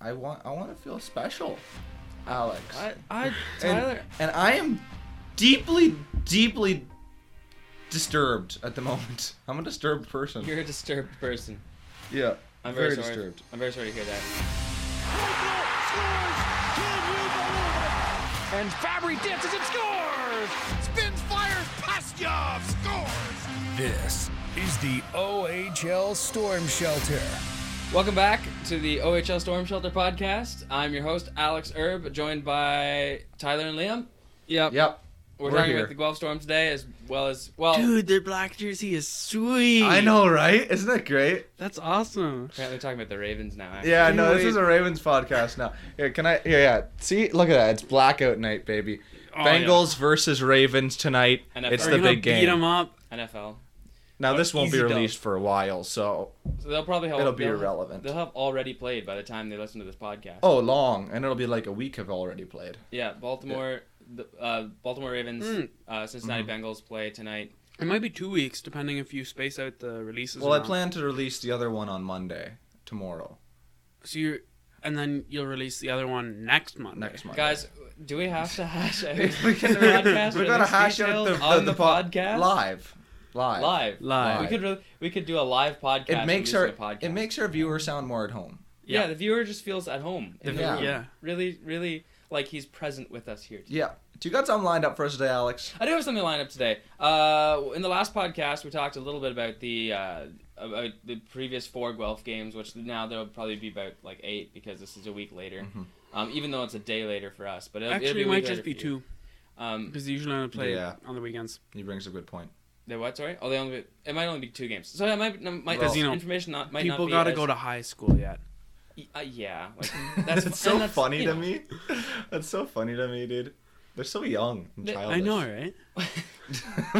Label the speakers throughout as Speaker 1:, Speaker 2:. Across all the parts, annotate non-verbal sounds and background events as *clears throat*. Speaker 1: I want I want to feel special, Alex.
Speaker 2: I, I
Speaker 1: and,
Speaker 2: Tyler,
Speaker 1: and I am deeply, deeply disturbed at the moment. *laughs* I'm a disturbed person.
Speaker 2: you're a disturbed person.
Speaker 1: yeah,
Speaker 2: I'm
Speaker 1: very
Speaker 2: very, sorry.
Speaker 1: disturbed.
Speaker 2: I'm very sorry to hear that.
Speaker 3: And Fabry dances and scores!
Speaker 4: Spins, fires, Pastyov scores!
Speaker 5: This is the OHL Storm Shelter.
Speaker 2: Welcome back to the OHL Storm Shelter podcast. I'm your host Alex Erb, joined by Tyler and Liam. Yep.
Speaker 1: Yep.
Speaker 2: We're,
Speaker 1: we're
Speaker 2: talking
Speaker 1: here.
Speaker 2: about the Guelph Storm today, as well as well.
Speaker 6: Dude, their black jersey is sweet.
Speaker 1: I know, right? Isn't that great?
Speaker 6: That's awesome.
Speaker 2: Apparently, talking about the Ravens now. actually.
Speaker 1: Yeah, no, this
Speaker 6: Anyway-
Speaker 1: is a Ravens podcast now. Yeah, can I? Yeah, yeah. See, look at that. It's blackout night, baby.
Speaker 6: Oh,
Speaker 1: Bengals versus Ravens tonight.
Speaker 2: NFL.
Speaker 1: It's
Speaker 2: We're
Speaker 1: the
Speaker 6: We're gonna
Speaker 1: big
Speaker 6: beat them
Speaker 1: game.
Speaker 6: up.
Speaker 2: NFL.
Speaker 1: Now this won't be
Speaker 6: Easy dub.
Speaker 1: released for a while, so
Speaker 2: So they'll probably have.
Speaker 1: It'll be
Speaker 2: they'll-
Speaker 1: irrelevant.
Speaker 2: They'll have already played by the time they listen to this podcast.
Speaker 1: oh, long, and it'll be like a week. Have already played.
Speaker 2: Yeah, Baltimore, The, uh, Baltimore Ravens,
Speaker 1: Hmm.
Speaker 6: Mm.
Speaker 2: uh, Cincinnati Bengals play tonight.
Speaker 6: It might be two weeks, depending if you space out the releases.
Speaker 1: Well,
Speaker 6: or
Speaker 1: I
Speaker 6: not.
Speaker 1: plan to release the other one on Monday, tomorrow,
Speaker 6: So you, and then you'll release the other one next month.
Speaker 1: next month.
Speaker 2: Guys, do we have to
Speaker 1: *laughs*
Speaker 2: hash out the
Speaker 1: we can-
Speaker 2: podcast?
Speaker 1: we
Speaker 2: or
Speaker 1: gotta
Speaker 2: these
Speaker 1: hash out
Speaker 2: details
Speaker 1: the, the,
Speaker 2: on
Speaker 1: the
Speaker 2: the
Speaker 1: po-
Speaker 2: podcast
Speaker 1: live, live,
Speaker 2: Live.
Speaker 6: Live.
Speaker 2: We could really, we could do a live podcast.
Speaker 1: It
Speaker 2: and
Speaker 1: makes
Speaker 2: release
Speaker 1: our
Speaker 2: it on a podcast.
Speaker 1: it makes our viewer sound more at home.
Speaker 2: yeah.
Speaker 6: Yeah.
Speaker 2: The viewer just feels at home. in
Speaker 6: The
Speaker 2: the
Speaker 1: viewer-
Speaker 2: room.
Speaker 6: yeah.
Speaker 2: Really, really like he's present with us here.
Speaker 1: Yeah. Do you got something lined up for us today, Alex?
Speaker 2: I do have something lined up today. Uh, in the last podcast, we talked a little bit about the uh, about the previous four Guelph games, which now there'll probably be about like eight because this is a week later.
Speaker 1: Mm-hmm.
Speaker 2: Um, even though it's a day later for us, but it'll, it'll
Speaker 6: Actually,
Speaker 2: be
Speaker 6: it
Speaker 2: a
Speaker 6: might
Speaker 2: week later
Speaker 6: just be
Speaker 2: for you.
Speaker 6: two
Speaker 2: Um,
Speaker 6: because usually I play
Speaker 1: Yeah.
Speaker 6: on the weekends.
Speaker 1: He brings a good point.
Speaker 2: they what? Sorry. Oh, they only. It might only be two games. So it might. might
Speaker 1: Well,
Speaker 2: this
Speaker 6: you know,
Speaker 2: information not might
Speaker 6: People
Speaker 2: not be
Speaker 6: gotta
Speaker 2: as-
Speaker 6: go to high school yet.
Speaker 2: Uh, yeah,
Speaker 1: *laughs*
Speaker 2: like,
Speaker 1: That's
Speaker 2: *laughs*
Speaker 1: it's
Speaker 2: that's and
Speaker 1: so
Speaker 2: that's,
Speaker 1: funny
Speaker 2: you
Speaker 1: to
Speaker 2: *laughs* know.
Speaker 1: me. *laughs* That's so funny to me, dude. They're so young and
Speaker 2: They-
Speaker 1: childish.
Speaker 6: I know, right?
Speaker 1: *laughs*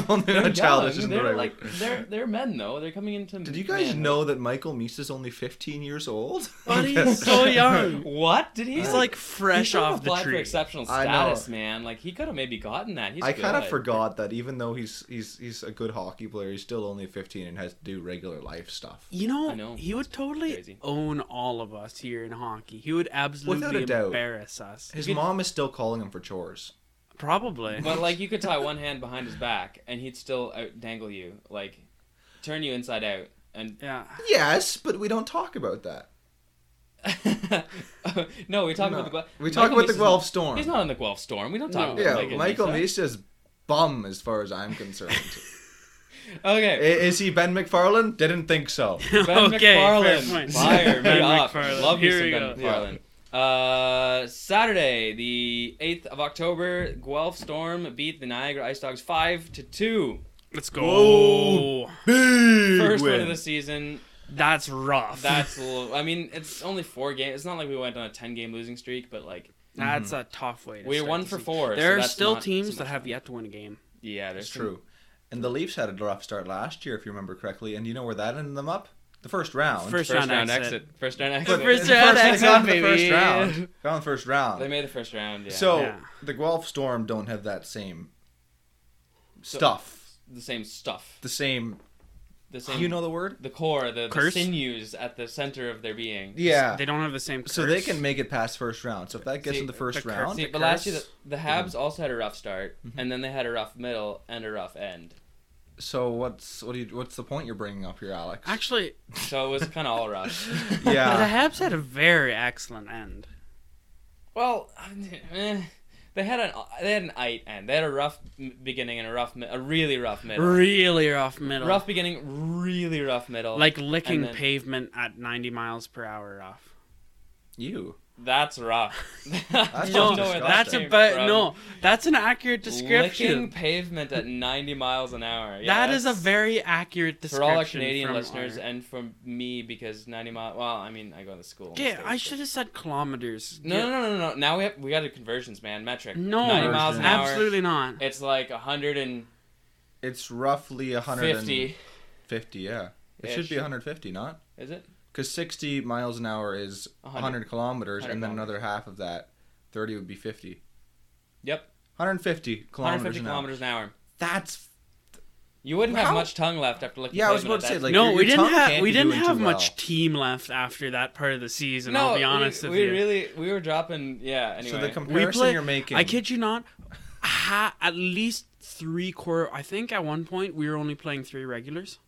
Speaker 1: well, they're
Speaker 2: They're
Speaker 1: not childish
Speaker 2: young.
Speaker 1: isn't the
Speaker 2: They're
Speaker 1: right
Speaker 2: like
Speaker 1: word.
Speaker 2: they're they're men though. They're coming into.
Speaker 1: Did you guys
Speaker 2: manhood. *laughs*
Speaker 1: know that Michael Meese is only 15 years old?
Speaker 6: But
Speaker 1: *laughs*
Speaker 6: he's so young.
Speaker 2: What did he?
Speaker 1: Uh,
Speaker 6: He's
Speaker 2: say?
Speaker 6: like
Speaker 2: He
Speaker 6: fresh
Speaker 2: should have
Speaker 6: off the
Speaker 2: applied for
Speaker 6: tree.
Speaker 2: exceptional
Speaker 1: I know.
Speaker 2: status, man. Like he could have maybe gotten that. He's
Speaker 1: I kind of
Speaker 2: good.
Speaker 1: forgot that even though he's he's he's a good hockey player, he's still only 15 and has to do regular life stuff.
Speaker 6: You
Speaker 2: I
Speaker 6: know,
Speaker 2: know.
Speaker 6: he would totally
Speaker 2: crazy.
Speaker 6: own all of us here in hockey. He would absolutely
Speaker 1: doubt.
Speaker 6: embarrass us.
Speaker 1: His
Speaker 2: Good-
Speaker 1: mom is still calling him for chores.
Speaker 6: Probably.
Speaker 2: But like you could tie one hand behind his back, and he'd still out dangle you, like turn you inside out, and *laughs*
Speaker 6: yeah.
Speaker 1: *laughs* Yes, but we don't talk about that.
Speaker 2: no, we talk
Speaker 1: No.
Speaker 2: about the Guelph.
Speaker 1: We talk
Speaker 2: Michael
Speaker 1: about the
Speaker 2: Meese is-
Speaker 1: Guelph Storm.
Speaker 2: He's not on the Guelph Storm. We don't talk
Speaker 6: No.
Speaker 2: about
Speaker 1: yeah,
Speaker 2: Michael
Speaker 1: Michael Meese
Speaker 2: Meese.
Speaker 1: is bum as far as I'm concerned. *laughs* I-
Speaker 2: Okay,
Speaker 1: is he Ben McFarland? Didn't think *laughs* so.
Speaker 2: Ben
Speaker 6: *laughs* Okay, fair
Speaker 2: McFarlane,
Speaker 6: point.
Speaker 2: fire me
Speaker 6: Ben
Speaker 2: up.
Speaker 6: McFarlane.
Speaker 2: Love you,
Speaker 6: Here
Speaker 2: some Ben
Speaker 6: we go.
Speaker 2: McFarlane. Uh, Saturday, the eighth of October, Guelph Storm beat the Niagara Ice Dogs five to two.
Speaker 6: Let's go.
Speaker 1: Whoa.
Speaker 2: First win of the season.
Speaker 6: That's rough.
Speaker 2: That's a little, I mean, it's only four games. It's not like we went on a ten-game losing streak, but like,
Speaker 6: *laughs* That's a tough way. To
Speaker 2: We're
Speaker 6: start
Speaker 2: one
Speaker 6: the
Speaker 2: for
Speaker 6: season.
Speaker 2: four, so
Speaker 6: There are
Speaker 2: that's
Speaker 6: still
Speaker 2: not so
Speaker 6: teams that
Speaker 2: much
Speaker 6: have
Speaker 2: fun.
Speaker 6: yet to win a game.
Speaker 2: yeah, there's
Speaker 1: It's
Speaker 2: some-
Speaker 1: true. And the Leafs had a rough start last year, if you remember correctly. And you know where that ended them up? The first round.
Speaker 6: First,
Speaker 2: First
Speaker 6: round, exit.
Speaker 2: First round exit.
Speaker 6: first
Speaker 1: The first-
Speaker 6: round
Speaker 2: *laughs*
Speaker 1: they
Speaker 6: exit,
Speaker 1: got in the first
Speaker 6: baby.
Speaker 1: round. Got in the first round.
Speaker 2: They made the first round. Yeah.
Speaker 1: So
Speaker 6: Yeah.
Speaker 1: the Guelph Storm don't have that same stuff.
Speaker 2: the same stuff.
Speaker 1: The same.
Speaker 2: The same.
Speaker 1: You know the word?
Speaker 2: the core, the, the
Speaker 6: Curse?
Speaker 2: sinews at the center of their being.
Speaker 1: Yeah.
Speaker 6: They don't have the same. Curse.
Speaker 1: So they can make it past first round. So if that gets
Speaker 2: See,
Speaker 1: in the first
Speaker 6: the curse-
Speaker 1: round,
Speaker 2: See,
Speaker 6: the
Speaker 2: but last year
Speaker 6: curse.
Speaker 2: the, the Habs also had a rough start,
Speaker 1: Mm-hmm.
Speaker 2: and then they had a rough middle and a rough end.
Speaker 1: so what's what do you what's the point you're bringing up here, Alex?
Speaker 6: Actually,
Speaker 2: So it was kind of all rough.
Speaker 1: *laughs*
Speaker 2: *laughs*
Speaker 6: the
Speaker 1: yeah.
Speaker 6: Habs had a very excellent end.
Speaker 2: Well, *laughs* eh, they had an they had an eight end. They had a rough m- beginning and a rough mi- a really rough middle.
Speaker 6: Really rough middle.
Speaker 2: rough beginning, really rough middle.
Speaker 6: Like licking
Speaker 2: and then-
Speaker 6: pavement at 90 miles per hour off.
Speaker 1: you. *laughs*
Speaker 2: that's rough. *laughs* I
Speaker 1: No,
Speaker 2: don't know where that
Speaker 6: that's
Speaker 2: came
Speaker 6: about
Speaker 2: from.
Speaker 6: no. That's an accurate description.
Speaker 2: Licking pavement at 90 miles an hour. Yeah,
Speaker 6: that is a
Speaker 2: that's-
Speaker 6: very accurate
Speaker 2: for
Speaker 6: description.
Speaker 2: all our Canadian
Speaker 6: from
Speaker 2: listeners
Speaker 6: our-
Speaker 2: and from me because 90 mile. Well, I mean, I go to school. in the
Speaker 6: yeah,
Speaker 2: States,
Speaker 6: I
Speaker 2: but-
Speaker 6: should have said kilometers.
Speaker 2: No, no, no, no, no. Now we have we got to conversions, man. Metric.
Speaker 6: No,
Speaker 2: 90 miles an hour.
Speaker 6: absolutely not.
Speaker 2: It's like 150.
Speaker 1: It's roughly 150. Yeah. It should
Speaker 2: Ish.
Speaker 1: be 150, not
Speaker 2: Is it?
Speaker 1: because 60 miles an hour is
Speaker 2: 100.
Speaker 1: 100, kilometers,
Speaker 2: 100
Speaker 1: and then
Speaker 2: kilometers.
Speaker 1: another half of that, 30 would be 50.
Speaker 2: Yep.
Speaker 1: 150 kilometers
Speaker 2: 150
Speaker 1: an hour.
Speaker 2: kilometers an hour.
Speaker 1: That's
Speaker 2: You wouldn't have
Speaker 1: How-
Speaker 2: much tongue left after looking.
Speaker 1: Yeah, I was
Speaker 2: Clayman
Speaker 1: about to
Speaker 2: at
Speaker 1: say,
Speaker 2: that-
Speaker 1: like,
Speaker 6: no,
Speaker 1: your-
Speaker 6: we
Speaker 1: your
Speaker 6: didn't
Speaker 1: tongue
Speaker 6: have
Speaker 1: can't
Speaker 6: we
Speaker 1: be
Speaker 6: didn't
Speaker 1: doing too
Speaker 6: have much
Speaker 1: well.
Speaker 6: team left after that part of the season.
Speaker 2: no,
Speaker 6: I'll be honest
Speaker 2: we,
Speaker 6: with
Speaker 2: we
Speaker 6: you.
Speaker 2: really we were dropping. Yeah. Anyway.
Speaker 1: So the
Speaker 6: We
Speaker 1: comparison
Speaker 6: play-
Speaker 1: you're making.
Speaker 6: I kid you not. Ha, at least three quarter. I think at one point we were only playing three regulars.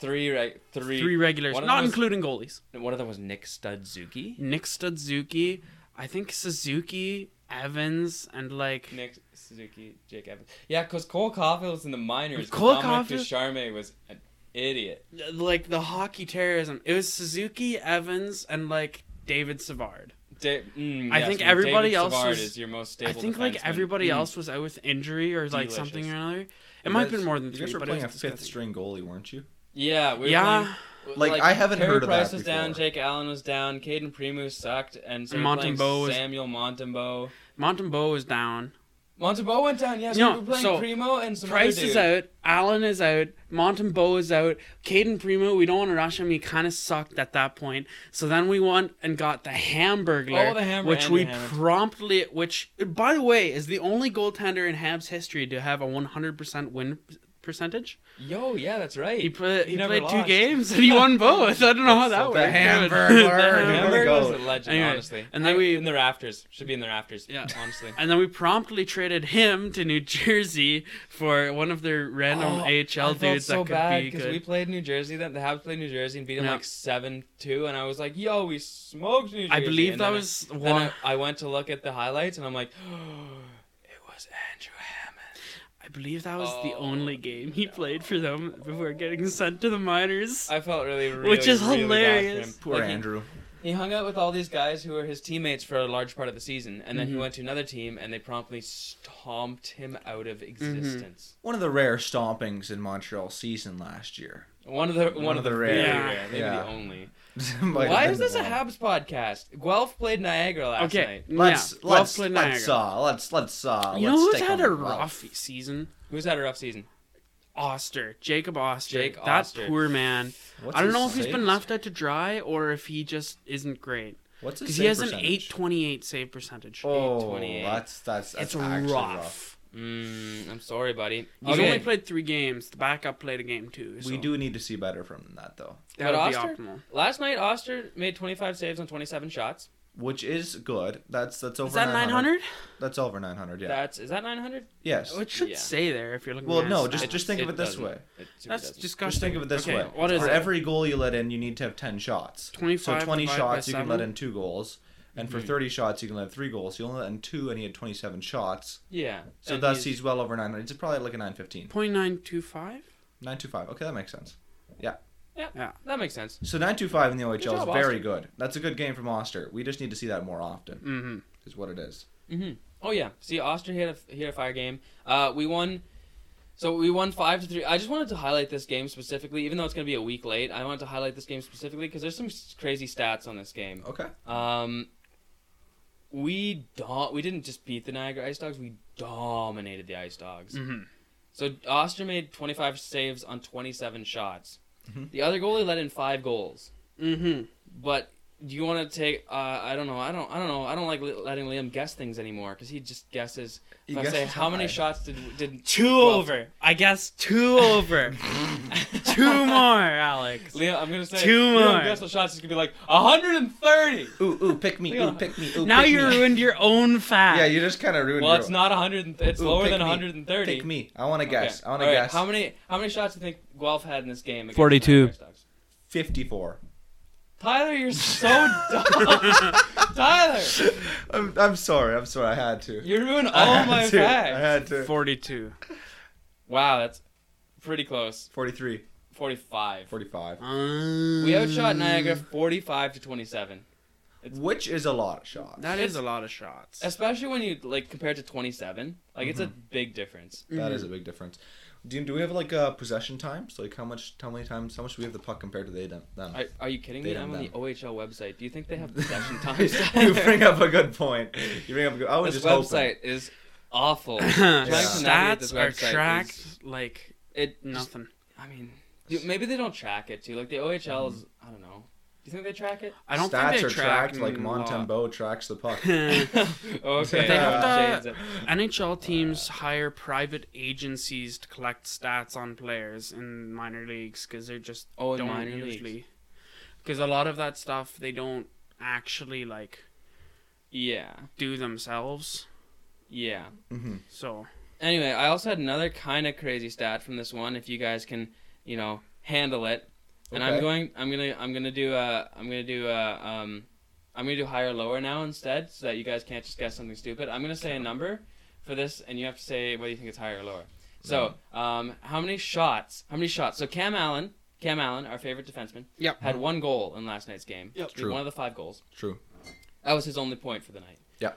Speaker 2: three reg- three
Speaker 6: Three regulars,
Speaker 2: One of
Speaker 6: not
Speaker 2: them was-
Speaker 6: including goalies.
Speaker 2: One of them was Nick Studzuki.
Speaker 6: Nick Studzuki, I think Suzuki, Evans, and like
Speaker 2: Nick Suzuki, Jake Evans. Yeah, because Cole Caulfield was in the minors. but
Speaker 6: Cole
Speaker 2: Dominic
Speaker 6: Caulfield-
Speaker 2: Ducharme was an idiot.
Speaker 6: like the hockey terrorism. It was Suzuki, Evans, and like David Savard.
Speaker 2: Da- mm,
Speaker 6: I
Speaker 2: yes,
Speaker 6: think
Speaker 2: when
Speaker 6: everybody
Speaker 2: David
Speaker 6: else
Speaker 2: Savard
Speaker 6: was-
Speaker 2: is your most
Speaker 6: I
Speaker 2: stable.
Speaker 6: think like
Speaker 2: defenseman.
Speaker 6: everybody
Speaker 2: Mm.
Speaker 6: else was out with injury or like
Speaker 2: Delicious.
Speaker 6: something or another. It
Speaker 1: Hmm. You
Speaker 6: might
Speaker 1: guys-
Speaker 6: have been more than
Speaker 1: You
Speaker 6: three.
Speaker 1: guys were
Speaker 6: but
Speaker 1: playing
Speaker 6: it
Speaker 1: a
Speaker 6: was
Speaker 1: fifth
Speaker 6: disgusting.
Speaker 1: string goalie, weren't you?
Speaker 2: Yeah, we were
Speaker 6: Yeah.
Speaker 2: playing-
Speaker 1: Like, I haven't
Speaker 2: Carey
Speaker 1: heard of that
Speaker 2: Price was down,
Speaker 1: before.
Speaker 2: Jake Allen was down, Caden Primo sucked, and so we were
Speaker 6: Montembeau
Speaker 2: playing
Speaker 6: was-
Speaker 2: Samuel Montembeau.
Speaker 6: Montembeau was down.
Speaker 2: Montembeau went down. Yes,
Speaker 6: No,
Speaker 2: we were playing
Speaker 6: so
Speaker 2: Primo and some
Speaker 6: Price
Speaker 2: other dude.
Speaker 6: is out. Allen is out. Montembeau is out. Caden Primo, we don't want to rush him. He kind of sucked at that point. So then we went and got the Hamburglar,
Speaker 2: Oh, the Hammer
Speaker 6: which
Speaker 2: and
Speaker 6: we
Speaker 2: the Hammer.
Speaker 6: promptly, which by the way is the only goaltender in Habs history to have a 100% win percentage.
Speaker 2: Yo, yeah, that's right.
Speaker 6: He, play, he,
Speaker 2: never
Speaker 6: played two
Speaker 2: lost. *laughs*
Speaker 6: games and he won both. I don't know how that
Speaker 1: the
Speaker 6: worked. *laughs*
Speaker 1: Hamburglar.
Speaker 6: The Hamburglar.
Speaker 2: Hamburg
Speaker 1: Go.
Speaker 2: was a legend,
Speaker 6: Uh, Anyway,
Speaker 2: honestly.
Speaker 6: and then we-
Speaker 2: in the rafters should be in the rafters. *laughs*
Speaker 6: Yeah.
Speaker 2: honestly.
Speaker 6: And then we promptly traded him to New Jersey for one of their random AHL
Speaker 2: Oh, I felt
Speaker 6: dudes
Speaker 2: so
Speaker 6: that could
Speaker 2: bad
Speaker 6: be
Speaker 2: we
Speaker 6: good.
Speaker 2: played New Jersey. That the Habs played New Jersey and beat them
Speaker 6: Yeah.
Speaker 2: like seven two, and I was like, "Yo, we smoked New Jersey."
Speaker 6: I believe
Speaker 2: And
Speaker 6: that
Speaker 2: then I-
Speaker 6: was
Speaker 2: then
Speaker 6: one-
Speaker 2: I, I went to look at the highlights, and I'm like, *gasps* "It was Andrew Hammond."
Speaker 6: I believe that was the
Speaker 2: Oh,
Speaker 6: only game he played for them before getting sent to the minors.
Speaker 2: I felt really, really
Speaker 6: Which is
Speaker 2: really bad for
Speaker 6: hilarious.
Speaker 2: him.
Speaker 1: Poor
Speaker 2: Like, he-
Speaker 1: Andrew.
Speaker 2: He hung out with all these guys who were his teammates for a large part of the season, and
Speaker 6: Mm-hmm.
Speaker 2: then he went to another team, and they promptly stomped him out of
Speaker 6: Mm-hmm.
Speaker 2: existence.
Speaker 1: One of the rare stompings in Montreal season last year. *laughs*
Speaker 2: One of the
Speaker 1: of
Speaker 2: one, of
Speaker 1: the
Speaker 2: the
Speaker 1: rare.
Speaker 2: very
Speaker 6: Yeah.
Speaker 2: rare, maybe
Speaker 1: Yeah.
Speaker 2: the only.
Speaker 1: Might have
Speaker 2: Why
Speaker 1: been
Speaker 2: is this
Speaker 1: the
Speaker 2: a
Speaker 1: one.
Speaker 2: Habs podcast? Guelph played Niagara last
Speaker 6: okay,
Speaker 2: night.
Speaker 1: Let's
Speaker 6: yeah,
Speaker 1: let's
Speaker 6: Buffalo,
Speaker 1: let's,
Speaker 6: Niagara.
Speaker 1: saw. Let's let's saw.
Speaker 6: You
Speaker 1: let's
Speaker 6: know who's
Speaker 1: stick
Speaker 6: had
Speaker 1: on
Speaker 6: a
Speaker 1: the
Speaker 6: rough season?
Speaker 2: Who's had a rough season?
Speaker 6: Oster, Jacob Oster.
Speaker 2: Jake
Speaker 6: that
Speaker 2: Oster.
Speaker 6: poor man.
Speaker 1: What's
Speaker 6: I don't
Speaker 1: his
Speaker 6: know if he's been
Speaker 1: save?
Speaker 6: left out to dry or if he just isn't great.
Speaker 1: What's his
Speaker 6: Because he
Speaker 1: save
Speaker 6: has an
Speaker 1: percentage?
Speaker 6: 828 save percentage.
Speaker 1: Oh,
Speaker 2: 828.
Speaker 1: that's that's that's
Speaker 6: it's
Speaker 1: actually
Speaker 6: rough.
Speaker 2: Mm, I'm sorry, buddy.
Speaker 6: He's
Speaker 2: Okay.
Speaker 6: only played three games. The backup played a game too.
Speaker 1: We
Speaker 6: so
Speaker 1: do need to see better from that though,
Speaker 6: That
Speaker 2: But
Speaker 6: would be
Speaker 2: Oster-
Speaker 6: optimal.
Speaker 2: Last night, Oster made 25 saves on 27 shots.
Speaker 1: which is good. That's that's over.
Speaker 6: Is that 900?
Speaker 1: That's over 900. Yeah.
Speaker 2: That's is that 900?
Speaker 1: yes.
Speaker 6: It should
Speaker 2: Yeah.
Speaker 6: say there if you're looking.
Speaker 1: Well,
Speaker 6: at
Speaker 1: no,
Speaker 6: his
Speaker 1: just
Speaker 6: stats.
Speaker 1: just think of it this
Speaker 2: doesn't.
Speaker 1: way.
Speaker 2: It super
Speaker 6: that's
Speaker 2: doesn't.
Speaker 6: disgusting.
Speaker 1: Just think of it this
Speaker 6: Okay,
Speaker 1: way.
Speaker 6: What is
Speaker 1: For
Speaker 6: it?
Speaker 1: every goal you let in, you need to have 10 shots.
Speaker 6: 25
Speaker 1: So 20
Speaker 6: divided
Speaker 1: shots,
Speaker 6: by
Speaker 1: you can let
Speaker 6: seven?
Speaker 1: in two goals. And
Speaker 2: Hmm.
Speaker 1: for 30 shots, you can let in three goals. You only let in two, and he had 27 shots.
Speaker 2: Yeah.
Speaker 1: So
Speaker 2: and
Speaker 1: thus, he's, well over 900. He's probably like a 915.
Speaker 6: 0.925?
Speaker 1: 925. Okay, that makes sense. Yeah.
Speaker 2: Yeah,
Speaker 6: Yeah.
Speaker 2: that makes sense.
Speaker 1: So 925 in the OHL
Speaker 2: job,
Speaker 1: is very
Speaker 2: Oster.
Speaker 1: good. That's a good game from Oster. We just need to see that more often,
Speaker 2: Mm.
Speaker 1: mm-hmm. is what it is.
Speaker 2: Oh yeah. See, Oster he had a he had a fire game. Uh, we won. So we won five to three. I just wanted to highlight this game specifically, even though it's going to be a week late. I wanted to highlight this game specifically because there's some s- crazy stats on this game.
Speaker 1: Okay.
Speaker 2: Um, we do- we didn't just beat the Niagara Ice Dogs. We dominated the Ice Dogs.
Speaker 1: Mm.
Speaker 2: So Oster made 25 saves on 27 shots.
Speaker 1: Mm-hmm.
Speaker 2: The other goalie let in five goals. Mm-hmm. But do you want to take? Uh, I don't know. I don't. I don't know. I don't like li- letting Liam guess things anymore because he just guesses. If I say
Speaker 1: guesses
Speaker 2: how many
Speaker 1: high."
Speaker 2: shots did
Speaker 1: *laughs*
Speaker 2: did *laughs*
Speaker 6: Two
Speaker 2: Well-
Speaker 6: over. I guess two over. two more, Alex.
Speaker 2: Liam? I'm gonna say
Speaker 6: Two
Speaker 2: you don't
Speaker 6: more.
Speaker 2: guess the shots. It's gonna be like 130.
Speaker 1: Ooh, ooh, pick me. Ooh, pick me. Ooh,
Speaker 6: Now
Speaker 1: pick
Speaker 6: you
Speaker 1: me.
Speaker 6: ruined your own fact.
Speaker 1: Yeah, you just kind of ruined
Speaker 2: Well,
Speaker 1: your-
Speaker 2: it's not 100. and- It's
Speaker 1: Ooh,
Speaker 2: lower
Speaker 1: pick
Speaker 2: than
Speaker 1: me.
Speaker 2: 130.
Speaker 1: Pick me. I want to guess.
Speaker 2: Okay.
Speaker 1: I want to
Speaker 2: All right,
Speaker 1: guess.
Speaker 2: How many how many shots do you think Guelph had in this game? against
Speaker 6: 42.
Speaker 2: the Red Sox?
Speaker 1: 54.
Speaker 2: Tyler,
Speaker 1: *laughs*
Speaker 2: you're so dumb. Tyler,
Speaker 1: I'm, I'm sorry. I'm sorry. I had to.
Speaker 2: you ruined
Speaker 1: I
Speaker 2: all
Speaker 1: had
Speaker 2: Oh my
Speaker 1: to. I
Speaker 2: facts.
Speaker 1: had to.
Speaker 6: 42.
Speaker 2: Wow, that's pretty close.
Speaker 1: 43,
Speaker 2: 45.
Speaker 1: 45.
Speaker 2: We outshot Niagara 45 to 27,
Speaker 1: Which is a lot of shots.
Speaker 6: That is a lot of shots.
Speaker 2: *laughs* especially when you like compare it to 27. Like it's a
Speaker 1: Mm-hmm.
Speaker 2: big difference.
Speaker 1: That is a big difference. Do, do we have like uh, possession times? Like how much? How many times? How much do we have the puck compared to they them? them?
Speaker 2: Are, are you kidding
Speaker 1: They
Speaker 2: me?
Speaker 1: don't
Speaker 2: I'm on the
Speaker 1: know.
Speaker 2: OHL website. Do you think they
Speaker 1: *laughs*
Speaker 2: have possession times?
Speaker 1: you bring up a good point. You bring up. A good, I was
Speaker 2: this
Speaker 1: just hoping.
Speaker 2: website is
Speaker 1: *laughs*
Speaker 2: awful. Trying to navigate this
Speaker 6: Stats
Speaker 2: website
Speaker 6: are
Speaker 2: is-
Speaker 6: tracked like
Speaker 2: It
Speaker 6: nothing. Um,
Speaker 2: I mean, dude, maybe they don't track it too. Like the OHL's, I don't know. you think they track
Speaker 6: *laughs*
Speaker 2: it? *laughs*
Speaker 6: I don't
Speaker 1: Stats
Speaker 6: think they
Speaker 1: are
Speaker 6: track
Speaker 1: tracked like
Speaker 6: a lot.
Speaker 1: Montembeau tracks the puck.
Speaker 6: *laughs*
Speaker 2: *laughs* Okay.
Speaker 6: They have
Speaker 2: uh,
Speaker 6: to-
Speaker 2: shades it.
Speaker 6: NHL teams hire private agencies to collect stats on players in minor leagues because they're just
Speaker 2: Oh, in
Speaker 6: don't
Speaker 2: minor leagues.
Speaker 6: usually. Because a lot of that stuff they don't actually like
Speaker 2: Yeah.
Speaker 6: do themselves.
Speaker 2: Yeah.
Speaker 1: Mm-hmm.
Speaker 6: So
Speaker 2: Anyway, I also had another kind of crazy stat from this one. If you guys can, you know, handle it, and I'm
Speaker 1: Okay.
Speaker 2: going, I'm gonna, I'm gonna do a, I'm gonna do a, um, I'm gonna do higher lower now instead, so that you guys can't just guess something stupid. I'm gonna say a number for this, and you have to say whether you think it's higher or lower. So, um, how many shots? How many shots? So Cam Allen, Cam Allen, our favorite defenseman,
Speaker 6: Yep.
Speaker 2: had one goal in last night's game. Yep,
Speaker 1: True.
Speaker 2: One of the five goals.
Speaker 1: True.
Speaker 2: That was his only point for the night.
Speaker 1: Yeah.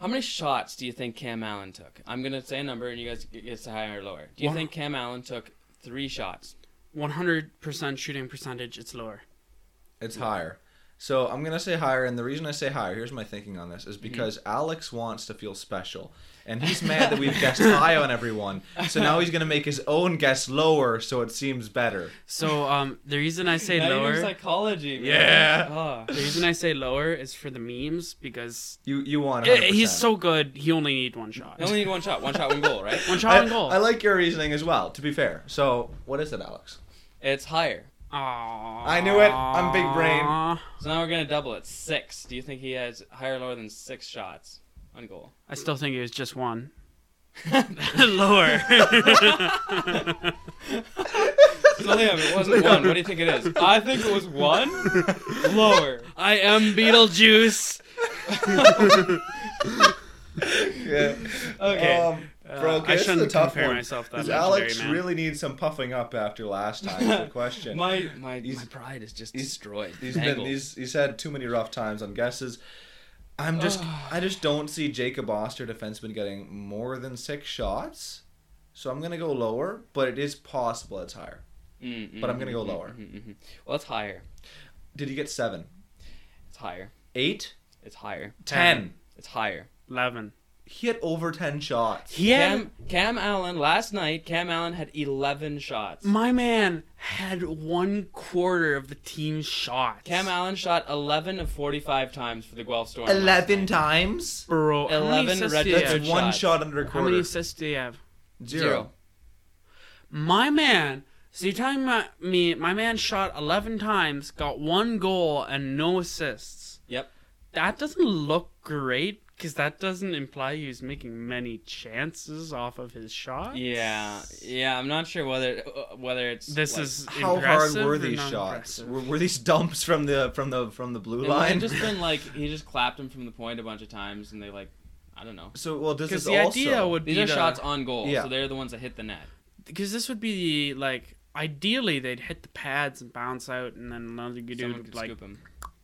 Speaker 2: How many shots do you think Cam Allen took? I'm gonna say a number, and you guys g- guess the higher or lower. Do you
Speaker 6: Wow.
Speaker 2: think Cam Allen took three shots?
Speaker 6: 100% shooting percentage, it's lower.
Speaker 1: It's higher. So I'm gonna say higher, and the reason I say higher, here's my thinking on this, is
Speaker 2: Mm-hmm.
Speaker 1: because Alex wants to feel special, and
Speaker 2: *laughs*
Speaker 1: he's mad that we've guessed high on everyone. So now he's gonna make his own guess lower, so it seems better.
Speaker 6: So um, the reason I say
Speaker 2: Now you know
Speaker 6: lower,
Speaker 2: psychology. man.
Speaker 1: Yeah.
Speaker 2: Oh.
Speaker 6: the reason I say lower is for the memes because
Speaker 1: You you want?
Speaker 6: Eh,
Speaker 1: 100%.
Speaker 6: he's so good. He only need one shot.
Speaker 2: You only need one shot. One shot, one goal, right?
Speaker 6: one
Speaker 1: I,
Speaker 6: shot and goal.
Speaker 1: I like your reasoning as well. To be fair, so what is it, Alex?
Speaker 2: It's higher.
Speaker 1: I knew it. I'm big brain.
Speaker 6: Aw.
Speaker 2: So now we're gonna double it. Six. Do you think he has higher or lower than six shots on goal? *laughs*
Speaker 6: I still think it was just one. *laughs* Lower.
Speaker 2: *laughs* So Liam, it wasn't one. What do you think it is? I think it was one.
Speaker 1: *laughs*
Speaker 2: Lower. *laughs*
Speaker 6: I am Beetlejuice.
Speaker 1: Yeah.
Speaker 2: Okay.
Speaker 1: Um, bro, okay,
Speaker 6: Uh, I
Speaker 1: this is
Speaker 6: shouldn't
Speaker 1: a tough
Speaker 6: compare
Speaker 1: one.
Speaker 6: myself that
Speaker 1: Because
Speaker 6: legendary
Speaker 1: Alex
Speaker 6: man.
Speaker 1: really needs some puffing up after last time's question.
Speaker 2: my my, my
Speaker 1: He's-
Speaker 2: pride is just
Speaker 1: he's-
Speaker 2: destroyed.
Speaker 1: He's been
Speaker 2: Mangled.
Speaker 1: he's he's had too many rough times on guesses. I'm just I just don't see Jacob Oster defenseman getting more than six shots. So I'm gonna go lower, but it is possible it's higher.
Speaker 2: Mm, mm,
Speaker 1: But I'm gonna go lower.
Speaker 2: Mm-hmm. Well, it's higher.
Speaker 1: Did he get seven?
Speaker 2: It's higher.
Speaker 1: Eight?
Speaker 2: It's higher.
Speaker 1: Ten.
Speaker 2: It's higher.
Speaker 6: Eleven.
Speaker 1: He had over ten shots.
Speaker 6: He had
Speaker 2: Cam, Cam Allen last night. Cam Allen had 11 shots.
Speaker 6: my man had one quarter of the team's shots.
Speaker 2: Cam Allen shot 11 of 45 times for the Guelph Storm. last
Speaker 1: Eleven
Speaker 2: night.
Speaker 1: times?
Speaker 6: Bro, how many
Speaker 2: 11
Speaker 6: assists
Speaker 2: red-
Speaker 6: do you
Speaker 2: that's
Speaker 6: have?
Speaker 2: Good
Speaker 1: One
Speaker 2: shots.
Speaker 1: shot under a
Speaker 6: How
Speaker 1: quarter.
Speaker 6: many assists do you have?
Speaker 1: Zero.
Speaker 2: Zero.
Speaker 6: My man. So you're telling my, me my man shot 11 times, got one goal and no assists.
Speaker 2: Yep.
Speaker 6: that doesn't look great because that doesn't imply he was making many chances off of his shot.
Speaker 2: Yeah. Yeah. I'm not sure whether uh, whether it's
Speaker 6: This
Speaker 2: like-
Speaker 6: is
Speaker 1: How hard
Speaker 6: impressive
Speaker 1: were
Speaker 6: or
Speaker 1: these
Speaker 6: not
Speaker 1: shots?
Speaker 6: impressive?
Speaker 1: Were, were these dumps from the from the from the blue
Speaker 2: It might
Speaker 1: line? *laughs*
Speaker 2: have just been like he just clapped him from the point a bunch of times, and they like, I don't know.
Speaker 1: so well, this
Speaker 6: Because
Speaker 1: is
Speaker 6: the
Speaker 1: also
Speaker 6: idea would be
Speaker 2: These are shots on goal,
Speaker 1: Yeah.
Speaker 2: so they're the ones that hit the net.
Speaker 6: because this would be the like ideally they'd hit the pads and bounce out and then another good
Speaker 2: Someone
Speaker 6: dude
Speaker 2: could
Speaker 6: would like
Speaker 2: scoop him.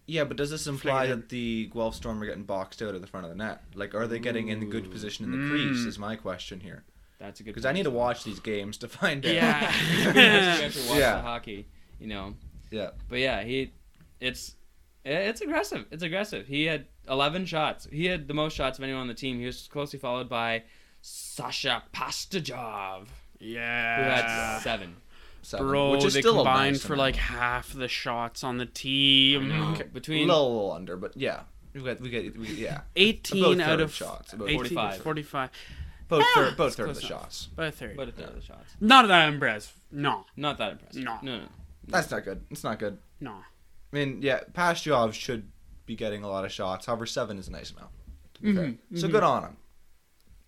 Speaker 1: Yeah, but does this
Speaker 6: Fling it
Speaker 1: imply
Speaker 6: in.
Speaker 1: that the Guelph Storm are getting boxed out at the front of the net? Like, are they getting in good position in the crease?
Speaker 6: Mm.
Speaker 1: Is my question here
Speaker 2: That's a good.
Speaker 1: because I need to
Speaker 2: point.
Speaker 1: watch these games to *laughs* find out.
Speaker 2: *laughs*
Speaker 6: *laughs*
Speaker 2: you
Speaker 6: yeah
Speaker 2: have to watch
Speaker 1: Yeah.
Speaker 2: the hockey, you know.
Speaker 1: yeah.
Speaker 2: But yeah, he, it's, eh, it's aggressive. It's aggressive. He had 11 shots. He had the most shots of anyone on the team. He was closely followed by Sasha Pastajov, who had
Speaker 6: yeah.
Speaker 2: seven.
Speaker 1: Seven,
Speaker 6: Bro,
Speaker 1: which is
Speaker 6: they
Speaker 1: still a
Speaker 6: combined
Speaker 1: nice
Speaker 6: for
Speaker 1: amount.
Speaker 6: like
Speaker 2: *gasps*
Speaker 6: half the shots on the *gasps* team.
Speaker 1: a
Speaker 2: Between
Speaker 1: little under, but yeah, we get we get we,
Speaker 6: *laughs*
Speaker 1: yeah,
Speaker 6: 18
Speaker 1: About
Speaker 6: out
Speaker 1: third
Speaker 6: of
Speaker 1: shots, about
Speaker 6: 18,
Speaker 2: 45.
Speaker 6: 45.
Speaker 1: both third, both third of
Speaker 6: close
Speaker 1: the
Speaker 6: enough.
Speaker 1: shots.
Speaker 6: About a third.
Speaker 2: but a third of the shots.
Speaker 6: Not that impressive. No,
Speaker 2: Not that impressive.
Speaker 6: No.
Speaker 2: No, no.
Speaker 1: That's not good. It's not good.
Speaker 6: no.
Speaker 1: I mean, yeah, Pastyov should be getting a lot of shots. However, seven is a nice amount. To be fair. So good on him.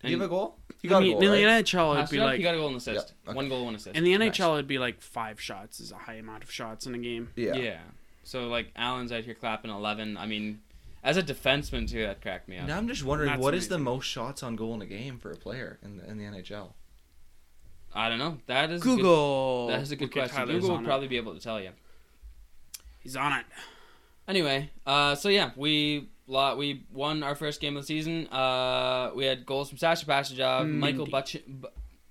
Speaker 1: Did he
Speaker 2: And-
Speaker 1: have a goal? He
Speaker 6: Mm-hmm. I
Speaker 1: got
Speaker 6: mean,
Speaker 1: a
Speaker 6: in
Speaker 1: goal.
Speaker 6: the
Speaker 1: right?
Speaker 6: NHL, it'd be
Speaker 2: Pasternak,
Speaker 6: like
Speaker 2: he got a goal and assist.
Speaker 1: Yeah, okay.
Speaker 2: One goal, one assist.
Speaker 6: In the NHL, it'd be like five shots is a high amount of shots in a game.
Speaker 1: Yeah.
Speaker 2: yeah. So like Allen's out here clapping 11. I mean, as a defenseman too, that cracked me up.
Speaker 1: Now I'm just wondering,
Speaker 6: That's
Speaker 1: what is the most shots on goal in a game for a player in the in the NHL?
Speaker 2: I don't know. That is a good-
Speaker 6: Google.
Speaker 2: that is a good
Speaker 6: Look at
Speaker 2: question.
Speaker 6: Tyler's
Speaker 2: Google
Speaker 6: on
Speaker 2: will
Speaker 6: it.
Speaker 2: probably be able to tell you.
Speaker 6: He's on it.
Speaker 2: Anyway, uh, so yeah, we lot we won our first game of the season. Uh, we had goals from Sasha Pastajov,
Speaker 6: Hmm.
Speaker 2: Michael Butch- B-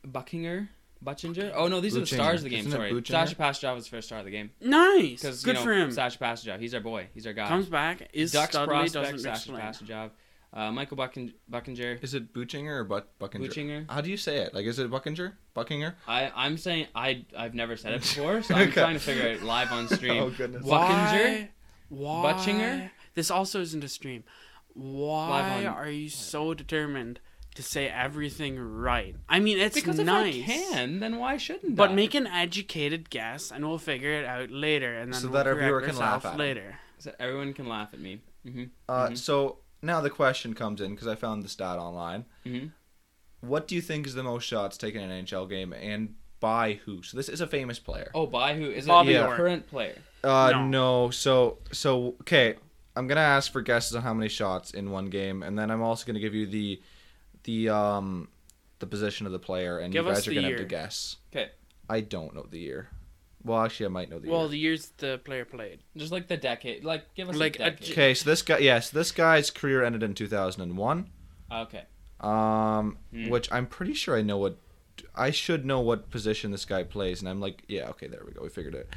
Speaker 2: Buckinger, Butchinger. Oh no, these are the
Speaker 1: Buchinger.
Speaker 2: stars of the game.
Speaker 1: Isn't it
Speaker 2: sorry,
Speaker 1: Buchinger?
Speaker 2: Sasha Pastajov was the first star of the game.
Speaker 6: Nice.
Speaker 2: Because
Speaker 6: Good
Speaker 2: you know,
Speaker 6: for him.
Speaker 2: Sasha Pastajov, he's our boy. He's our guy.
Speaker 6: Comes back. Is
Speaker 2: Ducks
Speaker 6: Studley
Speaker 2: prospect
Speaker 6: doesn't
Speaker 2: Sasha
Speaker 6: explain.
Speaker 2: Pastajov, uh, Michael Buckin- Buckinger.
Speaker 1: Is it Buchinger or Buck Buckinger?
Speaker 2: Buchinger.
Speaker 1: How do you say it? Like, is it Buckinger? Buckinger?
Speaker 2: I I'm saying I I've never said it before, so I'm
Speaker 6: *laughs*
Speaker 1: Okay.
Speaker 2: trying to figure it live on stream.
Speaker 1: Oh, goodness.
Speaker 2: Buckinger.
Speaker 6: Why? Why?
Speaker 2: Butchinger?
Speaker 6: This also isn't a stream. Why
Speaker 2: on-
Speaker 6: are you so determined to say everything right? I mean, it's
Speaker 2: Because
Speaker 6: nice.
Speaker 2: if I can, then why shouldn't
Speaker 6: But
Speaker 2: I?
Speaker 6: make an educated guess, and we'll figure it out later, and then
Speaker 1: So
Speaker 6: we'll
Speaker 1: that our
Speaker 6: correct
Speaker 1: viewer can laugh
Speaker 6: ourselves
Speaker 1: at it.
Speaker 6: later.
Speaker 2: So everyone can laugh at me. hmm
Speaker 1: Uh, So now the question comes in because I found the stat online.
Speaker 2: Mhm.
Speaker 1: What do you think is the most shots taken in an NHL game and by who? So this is a famous player.
Speaker 2: Oh, by who? Is it
Speaker 6: Bobby
Speaker 2: a
Speaker 1: Orr.
Speaker 2: current player?
Speaker 1: Uh,
Speaker 6: No.
Speaker 1: no. So, so okay. I'm gonna ask for guesses on how many shots in one game, and then I'm also gonna give you the, the um, the position of the player, and
Speaker 6: Give
Speaker 1: you
Speaker 6: us
Speaker 1: guys are
Speaker 6: the
Speaker 1: gonna
Speaker 6: year.
Speaker 1: have to guess.
Speaker 2: Okay,
Speaker 1: I don't know the year. Well, actually, I might know the
Speaker 2: uh,
Speaker 6: Well,
Speaker 1: year.
Speaker 6: the years the player played.
Speaker 2: just like the decade. Like give us
Speaker 6: Like a
Speaker 2: a decade.
Speaker 1: Okay, so this guy, yes, this guy's career ended in 2001.
Speaker 2: Ah, okay.
Speaker 1: Um,
Speaker 6: Hmm.
Speaker 1: which I'm pretty sure I know what I should know what position this guy plays, and I'm like, yeah, okay, there we go, we figured it.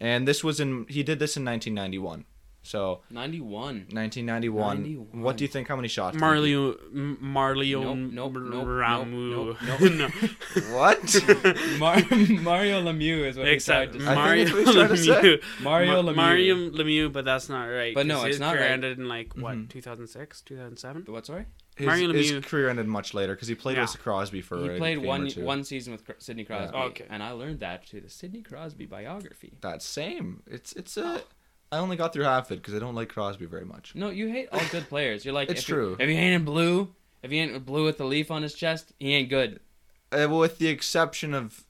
Speaker 1: And this was in he did this in 1991. So
Speaker 2: Ninety-one.
Speaker 1: 1991.
Speaker 2: 91.
Speaker 1: What do you think? How many shots?
Speaker 6: Marley, M- Marley,
Speaker 2: Nope, nope, nope,
Speaker 6: Ramu.
Speaker 2: nope, nope, nope.
Speaker 6: *laughs* no.
Speaker 1: What? *laughs*
Speaker 2: *laughs* Mar- Mario Lemieux is what
Speaker 6: Except
Speaker 2: he tried to
Speaker 1: Mar- I
Speaker 2: say.
Speaker 6: Mario
Speaker 1: think that's what he's trying
Speaker 6: Lemieux.
Speaker 1: to
Speaker 2: *laughs* Mario
Speaker 6: Ma-
Speaker 2: Lemieux.
Speaker 6: Mario Lemieux, but that's not right.
Speaker 2: But no,
Speaker 6: 'cause
Speaker 2: it's
Speaker 6: his
Speaker 2: not
Speaker 6: career
Speaker 2: right. Mm-hmm.
Speaker 6: ended in like what, 2006, 2007?
Speaker 2: what? Sorry.
Speaker 1: his,
Speaker 6: Mario
Speaker 1: his
Speaker 6: Lemieux.
Speaker 1: career ended much later because he played
Speaker 6: Yeah.
Speaker 1: with Crosby for
Speaker 2: He
Speaker 1: a
Speaker 2: played
Speaker 1: game or
Speaker 2: one
Speaker 1: two.
Speaker 2: one season with Cr- Sidney Crosby,
Speaker 6: Okay.
Speaker 2: and I learned that through the Sidney Crosby biography.
Speaker 1: That same. It's it's a. I only got through half of it because I don't like Crosby very much.
Speaker 2: No, you hate all good players. You're like,
Speaker 1: It's
Speaker 2: if
Speaker 1: true.
Speaker 2: He, if he ain't in blue, if he ain't blue with the leaf on his chest, he ain't good.
Speaker 1: Uh, with the exception of.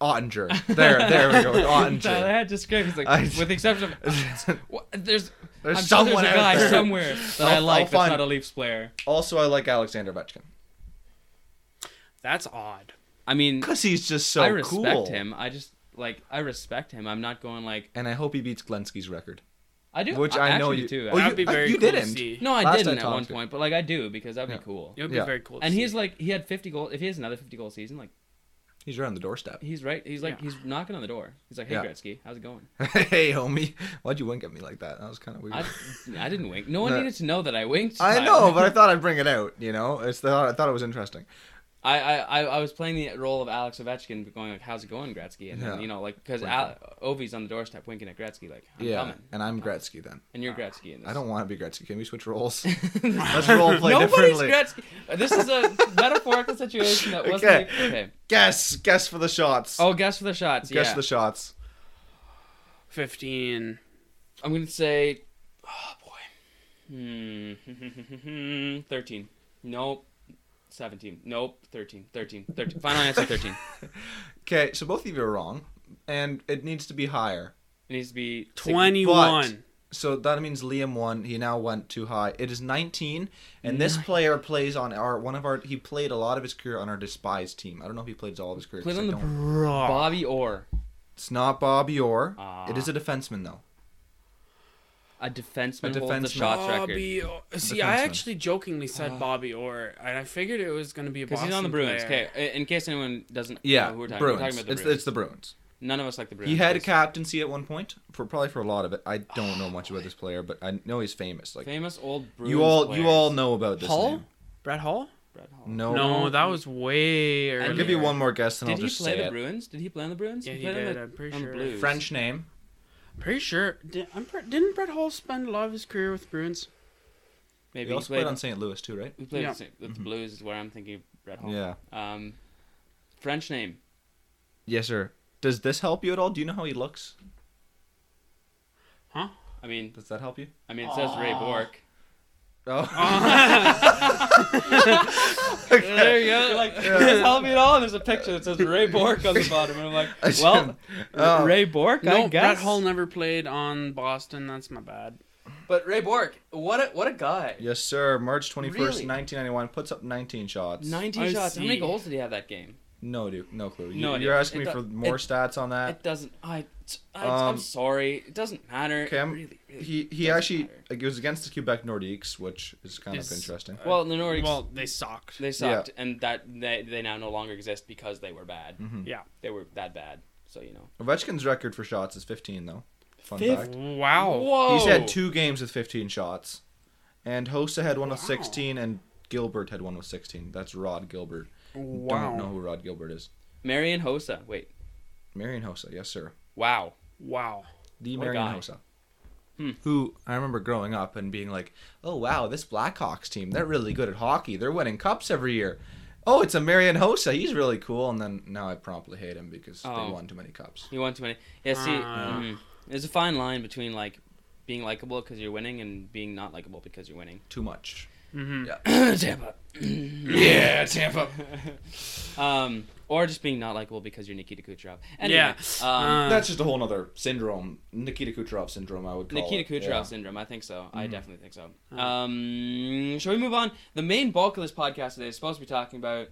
Speaker 1: Ottinger. There, there we go.
Speaker 2: *laughs*
Speaker 1: With
Speaker 2: Tyler
Speaker 1: Ottinger.
Speaker 2: had to scrape. He's like,
Speaker 1: I-
Speaker 2: with the exception of,
Speaker 1: *laughs*
Speaker 2: what, there's,
Speaker 1: There's
Speaker 2: I'm sure
Speaker 1: someone
Speaker 2: there's a
Speaker 1: out
Speaker 2: guy
Speaker 1: there.
Speaker 2: somewhere that i
Speaker 1: I'll-
Speaker 2: like
Speaker 1: I'll
Speaker 2: that's
Speaker 1: find-
Speaker 2: not a Leafs player.
Speaker 1: also, I like Alexander Ovechkin
Speaker 6: That's odd.
Speaker 2: I mean,
Speaker 1: because he's just so
Speaker 2: I respect
Speaker 1: cool.
Speaker 2: him. I just like I respect him. I'm not going like
Speaker 1: And I hope he beats Glensky's record.
Speaker 2: I do.
Speaker 1: Which I know
Speaker 2: actually
Speaker 1: you-
Speaker 2: do.
Speaker 1: Oh,
Speaker 6: That'd be
Speaker 1: uh,
Speaker 6: very
Speaker 1: you
Speaker 6: cool
Speaker 1: didn't.
Speaker 6: to see.
Speaker 2: no, I
Speaker 1: Last I
Speaker 2: didn't at
Speaker 1: talked
Speaker 2: one
Speaker 1: to-
Speaker 2: point, but like I do because that'd be
Speaker 1: Yeah.
Speaker 2: cool.
Speaker 6: It would be
Speaker 1: Yeah.
Speaker 6: very cool. To
Speaker 2: And
Speaker 6: see.
Speaker 2: he's like he had 50 goals. If he has another 50 goal season, like
Speaker 1: He's right on the doorstep. *laughs*
Speaker 2: he's right. He's like
Speaker 6: Yeah.
Speaker 2: he's knocking on the door. He's like, hey
Speaker 1: Yeah.
Speaker 2: Gretzky, how's
Speaker 1: *laughs*
Speaker 2: it going?
Speaker 1: hey, homie, why'd you wink at me like that? That was kind of weird.
Speaker 2: I,
Speaker 1: I,
Speaker 2: I didn't wink. No one
Speaker 1: No.
Speaker 2: needed to know that I winked.
Speaker 1: know,
Speaker 2: *laughs* Tyler.
Speaker 1: but *laughs* I thought I'd bring it out. You know, it's the, I thought it was interesting.
Speaker 2: I, I, I I was playing the role of Alex Ovechkin, going like, "How's it going, Gretzky?" And then
Speaker 1: Yeah.
Speaker 2: you know, like, because
Speaker 1: Winking.
Speaker 2: Ovi's on the doorstep winking at Gretzky, like, "I'm
Speaker 1: yeah,
Speaker 2: coming,"
Speaker 1: and I'm Gretzky then.
Speaker 2: and you're Gretzky. In this.
Speaker 1: I don't want to be Gretzky. Can we switch
Speaker 2: *laughs*
Speaker 1: roles? Let's role play
Speaker 2: Nobody's
Speaker 1: differently.
Speaker 2: Gretzky. This is a metaphorical situation that wasn't.
Speaker 1: Okay.
Speaker 2: like- okay.
Speaker 1: guess, guess for the shots.
Speaker 2: Oh, guess for the shots.
Speaker 1: guess
Speaker 2: yeah.
Speaker 1: for the shots.
Speaker 6: 15.
Speaker 2: I'm gonna say, oh boy, hmm, *laughs* thirteen. Nope, seventeen. Nope, 13. 13. 13. Final answer, thirteen.
Speaker 1: Okay, so both of you are wrong, and it needs to be higher.
Speaker 2: It needs to be sig-
Speaker 6: 21.
Speaker 1: So that means Liam won. He now went too high. It is 19, and this player plays on our one of our. He played a lot of his career on our despised team. I don't know if he played all of his career.
Speaker 2: Played
Speaker 1: 'cause
Speaker 2: on
Speaker 1: I
Speaker 2: the
Speaker 1: don't-
Speaker 6: Bro.
Speaker 2: Bobby Orr,
Speaker 1: It's not Bobby Orr.
Speaker 2: Ah.
Speaker 1: it is a defenseman though.
Speaker 2: a defenseman,
Speaker 1: A
Speaker 2: holds the
Speaker 1: defenseman.
Speaker 2: shots record
Speaker 6: Bobby Orr. See, I
Speaker 1: defenseman.
Speaker 6: actually jokingly said Bobby Orr, and I figured it was going to be a
Speaker 2: because
Speaker 6: Boston
Speaker 2: he's on the Bruins.
Speaker 6: player.
Speaker 2: Okay, in case anyone doesn't
Speaker 1: Yeah,
Speaker 2: know who we're talking,
Speaker 1: Bruins.
Speaker 2: we're talking about the
Speaker 1: it's,
Speaker 2: Bruins.
Speaker 1: it's the Bruins.
Speaker 2: None of us like the Bruins.
Speaker 1: He had a
Speaker 2: because
Speaker 1: captaincy at one point for probably for a lot of it. I don't know much about this player, but I know he's famous. Like
Speaker 2: famous old Bruins.
Speaker 1: you all,
Speaker 2: players.
Speaker 1: you all know about this
Speaker 6: Hall?
Speaker 1: name.
Speaker 6: Brett Hall?
Speaker 2: Brett Hall.
Speaker 1: No,
Speaker 6: No, that was way earlier.
Speaker 1: I'll give you one more guess, and
Speaker 2: Did
Speaker 1: I'll
Speaker 2: he
Speaker 1: just
Speaker 2: play
Speaker 1: say
Speaker 2: the
Speaker 1: it.
Speaker 2: Bruins? Did he play on the Bruins?
Speaker 6: Yeah, he
Speaker 2: played on
Speaker 6: did,
Speaker 2: the-
Speaker 6: I'm pretty
Speaker 2: on the
Speaker 6: sure.
Speaker 2: Blues.
Speaker 1: French name.
Speaker 6: Pretty sure. Did, I'm pre- didn't Brett Hall spend a lot of his career with Bruins?
Speaker 2: Maybe
Speaker 1: He also played on St. Louis too, right?
Speaker 2: Who played
Speaker 6: Yeah.
Speaker 2: with the with the Blues is where I'm thinking of Brett Hall.
Speaker 1: Yeah.
Speaker 2: Um, French name.
Speaker 1: Yes, sir. Does this help you at all? Do you know how he looks?
Speaker 6: Huh?
Speaker 2: I mean,
Speaker 1: Does that help you?
Speaker 2: I mean, it says Ray Bork. *laughs*
Speaker 1: Oh, *laughs*
Speaker 2: There you go. You're *laughs* like, does this help me at all? And there's a picture that says Ray Bork *laughs* on the bottom, and I'm like,
Speaker 1: *laughs*
Speaker 2: well,
Speaker 1: Oh.
Speaker 2: Ray Bork, I
Speaker 6: No,
Speaker 2: guess.
Speaker 6: Brett Hall never played on Boston. That's my bad.
Speaker 2: But Ray Bork, what a what a guy.
Speaker 1: yes, sir. March twenty first,
Speaker 2: Really?
Speaker 1: nineteen ninety one. Puts up nineteen shots.
Speaker 2: 19
Speaker 6: I
Speaker 2: shots. How many
Speaker 6: see.
Speaker 2: goals did he have that game?
Speaker 1: No, dude, no clue. You,
Speaker 2: No idea.
Speaker 1: you're asking
Speaker 2: It
Speaker 1: me
Speaker 2: do-
Speaker 1: for more
Speaker 2: it-
Speaker 1: stats on that.
Speaker 2: It doesn't. I. I I'm
Speaker 1: Um,
Speaker 2: sorry. It doesn't matter.
Speaker 1: Okay, I'm,
Speaker 2: really, really
Speaker 1: he he
Speaker 2: doesn't
Speaker 1: actually
Speaker 2: matter.
Speaker 1: like, it was against the Quebec Nordiques, which is kind
Speaker 6: Is-
Speaker 1: of interesting.
Speaker 2: Well, the Nordics.
Speaker 6: Well, they sucked.
Speaker 2: they sucked, and that they, they now no longer exist because they were bad.
Speaker 6: yeah.
Speaker 2: They were that bad. So you know.
Speaker 1: Ovechkin's record for shots is 15, though. Fun fact.
Speaker 6: Wow.
Speaker 2: Whoa.
Speaker 1: He's had two games with 15 shots, and Hossa had one with 16, and Gilbert had one with 16. That's Rod Gilbert.
Speaker 6: Wow.
Speaker 1: Don't know who Rod Gilbert is.
Speaker 2: Marion Hossa. Wait.
Speaker 1: Marion Hossa, yes sir.
Speaker 2: Wow.
Speaker 6: Wow.
Speaker 1: the
Speaker 2: What a
Speaker 1: Marion
Speaker 2: guy. Hmm.
Speaker 1: Hossa. Who I remember growing up and being like, "Oh wow, this Blackhawks team—they're really good at hockey. They're winning cups every year." Oh, it's a Marion Hossa. He's really cool. And then now I promptly hate him because
Speaker 2: Oh.
Speaker 1: they won too many cups.
Speaker 2: You want too many. Yeah, see,
Speaker 6: Ah.
Speaker 2: mhm. there's a fine line between like being likable because you're winning and being not likable because
Speaker 1: *coughs*
Speaker 2: you're winning.
Speaker 1: Too much.
Speaker 2: *coughs*
Speaker 6: Mm-hmm.
Speaker 2: Tampa. yeah, Tampa. *laughs* um, or just being not likable because you're Nikita Kucherov. Anyway,
Speaker 6: Yeah.
Speaker 2: Um,
Speaker 6: Uh,
Speaker 1: That's just a whole other syndrome, Nikita Kucherov syndrome. I would call
Speaker 2: Nikita
Speaker 1: it.
Speaker 2: Kucherov
Speaker 1: Yeah.
Speaker 2: syndrome. I think so. I definitely think so. Um, shall we move on? The main bulk of this podcast today is supposed to be talking about.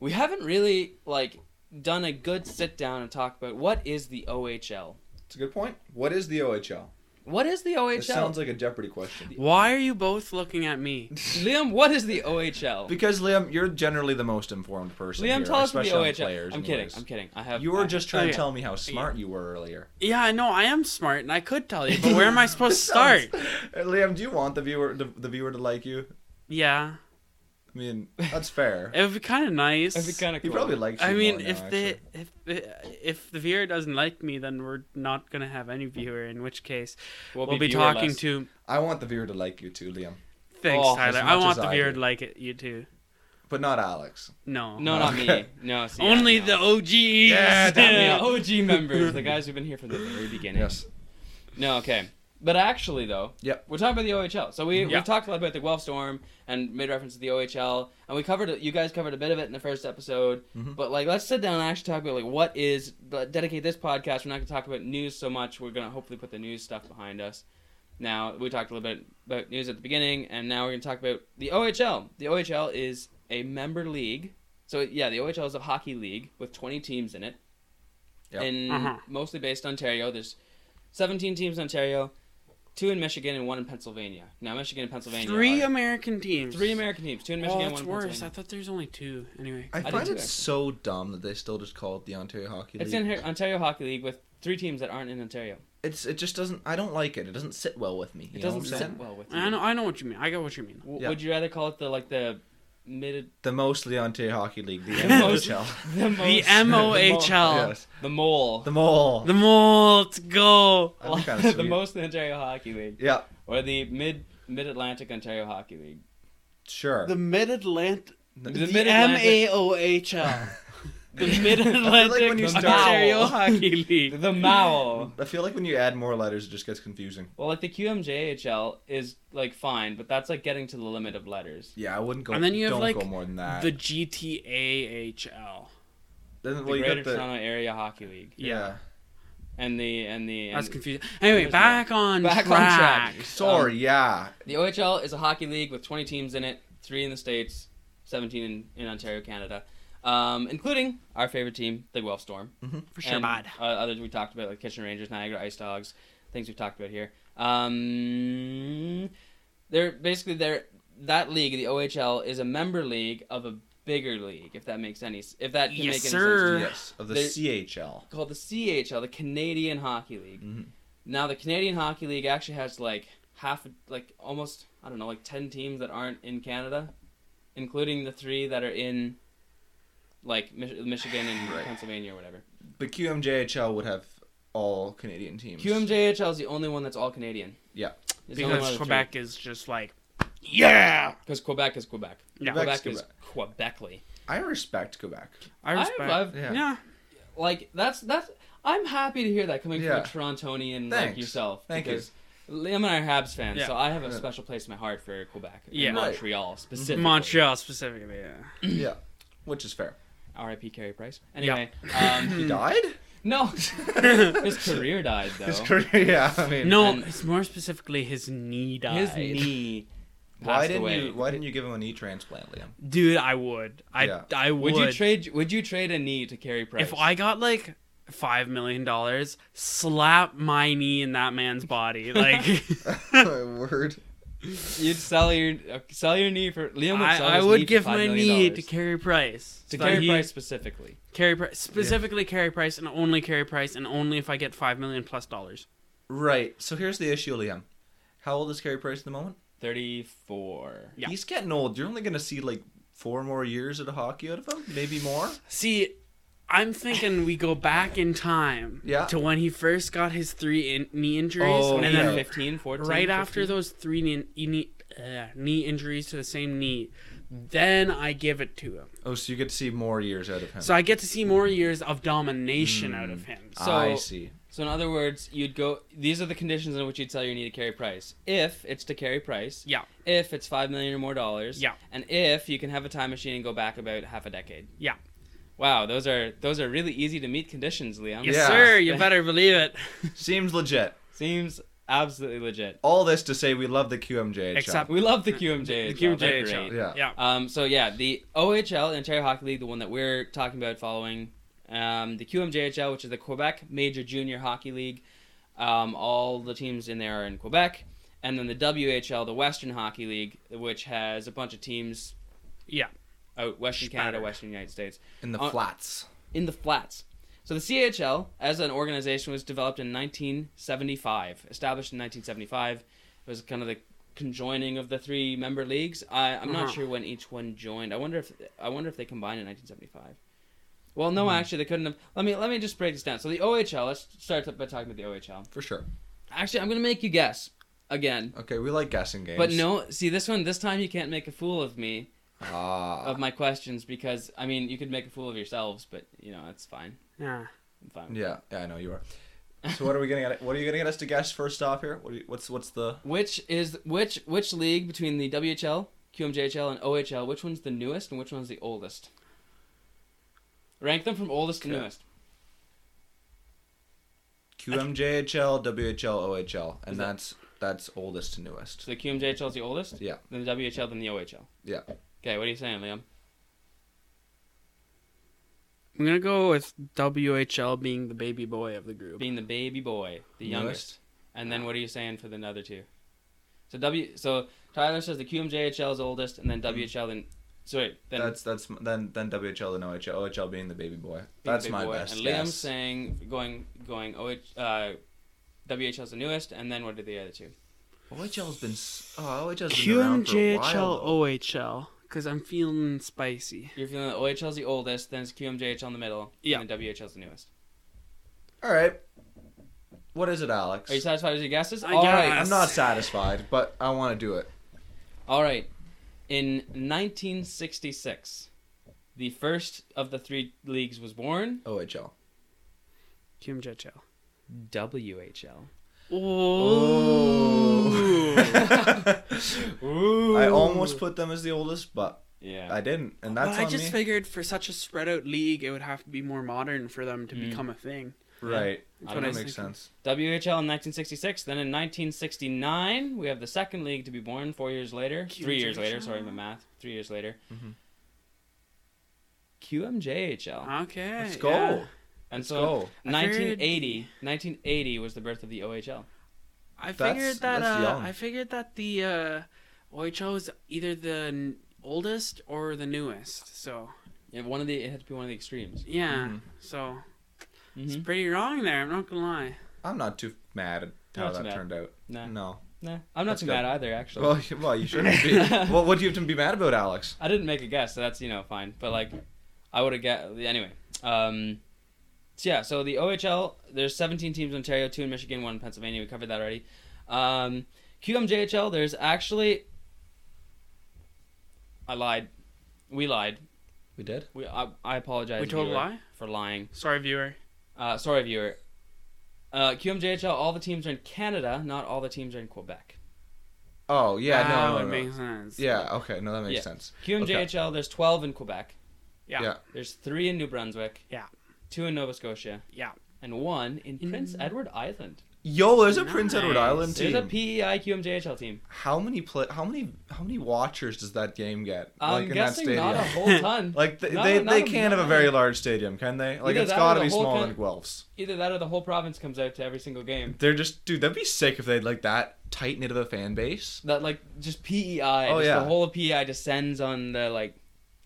Speaker 2: We haven't really like done a good sit down and talk about what is the OHL.
Speaker 1: It's a good point. What is the OHL?
Speaker 2: What is the
Speaker 1: This
Speaker 2: OHL?
Speaker 1: sounds like a Jeopardy question.
Speaker 6: Why are you both looking at
Speaker 2: *laughs*
Speaker 6: me?
Speaker 2: Liam, what is the OHL?
Speaker 1: Because Liam, you're generally the most informed person.
Speaker 2: Liam,
Speaker 1: here,
Speaker 2: tell us about the
Speaker 1: especially on
Speaker 2: OHL.
Speaker 1: Players
Speaker 2: I'm
Speaker 1: and
Speaker 2: kidding.
Speaker 1: ways.
Speaker 2: I'm kidding. I have.
Speaker 1: You
Speaker 2: I
Speaker 1: were
Speaker 2: have-
Speaker 1: just trying
Speaker 6: yeah.
Speaker 1: to tell me how smart you were earlier.
Speaker 6: Yeah, I know I am smart and I could tell you, but where am I
Speaker 2: *laughs*
Speaker 6: supposed to start?
Speaker 1: *laughs* Uh, Liam, do you want the viewer the, the viewer to like you?
Speaker 6: Yeah,
Speaker 1: I mean, that's
Speaker 6: *laughs*
Speaker 1: fair.
Speaker 6: it would be kind of nice.
Speaker 2: That'd be kind of
Speaker 1: he
Speaker 2: cool.
Speaker 1: probably likes you.
Speaker 6: I mean,
Speaker 1: more now,
Speaker 6: if the
Speaker 1: actually.
Speaker 6: if the, if the viewer doesn't like me, then we're not gonna have any viewer. In which case,
Speaker 2: We'll
Speaker 6: we'll,
Speaker 2: be
Speaker 6: be,
Speaker 2: viewer-less.
Speaker 6: talking to.
Speaker 1: I want the viewer to like you too, Liam,
Speaker 6: Thanks,
Speaker 2: Oh, as
Speaker 6: Tyler. I
Speaker 1: much
Speaker 6: want
Speaker 1: as
Speaker 6: the
Speaker 1: I
Speaker 6: viewer
Speaker 1: do.
Speaker 6: to like it. You too.
Speaker 1: but not Alex.
Speaker 6: No.
Speaker 2: No,
Speaker 1: *laughs*
Speaker 2: not me. No, see, yeah,
Speaker 6: Only
Speaker 2: no.
Speaker 6: the OGs.
Speaker 1: Yeah,
Speaker 6: *laughs*
Speaker 2: Yeah, OG
Speaker 1: *laughs*
Speaker 2: members, the guys who've been here from the very beginning.
Speaker 1: Yes.
Speaker 2: No, okay. But actually, though,
Speaker 1: Yep.
Speaker 2: we're talking about the OHL. So we,
Speaker 1: Yeah.
Speaker 2: we talked a lot about the Guelph Storm and made reference to the OHL, and we covered it. You guys covered a bit of it in the first episode.
Speaker 1: Mm-hmm.
Speaker 2: But like, let's sit down and actually talk about like what is. But dedicate this podcast. We're not going to talk about news so much. We're going to hopefully put the news stuff behind us. Now we talked a little bit about news at the beginning, and now we're going to talk about the OHL. The OHL is a member league. So yeah, the OHL is a hockey league with 20 teams in it,
Speaker 1: Yep.
Speaker 2: and
Speaker 6: Uh-huh.
Speaker 2: mostly based in Ontario. There's 17 teams in Ontario, two in Michigan and one in Pennsylvania. Now Michigan and Pennsylvania.
Speaker 6: Three
Speaker 2: are-
Speaker 6: American teams.
Speaker 2: three American teams, two in
Speaker 6: Oh,
Speaker 2: Michigan and one
Speaker 6: that's
Speaker 2: in
Speaker 6: worse. I
Speaker 2: Pennsylvania.
Speaker 6: thought there's only two. Anyway.
Speaker 1: I
Speaker 2: did
Speaker 1: find
Speaker 2: too,
Speaker 1: it
Speaker 2: actually.
Speaker 1: so dumb that they still just call it the Ontario Hockey League.
Speaker 2: It's in here- Ontario Hockey League with three teams that aren't in Ontario.
Speaker 1: It's it just doesn't. I don't like it. It doesn't sit well with me. you
Speaker 2: It
Speaker 1: know
Speaker 2: doesn't
Speaker 1: what I'm saying?
Speaker 2: sit well with you.
Speaker 6: I know. I know what you mean. I got what you mean.
Speaker 2: W-
Speaker 1: Yeah.
Speaker 2: Would you rather call it the like the mid *laughs*
Speaker 1: The mostly Ontario Hockey League, *laughs* the
Speaker 2: most-
Speaker 1: NHL.
Speaker 2: *laughs* the,
Speaker 6: The
Speaker 2: most-
Speaker 1: *laughs*
Speaker 6: MOHL.
Speaker 1: yes.
Speaker 2: the mole
Speaker 1: The mole.
Speaker 6: The Molt go.
Speaker 2: *laughs*
Speaker 1: I think that's
Speaker 2: the
Speaker 1: sweet.
Speaker 2: most Ontario Hockey League
Speaker 1: Yeah,
Speaker 2: or the mid Mid Atlantic Ontario Hockey League.
Speaker 1: sure. *laughs*
Speaker 6: The Mid Atlantic.
Speaker 1: The-
Speaker 2: The
Speaker 6: The M
Speaker 2: Mid-Atlantic-
Speaker 6: *laughs* A O H L. The Mid
Speaker 1: like when
Speaker 6: Atlantic
Speaker 1: you start-
Speaker 6: Ontario
Speaker 2: Owl.
Speaker 6: Hockey League.
Speaker 2: The Mao.
Speaker 1: I feel like when you add more letters, it just gets confusing.
Speaker 2: Well, like the QMJHL is like fine, but that's like getting to the limit of letters.
Speaker 1: Yeah, I wouldn't go.
Speaker 6: And then you have,
Speaker 1: don't
Speaker 6: like,
Speaker 1: go more than that.
Speaker 6: The G T A H L.
Speaker 1: then,
Speaker 2: The
Speaker 1: well, you
Speaker 2: Greater
Speaker 1: got the
Speaker 2: Toronto Area Hockey League
Speaker 1: yeah. Um,
Speaker 2: and the and the
Speaker 6: That's
Speaker 2: and
Speaker 6: confusing. Anyway,
Speaker 2: There's
Speaker 6: back on
Speaker 2: Back on
Speaker 6: track.
Speaker 2: track.
Speaker 1: Sorry, yeah.
Speaker 2: The OHL is a hockey league with 20 teams in it, three in the states, 17 in, in Ontario, Canada, um, including our favorite team, the Guelph Storm.
Speaker 6: For sure,
Speaker 2: and,
Speaker 6: bud.
Speaker 2: Uh, others we talked about, like Kitchen Rangers, Niagara Ice Dogs, things we've talked about here. Um, they're basically they're that league, the OHL, is a member league of a bigger league, if that makes any s- if that can make
Speaker 6: Yes,
Speaker 2: any sense.
Speaker 6: sir.
Speaker 2: to you.
Speaker 1: Yes, of the
Speaker 2: They-
Speaker 1: CHL.
Speaker 2: Called the CHL, the Canadian Hockey League. Now the Canadian Hockey League actually has like half, like almost I don't know, like ten teams that aren't in Canada, including the three that are in, like Mich- Michigan and
Speaker 1: Right.
Speaker 2: Pennsylvania or whatever.
Speaker 1: But QMJHL would have all Canadian teams.
Speaker 2: QMJHL is the only one that's all Canadian.
Speaker 1: Yeah.
Speaker 6: Because Quebec is just like
Speaker 2: Because Quebec is Quebec.
Speaker 6: Yeah.
Speaker 2: Quebec
Speaker 1: Quebec's
Speaker 2: is Quebecly.
Speaker 1: I respect Quebec.
Speaker 6: I respect.
Speaker 2: I've, I've,
Speaker 1: Yeah.
Speaker 6: yeah.
Speaker 2: like that's that's I'm happy to hear that coming
Speaker 1: Yeah.
Speaker 2: from a Torontonian like
Speaker 1: Thanks.
Speaker 2: yourself.
Speaker 1: Thank you.
Speaker 2: because Liam and I are Habs fans,
Speaker 6: Yeah.
Speaker 2: so I have a special place in my heart for Quebec. and
Speaker 6: Yeah. Right.
Speaker 2: Montreal
Speaker 1: Mm-hmm.
Speaker 2: specifically.
Speaker 6: Montreal specifically. Yeah.
Speaker 1: *clears throat* yeah, which is *clears throat* fair.
Speaker 2: R.I.P. Carey Price.
Speaker 6: Yeah.
Speaker 2: Anyway, um, *laughs*
Speaker 1: He *laughs* died.
Speaker 2: no, *laughs* his career died
Speaker 1: *laughs*
Speaker 2: though.
Speaker 1: His career. Yeah, I mean.
Speaker 6: No,
Speaker 2: And-
Speaker 6: it's more specifically his knee died.
Speaker 2: His knee.
Speaker 1: Why
Speaker 2: passed
Speaker 1: didn't
Speaker 2: away.
Speaker 1: you? Why didn't you give him an knee transplant, Liam?
Speaker 6: Dude, I would. I
Speaker 1: Yeah.
Speaker 6: I would.
Speaker 2: Would you trade? Would you trade a knee to Carey Price?
Speaker 6: If I got like five million dollars, slap my knee in that man's
Speaker 2: *laughs*
Speaker 6: body. Like
Speaker 1: *laughs* My word.
Speaker 2: you'd sell your uh, sell your knee for Liam would
Speaker 6: I,
Speaker 2: sell
Speaker 6: I
Speaker 2: his knee
Speaker 6: would
Speaker 2: for
Speaker 6: give
Speaker 2: $5
Speaker 6: my
Speaker 2: million
Speaker 6: knee to
Speaker 2: dollars.
Speaker 6: Carey Price.
Speaker 2: to
Speaker 6: So
Speaker 2: Carey
Speaker 6: he-
Speaker 2: Price specifically.
Speaker 6: Carey Price specifically Carey Price and only Carey Price and only if I get five million plus dollars.
Speaker 1: Right. So here's the issue, Liam. How old is Carey Price at the moment?
Speaker 2: Thirty four.
Speaker 6: Yeah.
Speaker 1: He's getting old. You're only gonna see like four more years of hockey out of him, maybe more.
Speaker 6: See, I'm thinking we go back in time
Speaker 1: Yeah.
Speaker 6: to when he first got his three in- knee injuries,
Speaker 1: Oh,
Speaker 6: and
Speaker 2: And
Speaker 6: then
Speaker 2: then 15, 14,
Speaker 6: right after
Speaker 2: 15.
Speaker 6: those three knee, knee, uh, knee injuries to the same knee, then I give it to him.
Speaker 1: Oh, so you get to see more years out of him.
Speaker 6: So I get to see more years of domination out
Speaker 1: Mm.
Speaker 6: of him. So
Speaker 1: I
Speaker 2: So-
Speaker 1: see.
Speaker 2: So in other words, you'd go. These are the conditions in which you'd sell your knee to carry price. If it's to carry price.
Speaker 6: Yeah.
Speaker 2: If it's five million or more dollars.
Speaker 6: Yeah.
Speaker 2: And if you can have a time machine and go back about half a decade.
Speaker 6: yeah,
Speaker 2: Wow, those are those are really easy to meet conditions, Liam.
Speaker 6: yes,
Speaker 1: Yeah.
Speaker 6: sir. You better
Speaker 1: *laughs*
Speaker 6: believe it.
Speaker 1: Seems legit.
Speaker 2: Seems absolutely legit.
Speaker 1: All this to say we love the QMJHL.
Speaker 6: Except-
Speaker 2: We love the QMJ.
Speaker 6: The QMJHL.
Speaker 1: Yeah.
Speaker 6: Yeah,
Speaker 2: Um, so yeah, the OHL, Ontario Hockey League, the one that we're talking about following, um, the QMJHL, which is the Quebec Major Junior Hockey League. Um, all the teams in there are in Quebec, and then the WHL, the Western Hockey League, which has a bunch of teams
Speaker 6: yeah.
Speaker 2: out Western Canada,
Speaker 6: Spattered.
Speaker 2: Western United States,
Speaker 1: In the
Speaker 2: Uh,
Speaker 1: flats.
Speaker 2: in the flats. So the CHL, as an organization, was developed in 1975, established in 1975. It was kind of the conjoining of the three member leagues. I, I'm not
Speaker 6: Uh-huh.
Speaker 2: sure when each one joined. I wonder if I wonder if they combined in 1975. Well, no, actually, they couldn't have. Let me let me just break this down. So the OHL. Let's start by talking about the OHL.
Speaker 1: For sure.
Speaker 2: Actually, I'm gonna make you guess again.
Speaker 1: Okay, we like guessing games.
Speaker 2: But no, see this one. This time you can't make a fool of me
Speaker 1: Ah.
Speaker 2: of my questions because I mean you could make a fool of yourselves, but you know that's fine.
Speaker 6: Yeah.
Speaker 2: I'm fine.
Speaker 1: yeah, yeah, I know you are. So what are we gonna get? What are you gonna get us to guess first off here? What do you, what's what's the?
Speaker 2: Which is which which league between the WHL, QMJHL, and OHL? Which one's the newest and which one's the oldest? Rank them from oldest to newest.
Speaker 1: QMJHL, WHL, OHL, and that's that's oldest to newest.
Speaker 2: So the QMJHL is the oldest.
Speaker 1: Yeah.
Speaker 2: Then the WHL, then the OHL.
Speaker 1: Yeah,
Speaker 2: Okay, what are you saying, Liam?
Speaker 6: I'm gonna go with WHL being the baby boy of the group.
Speaker 2: Being the baby boy, the youngest.
Speaker 1: Newest.
Speaker 2: And then what are you saying for the other two? So W. So Tyler says the QMJHL is oldest, and then WHL, and sorry, then
Speaker 1: Hmm. that's that's then then WHL and OHL, OHL being the baby boy.
Speaker 2: being the
Speaker 1: that's
Speaker 2: big
Speaker 1: my
Speaker 2: boy.
Speaker 1: best
Speaker 2: And Liam's
Speaker 1: guess.
Speaker 2: saying going going OH, uh, WHL's the newest, and then what are the other two?
Speaker 1: OHL's been s- oh OHL's been around for a while.
Speaker 6: QMJHL,
Speaker 1: though.
Speaker 6: OHL, because I'm feeling spicy.
Speaker 2: You're feeling the OHL's the oldest, then it's QMJHL in the middle,
Speaker 6: Yeah.
Speaker 2: and then WHL's the newest.
Speaker 1: All right, what is it, Alex?
Speaker 2: Are you satisfied with your guesses?
Speaker 6: I
Speaker 2: All right,
Speaker 6: guess.
Speaker 1: I'm not satisfied, but I want to do it.
Speaker 2: All right. In 1966, the first of the three leagues was born.
Speaker 1: OHL.
Speaker 6: QMJHL.
Speaker 2: WHL.
Speaker 1: Ooh. *laughs* Oh. I almost put them as the oldest, but
Speaker 2: Yeah.
Speaker 1: I didn't, and
Speaker 6: But
Speaker 1: that's
Speaker 6: I
Speaker 1: on
Speaker 6: just
Speaker 1: me.
Speaker 6: figured for such a spread out league, it would have to be more modern for them to become a thing.
Speaker 1: right.
Speaker 6: That's
Speaker 1: that
Speaker 6: what Hmm. I
Speaker 1: makes
Speaker 6: was thinking.
Speaker 1: sense.
Speaker 2: WHL in 1966. Then in 1969, we have the second league to be born four years later. Three years later. Sorry, my math. Three years later.
Speaker 6: Mm-hmm.
Speaker 2: QMJHL.
Speaker 6: Ah, Okay.
Speaker 1: Let's go.
Speaker 6: yeah.
Speaker 2: and
Speaker 1: go.
Speaker 2: so
Speaker 6: I
Speaker 2: 1980, 1980 was the birth of the OHL.
Speaker 6: I
Speaker 1: That's-
Speaker 6: figured that
Speaker 1: that's
Speaker 6: uh,
Speaker 1: young.
Speaker 6: I figured that the uh, OHL was either the n- oldest or the newest. So
Speaker 2: Yeah, one of the it had to be one of the extremes.
Speaker 6: yeah.
Speaker 1: Mm-hmm.
Speaker 6: So it's
Speaker 2: Mhm.
Speaker 6: pretty wrong there. I'm not gonna lie.
Speaker 1: I'm not too mad at how
Speaker 2: Not too
Speaker 1: that
Speaker 2: mad.
Speaker 1: turned out.
Speaker 2: Nah.
Speaker 1: No.
Speaker 2: Nah, I'm not
Speaker 1: That's
Speaker 2: too
Speaker 1: good.
Speaker 2: mad either, actually.
Speaker 1: Well, you- well, you shouldn't
Speaker 2: *laughs*
Speaker 1: be. well, what do you have to be mad about, Alex?
Speaker 2: I didn't make a guess, so that's you know fine. But like, I would have guessed anyway. Um, so yeah, so the OHL, there's 17 teams in Ontario, two in Michigan, one in Pennsylvania. We covered that already. Um, QMJHL, there's actually, I lied, we lied.
Speaker 1: We did.
Speaker 2: We I, I apologize.
Speaker 6: We told a
Speaker 2: viewer,
Speaker 6: lie?
Speaker 2: for lying.
Speaker 6: Sorry, viewer.
Speaker 2: Uh, sorry, viewer. Uh, QMJHL, all the teams are in Canada, not all the teams are in Quebec.
Speaker 1: Oh yeah,
Speaker 6: Ah, that
Speaker 1: no, no,
Speaker 6: would
Speaker 1: no.
Speaker 6: make sense.
Speaker 1: Yeah. Okay. No, that makes
Speaker 2: Yeah.
Speaker 1: sense.
Speaker 2: QMJHL, there's 12 in Quebec.
Speaker 6: Yeah.
Speaker 1: Yeah.
Speaker 2: There's three in New Brunswick.
Speaker 6: Yeah.
Speaker 2: Two in Nova Scotia.
Speaker 6: Yeah.
Speaker 2: and one in Prince Edward Island.
Speaker 1: Yo, there's a Prince Edward
Speaker 6: Nice.
Speaker 1: Island team.
Speaker 2: There's a E PEI QMJHL team.
Speaker 1: how many play? How many? How many watchers does that game get?
Speaker 2: I'm
Speaker 1: like in that
Speaker 2: guessing
Speaker 1: stadium.
Speaker 2: not
Speaker 1: *laughs*
Speaker 2: a whole ton.
Speaker 1: like they
Speaker 2: Not-
Speaker 1: they,
Speaker 2: not
Speaker 1: they can't have a
Speaker 2: not
Speaker 1: very large stadium, can they? Like
Speaker 2: Either
Speaker 1: it's
Speaker 2: that or
Speaker 1: got to
Speaker 2: the
Speaker 1: be
Speaker 2: whole
Speaker 1: smaller
Speaker 2: coun-
Speaker 1: than Guelph's.
Speaker 2: Either that or the whole province comes out to every single game.
Speaker 1: They're just dude. That'd be sick if they had like that tight knit of a fan base.
Speaker 2: That like just PEI. Oh
Speaker 1: Oh,
Speaker 2: just
Speaker 1: yeah.
Speaker 2: The whole of PEI descends on the like.
Speaker 1: E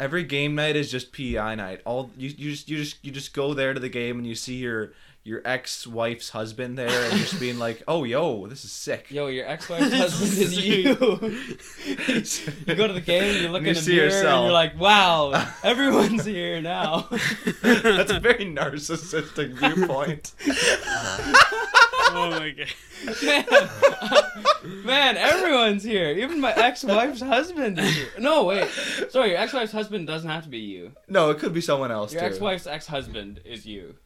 Speaker 1: Every game night is just PEI night. All you, you just you just you just go there to the game and you see your your ex-wife's husband there and just being like, *laughs* "Oh, yo, this is sick." *laughs*
Speaker 2: Yo, your ex-wife's husband is you. you go to the game, you look
Speaker 1: And you
Speaker 2: in the
Speaker 1: see
Speaker 2: mirror, and
Speaker 1: yourself.
Speaker 2: you're like, "Wow, everyone's here now."
Speaker 1: *laughs*
Speaker 2: *laughs*
Speaker 1: That's a very narcissistic
Speaker 2: *laughs*
Speaker 1: viewpoint.
Speaker 6: *laughs* oh my god. *laughs*
Speaker 2: man, man, everyone's here. Even my ex-wife's husband is here. No, wait. Sorry, your ex-wife's husband doesn't have to be you.
Speaker 1: *laughs* No, it could be someone else
Speaker 2: Your
Speaker 1: too.
Speaker 2: ex-wife's ex-husband is you.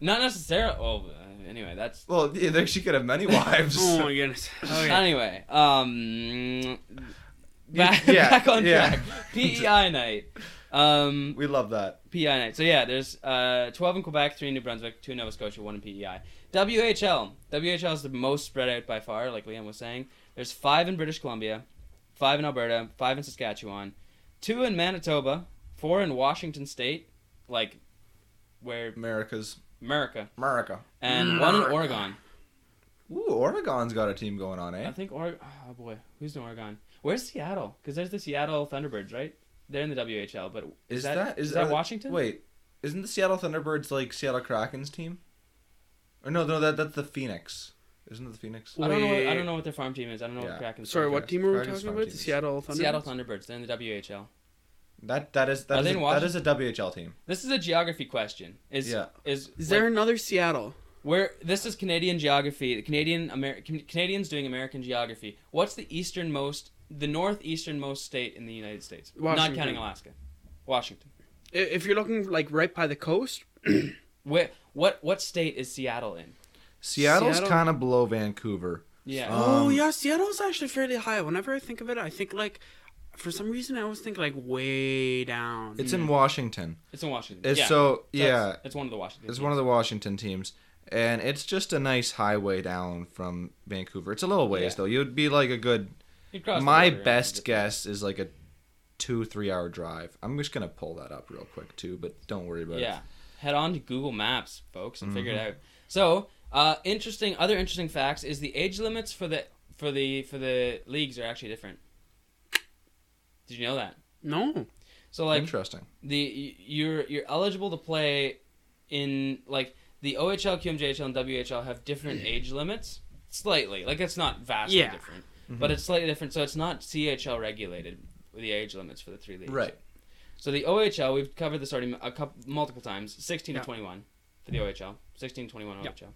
Speaker 2: Not necessarily. Oh, uh, anyway, that's.
Speaker 1: Well, yeah, there- she could have many
Speaker 2: *laughs*
Speaker 1: wives.
Speaker 6: Oh
Speaker 1: *laughs*
Speaker 6: my goodness. Okay.
Speaker 2: Anyway, um, back,
Speaker 1: yeah,
Speaker 2: back on
Speaker 1: yeah.
Speaker 2: track. E PEI night. Um,
Speaker 1: *laughs* We love that.
Speaker 2: PEI night. So yeah, there's uh, 12 in Quebec, three in New Brunswick, two in Nova Scotia, one in E PEI. WHL. WHL is the most spread out by far, like Liam was saying. There's five in British Columbia, five in Alberta, five in Saskatchewan, two in Manitoba, four in Washington State, like where
Speaker 1: America's
Speaker 2: America,
Speaker 1: America.
Speaker 2: and one in Oregon.
Speaker 1: Ooh, Oregon's got a team going on, eh?
Speaker 2: I think Oregon. Oh boy, who's in Oregon? Where's Seattle? Because there's the Seattle Thunderbirds, right? They're in the WHL, but
Speaker 1: Is that,
Speaker 2: is, that,
Speaker 1: uh,
Speaker 2: Washington?
Speaker 1: Wait, isn't the Seattle Thunderbirds like Seattle Kraken's team? Or no, no, that that's the Phoenix. Isn't it the Phoenix?
Speaker 2: I don't know. What, I
Speaker 6: Wait.
Speaker 2: don't know what their farm team is. I don't know
Speaker 1: Yeah.
Speaker 2: what Kraken's.
Speaker 6: Sorry,
Speaker 2: farm
Speaker 6: what
Speaker 1: Okay.
Speaker 6: team were we
Speaker 1: Dragons
Speaker 6: talking
Speaker 1: farm
Speaker 6: about? The
Speaker 1: teams.
Speaker 6: Seattle Thunder.
Speaker 2: Seattle Thunderbirds. They're in the WHL.
Speaker 1: That that is that
Speaker 2: Are
Speaker 1: is,
Speaker 2: they
Speaker 1: a,
Speaker 2: in
Speaker 1: that is a WHL team.
Speaker 2: This is a geography question. Is
Speaker 1: Yeah.
Speaker 2: is
Speaker 6: Is there
Speaker 2: like,
Speaker 6: another Seattle?
Speaker 2: where this is Canadian geography? The Canadian Amer- Can- Canadians doing American geography. What's the easternmost, the northeasternmost state in the United States? Not
Speaker 6: Washington.
Speaker 2: counting Alaska, Washington.
Speaker 6: I- If you're looking like right by the coast,
Speaker 2: Where, what what state is Seattle in?
Speaker 1: Seattle's
Speaker 6: Seattle-
Speaker 1: kind of below Vancouver.
Speaker 2: Yeah.
Speaker 6: Oh yeah, Seattle's actually fairly high. Whenever I think of it, I think like for some reason I always think like way down.
Speaker 1: It's in Washington.
Speaker 2: It's in Washington.
Speaker 1: It's
Speaker 2: Mm. yeah.
Speaker 1: so
Speaker 2: That's-
Speaker 1: yeah.
Speaker 2: it's one of the Washington.
Speaker 1: It's one of the Washington teams, and it's just a nice highway down from Vancouver. It's a little ways
Speaker 2: Yeah.
Speaker 1: though. You'd be like a good.
Speaker 2: the.
Speaker 1: my best guess is like a two three hour drive. I'm just gonna pull that up real quick too, but don't worry about
Speaker 2: Yeah.
Speaker 1: it.
Speaker 2: Head on to Google Maps, folks, and figure it out. So, uh, interesting. Other interesting facts is the age limits for the for the for the leagues are actually different. Did you know that?
Speaker 6: no.
Speaker 2: So like
Speaker 1: Interesting.
Speaker 2: the y- you're you're eligible to play in like the OHL, QMJHL, and WHL have different age limits slightly. Like it's not vastly
Speaker 6: Yeah.
Speaker 2: different, but it's slightly different. So it's not CHL regulated the age limits for the three leagues.
Speaker 1: Right.
Speaker 2: So the OHL, we've covered this already a couple, multiple times. 16
Speaker 6: Yeah.
Speaker 2: to 21 for the OHL. 16 to 21 OHL.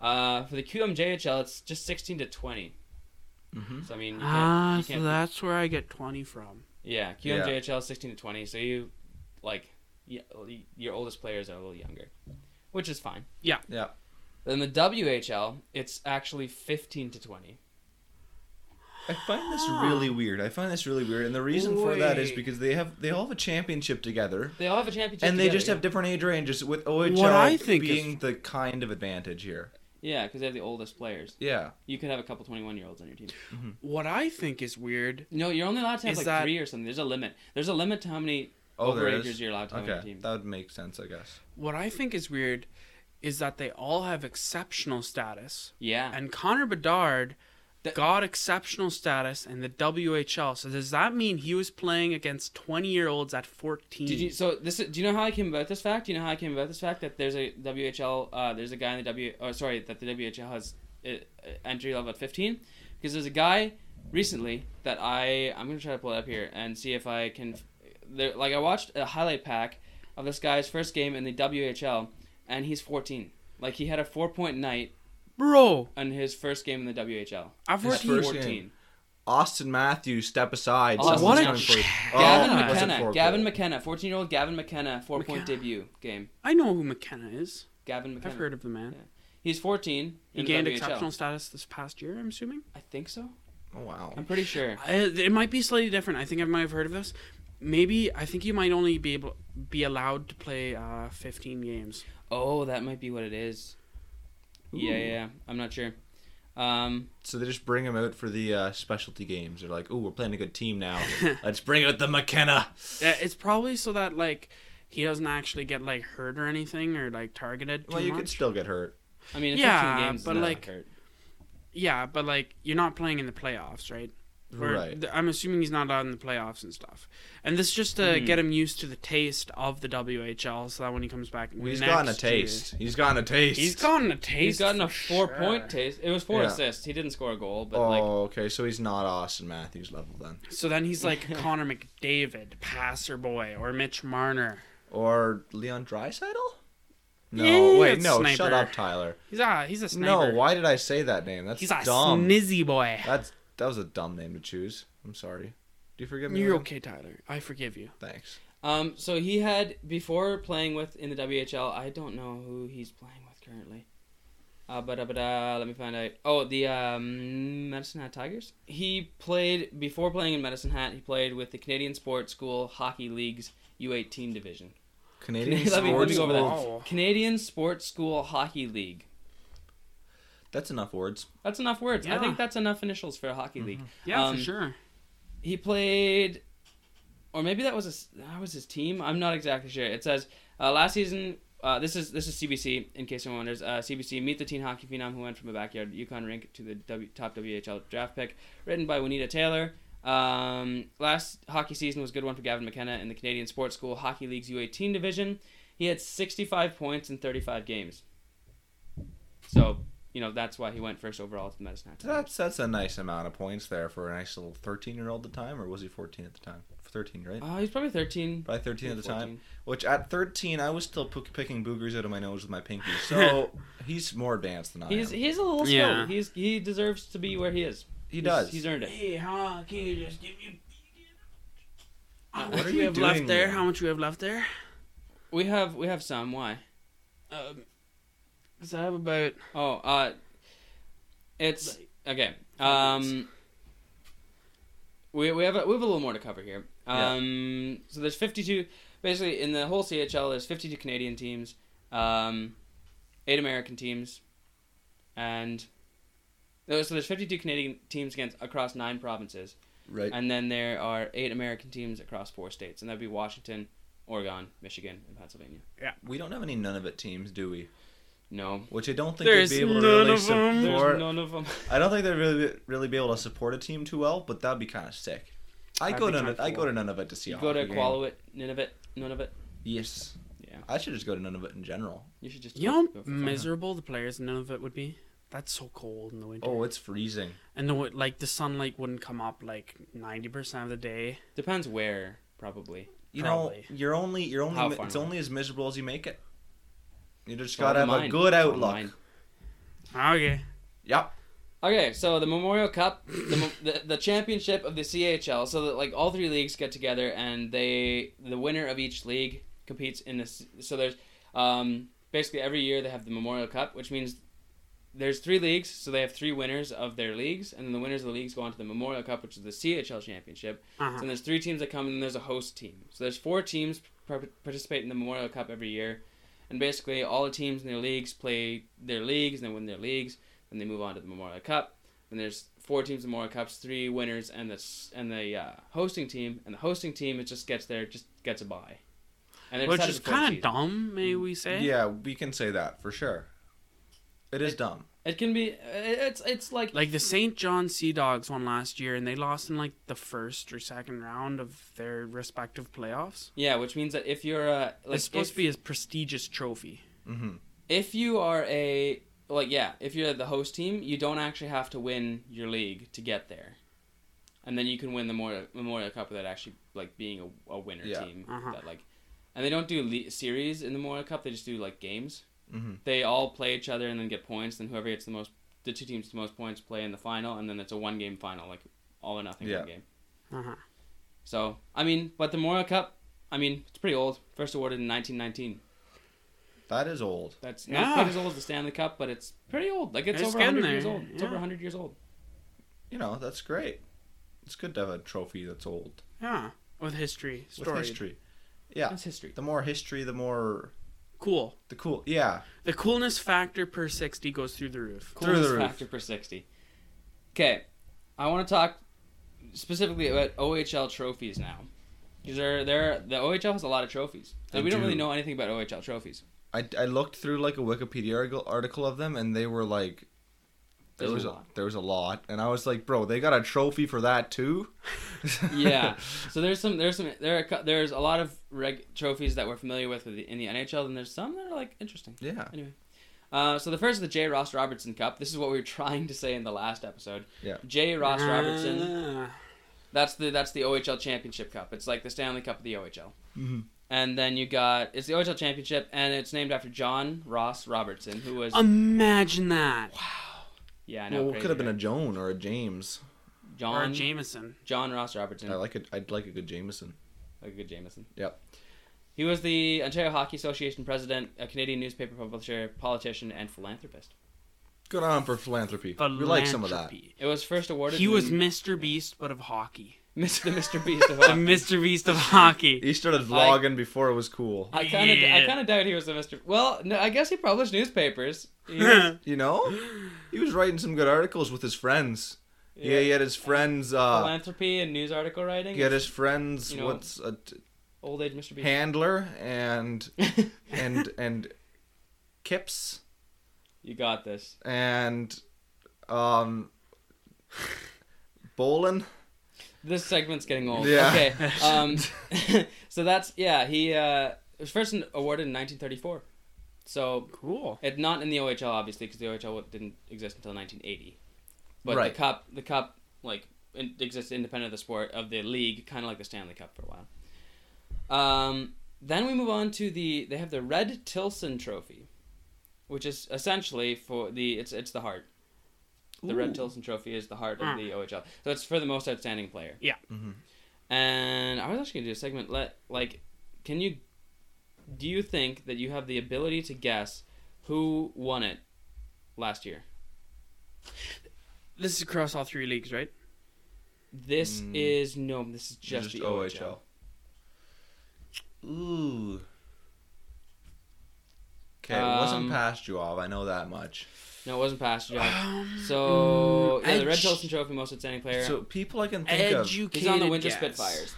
Speaker 2: Uh, for the QMJHL, it's just 16 to 20. So I mean, you can't,
Speaker 6: Ah,
Speaker 2: you
Speaker 6: so
Speaker 2: can't
Speaker 6: that's where I get twenty from.
Speaker 2: yeah,
Speaker 1: Yeah.
Speaker 2: QMJHL 16 to 20. So you like y- y- your oldest players are a little younger, which is fine.
Speaker 1: Yeah.
Speaker 2: Then the WHL, it's actually 15 to 20.
Speaker 1: I find this really weird. I find this really weird, and the reason for that is
Speaker 6: Wait.
Speaker 1: because they have they all have a championship together,
Speaker 2: They all have a championship.
Speaker 1: and they
Speaker 2: together,
Speaker 1: just have different age ranges. With OHL
Speaker 6: What I think is-
Speaker 1: being the kind of advantage here.
Speaker 2: yeah, because they have the oldest players.
Speaker 1: Yeah.
Speaker 2: You could have a couple 21 year olds on your team.
Speaker 6: What I think is weird.
Speaker 2: No, you're only allowed to have
Speaker 6: Is
Speaker 2: like
Speaker 6: that-
Speaker 2: three or something. There's a limit. There's a limit to how many
Speaker 1: Oh, there
Speaker 2: overagers
Speaker 1: is.
Speaker 2: you're allowed to have on your
Speaker 1: Okay,
Speaker 2: team.
Speaker 1: that would make sense, I guess.
Speaker 6: What I think is weird is that they all have exceptional status,
Speaker 2: Yeah.
Speaker 6: and Connor Bedard got exceptional status in the WHL. So does that mean he was playing against twenty-year-olds at fourteen?
Speaker 2: Did you so this? is- Do you know how I came about this fact? Do you know how I came about this fact that there's a WHL? Uh, there's a guy in the W. Oh, sorry, that the WHL has uh, uh, entry level at 15, because there's a guy recently that I I'm gonna try to pull it up here and see if I can. There, like I watched a highlight pack of this guy's first game in the WHL, and he's 14. Like he had a four point night
Speaker 6: bro?
Speaker 2: on his first game in the WHL.
Speaker 6: At
Speaker 2: He's
Speaker 1: first game.
Speaker 6: 14.
Speaker 1: Austin Matthews, step aside.
Speaker 2: Austin
Speaker 1: someone's
Speaker 2: Matthews.
Speaker 1: coming for you. Oh,
Speaker 2: Gavin
Speaker 1: it was a
Speaker 2: McKenna,
Speaker 1: four
Speaker 2: Gavin
Speaker 1: goal.
Speaker 2: McKenna, 14 year old Gavin McKenna, four point
Speaker 6: McKenna.
Speaker 2: debut game.
Speaker 6: I know who McKenna is.
Speaker 2: Gavin McKenna.
Speaker 6: I've heard of the man.
Speaker 2: He's 14.
Speaker 6: He
Speaker 2: in the
Speaker 6: gained
Speaker 2: WHL.
Speaker 6: exceptional status this past year. I'm assuming.
Speaker 2: I think so.
Speaker 1: Oh, wow.
Speaker 2: I'm pretty sure.
Speaker 6: I, it might be slightly different. I think I might have heard of this. Maybe I think you might only be able be allowed to play uh, 15 games.
Speaker 2: Oh, that might be what it is. Yeah, yeah, yeah. I'm not sure. Um,
Speaker 1: So they just bring him out for the uh, specialty games. They're like, "Oh, we're playing a good team now.
Speaker 6: *laughs*
Speaker 1: Let's bring out the McKenna."
Speaker 6: Uh, It's probably so that like he doesn't actually get like hurt or anything or like targeted too
Speaker 1: Well, you
Speaker 6: much.
Speaker 1: could still get hurt.
Speaker 2: I mean, it's
Speaker 6: Yeah,
Speaker 2: 15 games,
Speaker 6: but
Speaker 2: but like,
Speaker 6: like- Yeah, but like you're not playing in the playoffs, right? Where
Speaker 1: Right.
Speaker 6: th- I'm assuming he's not out in the playoffs and stuff. And this is just to get him used to the taste of the WHL, so that when he comes back,
Speaker 1: Well, He's
Speaker 6: next
Speaker 1: gotten a
Speaker 6: year-
Speaker 1: taste. He's gotten a taste.
Speaker 6: He's gotten a taste.
Speaker 2: He's gotten a
Speaker 6: for
Speaker 2: four
Speaker 6: sure.
Speaker 2: point taste. It was four
Speaker 1: Yeah.
Speaker 2: assists. He didn't score a goal, but
Speaker 1: Oh,
Speaker 2: like
Speaker 1: okay. So he's not Austin Matthews level then,
Speaker 6: So then he's like Connor McDavid, passer boy, or Mitch Marner.
Speaker 1: or Leon Dreisaitl? No,
Speaker 6: Yeah,
Speaker 1: wait, no.
Speaker 6: sniper.
Speaker 1: Shut up, Tyler.
Speaker 6: He's a he's a sniper.
Speaker 1: No, why did I say that name? That's
Speaker 6: He's a
Speaker 1: dumb.
Speaker 6: snizzy boy.
Speaker 1: That's that was a dumb name to choose. I'm sorry. Do you forgive me?
Speaker 6: You're
Speaker 1: Liam?
Speaker 6: okay, Tyler. I forgive you.
Speaker 1: Thanks.
Speaker 2: um so he had before playing with in the WHL, I don't know who he's playing with currently. Uh, but uh, but uh, let me find out. Oh, the um, Medicine Hat Tigers. He played before playing in Medicine Hat. He played with the Canadian Sports School Hockey League's U18 division. *laughs*
Speaker 1: Canadian
Speaker 2: let me, let me
Speaker 1: sports.
Speaker 2: go over that.
Speaker 6: School.
Speaker 2: Canadian Sports School Hockey League.
Speaker 1: That's enough words.
Speaker 2: That's enough words. I
Speaker 6: Yeah.
Speaker 2: think that's enough initials for a hockey league.
Speaker 6: Yeah,
Speaker 2: Um,
Speaker 6: for sure.
Speaker 2: He played, or maybe that was his, that was his team. I'm not exactly sure. It says uh, last season. Uh, this is this is CBC. In case anyone wonders, uh, CBC meet the teen hockey phenom who went from a backyard Yukon rink to the w, top WHL draft pick. Written by Juanita Taylor. Um, last hockey season was a good one for Gavin McKenna in the Canadian Sports School Hockey League's U18 division. He had 65 points in 35 games. So you know that's why he went first overall to the Medicine Hat.
Speaker 1: That's that's a nice amount of points there for a nice little 13 year old at the time, or was he 14 at the time? 13, right?
Speaker 2: Uh, he's probably 13.
Speaker 1: Probably 13 at the
Speaker 2: 14.
Speaker 1: time. Which at 13, I was still p- picking boogers out of my nose with my pinky.
Speaker 2: *laughs*
Speaker 1: So he's more advanced than I
Speaker 2: He's
Speaker 1: am.
Speaker 2: he's a little skilled.
Speaker 6: Yeah.
Speaker 2: He's he deserves to be where he is.
Speaker 1: He
Speaker 2: He's-
Speaker 1: does.
Speaker 2: He's earned it.
Speaker 6: Hey, huh? Can you just give me? How
Speaker 1: What
Speaker 6: much
Speaker 1: are
Speaker 6: we
Speaker 1: you
Speaker 6: have
Speaker 1: doing,
Speaker 6: left there?
Speaker 1: Liam?
Speaker 6: How much we have left there?
Speaker 2: We have we have some. Why?
Speaker 6: Um, so I have about
Speaker 2: Oh, uh, it's okay. Um, we we have a, we have a little more to cover here. Um, so there's 52. Basically, in the whole CHL, there's 52 Canadian teams, um, eight American teams, and oh, so there's 52 Canadian teams against across nine provinces.
Speaker 1: right.
Speaker 2: And then there are eight American teams across four states, and that'd be Washington, Oregon, Michigan, and Pennsylvania.
Speaker 1: we don't have any none of it teams, do we?
Speaker 2: No,
Speaker 1: Which I don't think
Speaker 6: There's
Speaker 1: they'd be able to
Speaker 6: none
Speaker 1: really
Speaker 6: of 'em.
Speaker 2: there's
Speaker 1: support.
Speaker 2: none of them.
Speaker 1: I don't think they'd really really be able to support a team too well, but that'd be kind of sick. I
Speaker 6: That'd
Speaker 1: go
Speaker 6: be
Speaker 1: to
Speaker 6: kinda
Speaker 1: I
Speaker 6: cool.
Speaker 1: go to none of it to see. a
Speaker 2: You go to
Speaker 1: hockey game.
Speaker 2: Iqaluit, none of it, none of it.
Speaker 1: Yes.
Speaker 2: Yeah.
Speaker 1: I should just go to none of it in general.
Speaker 2: You should just
Speaker 6: you
Speaker 2: go
Speaker 6: know how
Speaker 2: for fun.
Speaker 6: miserable the players none of it would be. That's so cold in the winter,
Speaker 1: Oh, it's freezing.
Speaker 6: and the wi- like the sunlight wouldn't come up like ninety percent of the day.
Speaker 2: Depends where, probably.
Speaker 1: You
Speaker 6: Probably.
Speaker 1: know, you're only you're only
Speaker 2: How
Speaker 1: mi-
Speaker 2: far
Speaker 1: it's
Speaker 2: north?
Speaker 1: only as miserable as you make it. You just
Speaker 2: It's all
Speaker 1: gotta have
Speaker 2: in the
Speaker 1: a
Speaker 2: mind.
Speaker 1: good
Speaker 2: It's all in the
Speaker 1: outlook.
Speaker 2: mind.
Speaker 6: Ah, Okay.
Speaker 1: Yep.
Speaker 2: Okay, so the Memorial Cup, the, mo- the the championship of the CHL, so that like all three leagues get together and they the winner of each league competes in this. So there's um, basically every year they have the Memorial Cup, which means there's three leagues, so they have three winners of their leagues, and then the winners of the leagues go on to the Memorial Cup, which is the CHL championship.
Speaker 6: Uh-huh.
Speaker 2: So then there's three teams that come, and then there's a host team. So there's four teams par- participate in the Memorial Cup every year, and basically all the teams in their leagues play their leagues, and they win their leagues, and they move on to the Memorial Cup. And there's four teams in the Memorial Cups, three winners, and the s- and the uh, hosting team, and the hosting team it just gets there, just gets a bye. And they're
Speaker 6: Which
Speaker 2: decided
Speaker 6: is
Speaker 2: before the
Speaker 6: kind
Speaker 2: season.
Speaker 6: of dumb, may we say?
Speaker 1: Yeah, we can say that for sure. It is dumb.
Speaker 2: It can be. uh, It's it's like
Speaker 6: Like the St. John Sea Dogs won last year, and they lost in like the first or second round of their respective playoffs.
Speaker 2: Yeah, which means that if you're a like
Speaker 6: it's supposed
Speaker 2: if,
Speaker 6: to be a prestigious trophy.
Speaker 1: Mm-hmm.
Speaker 2: if you are a like yeah, if you're the host team, you don't actually have to win your league to get there, and then you can win the Memorial, Memorial Cup without actually like being a, a winner
Speaker 1: Yeah.
Speaker 2: team
Speaker 6: Uh-huh.
Speaker 2: that like, and they don't do le- series in the Memorial Cup. They just do like games.
Speaker 1: Mhm.
Speaker 2: They all play each other and then get points. Then whoever gets the most, the two teams with the most points play in the final, and then it's a one game final, like all or nothing
Speaker 1: Yeah.
Speaker 2: game.
Speaker 6: Uh-huh.
Speaker 2: So I mean, but the Memorial Cup, I mean, it's pretty old. First awarded in 1919.
Speaker 1: That is old.
Speaker 2: That's
Speaker 6: Yeah.
Speaker 2: not quite as old as the Stanley Cup, but it's pretty old. Like it's,
Speaker 6: It's
Speaker 2: over
Speaker 6: getting
Speaker 2: 100 years
Speaker 6: there,
Speaker 2: old. It's
Speaker 6: yeah.
Speaker 2: over 100 years old.
Speaker 1: You know, that's great. It's good to have a trophy that's old
Speaker 6: Yeah. With history,
Speaker 1: with
Speaker 6: story.
Speaker 1: history. Yeah.
Speaker 2: That's history.
Speaker 1: The more history, the more
Speaker 6: Cool.
Speaker 1: the cool. Yeah.
Speaker 6: The coolness factor per 60 goes through the roof.
Speaker 1: Through the
Speaker 2: Coolest
Speaker 1: roof.
Speaker 2: factor per 60. Okay, I want to talk specifically about OHL trophies now. Because there, there, the OHL has a lot of trophies, and
Speaker 1: They
Speaker 2: we don't
Speaker 1: do.
Speaker 2: really know anything about OHL trophies.
Speaker 1: I, I looked through like a Wikipedia article- article of them, and they were like There
Speaker 2: There's a
Speaker 1: was *laughs*
Speaker 2: lot.
Speaker 1: there was a lot, and I was like, bro, they got a trophy for that too. *laughs*
Speaker 2: yeah. *laughs* So there's some there's some there are, a cou- there's a lot of reg trophies that we're familiar with with the, in the NHL, and there's some that are like interesting.
Speaker 1: Yeah.
Speaker 2: Anyway, uh, so the first is the J. Ross Robertson Cup. This is what we were *laughs* trying to say in the last episode.
Speaker 1: Yeah.
Speaker 2: J. Ross Robertson.
Speaker 6: Ah.
Speaker 2: That's the that's the OHL Championship Cup. It's like the Stanley Cup of the OHL.
Speaker 1: Mm-hmm.
Speaker 2: And then you got it's the OHL Championship, and it's named after John Ross Robertson, who
Speaker 6: Um,
Speaker 2: was
Speaker 6: Imagine that.
Speaker 2: yeah, I know,
Speaker 1: Well, it
Speaker 2: crazy,
Speaker 1: could have been a
Speaker 2: right?
Speaker 1: Joan or a James.
Speaker 6: Or
Speaker 2: John
Speaker 6: Jameson.
Speaker 2: John Ross Robertson,
Speaker 1: I like it. I'd like a good Jameson.
Speaker 2: like a good Jameson.
Speaker 1: Yep.
Speaker 2: He was the Ontario Hockey Association president, a Canadian newspaper publisher, politician, and philanthropist.
Speaker 1: Good on for philanthropy. We like some of that.
Speaker 6: Philanthropy.
Speaker 2: It was first awarded.
Speaker 6: He
Speaker 2: *laughs*
Speaker 6: was
Speaker 2: in-
Speaker 6: Mr. Beast, but of hockey. *laughs*
Speaker 2: Mr. Mr. Beast of
Speaker 6: The
Speaker 2: hockey.
Speaker 6: Mr. Beast of hockey.
Speaker 1: He started vlogging before it was cool.
Speaker 2: I kind of, I
Speaker 6: Yeah.
Speaker 2: kind of doubt he was a Mr. Well, no, I guess he
Speaker 1: *laughs*
Speaker 2: published newspapers. He was-
Speaker 1: You
Speaker 2: *gasps*
Speaker 1: know, he was writing some good articles with his friends. Yeah, he had his friends. Uh,
Speaker 2: philanthropy and news article writing.
Speaker 1: he had his friends.
Speaker 2: You know-
Speaker 1: what's a t-
Speaker 2: old age Mr. Beast.
Speaker 1: handler and and and Kips
Speaker 2: *laughs* you got this.
Speaker 1: and
Speaker 2: *laughs*
Speaker 1: um Bolin.
Speaker 2: This segment's getting old.
Speaker 1: Yeah. *laughs*
Speaker 2: Okay. Um, *laughs* so that's yeah. He uh, was first in- awarded in 1934. So
Speaker 6: *laughs* Cool.
Speaker 2: It not in the OHL obviously because the OHL didn't exist until 1980. But
Speaker 1: Right.
Speaker 2: the cup, the cup, like in, exists independent of the sport of the league, kind of like the Stanley Cup for a while. Um, then we move on to the they have the Red Tilson Trophy, which is essentially for the it's it's the heart. The Red Tilson Trophy is the heart of the OHL, so it's for the most outstanding player.
Speaker 6: Yeah.
Speaker 1: Mm-hmm.
Speaker 2: And I was actually gonna do a segment. Let like, can you? Do you think that you have the ability to guess who won it last year?
Speaker 6: This is across all three leagues, right?
Speaker 2: This
Speaker 1: Mm.
Speaker 2: is no. This is just, the OHL.
Speaker 1: Ooh. Okay, it wasn't
Speaker 2: Um,
Speaker 1: past Joab. I know that much.
Speaker 2: No, it wasn't past job.
Speaker 6: *gasps* Um,
Speaker 2: so yeah, the Red
Speaker 6: edge-
Speaker 2: Tilson Trophy most outstanding player.
Speaker 1: So people I can think of.
Speaker 6: Educated
Speaker 2: He's on the Winter
Speaker 6: guess.
Speaker 2: Spitfires.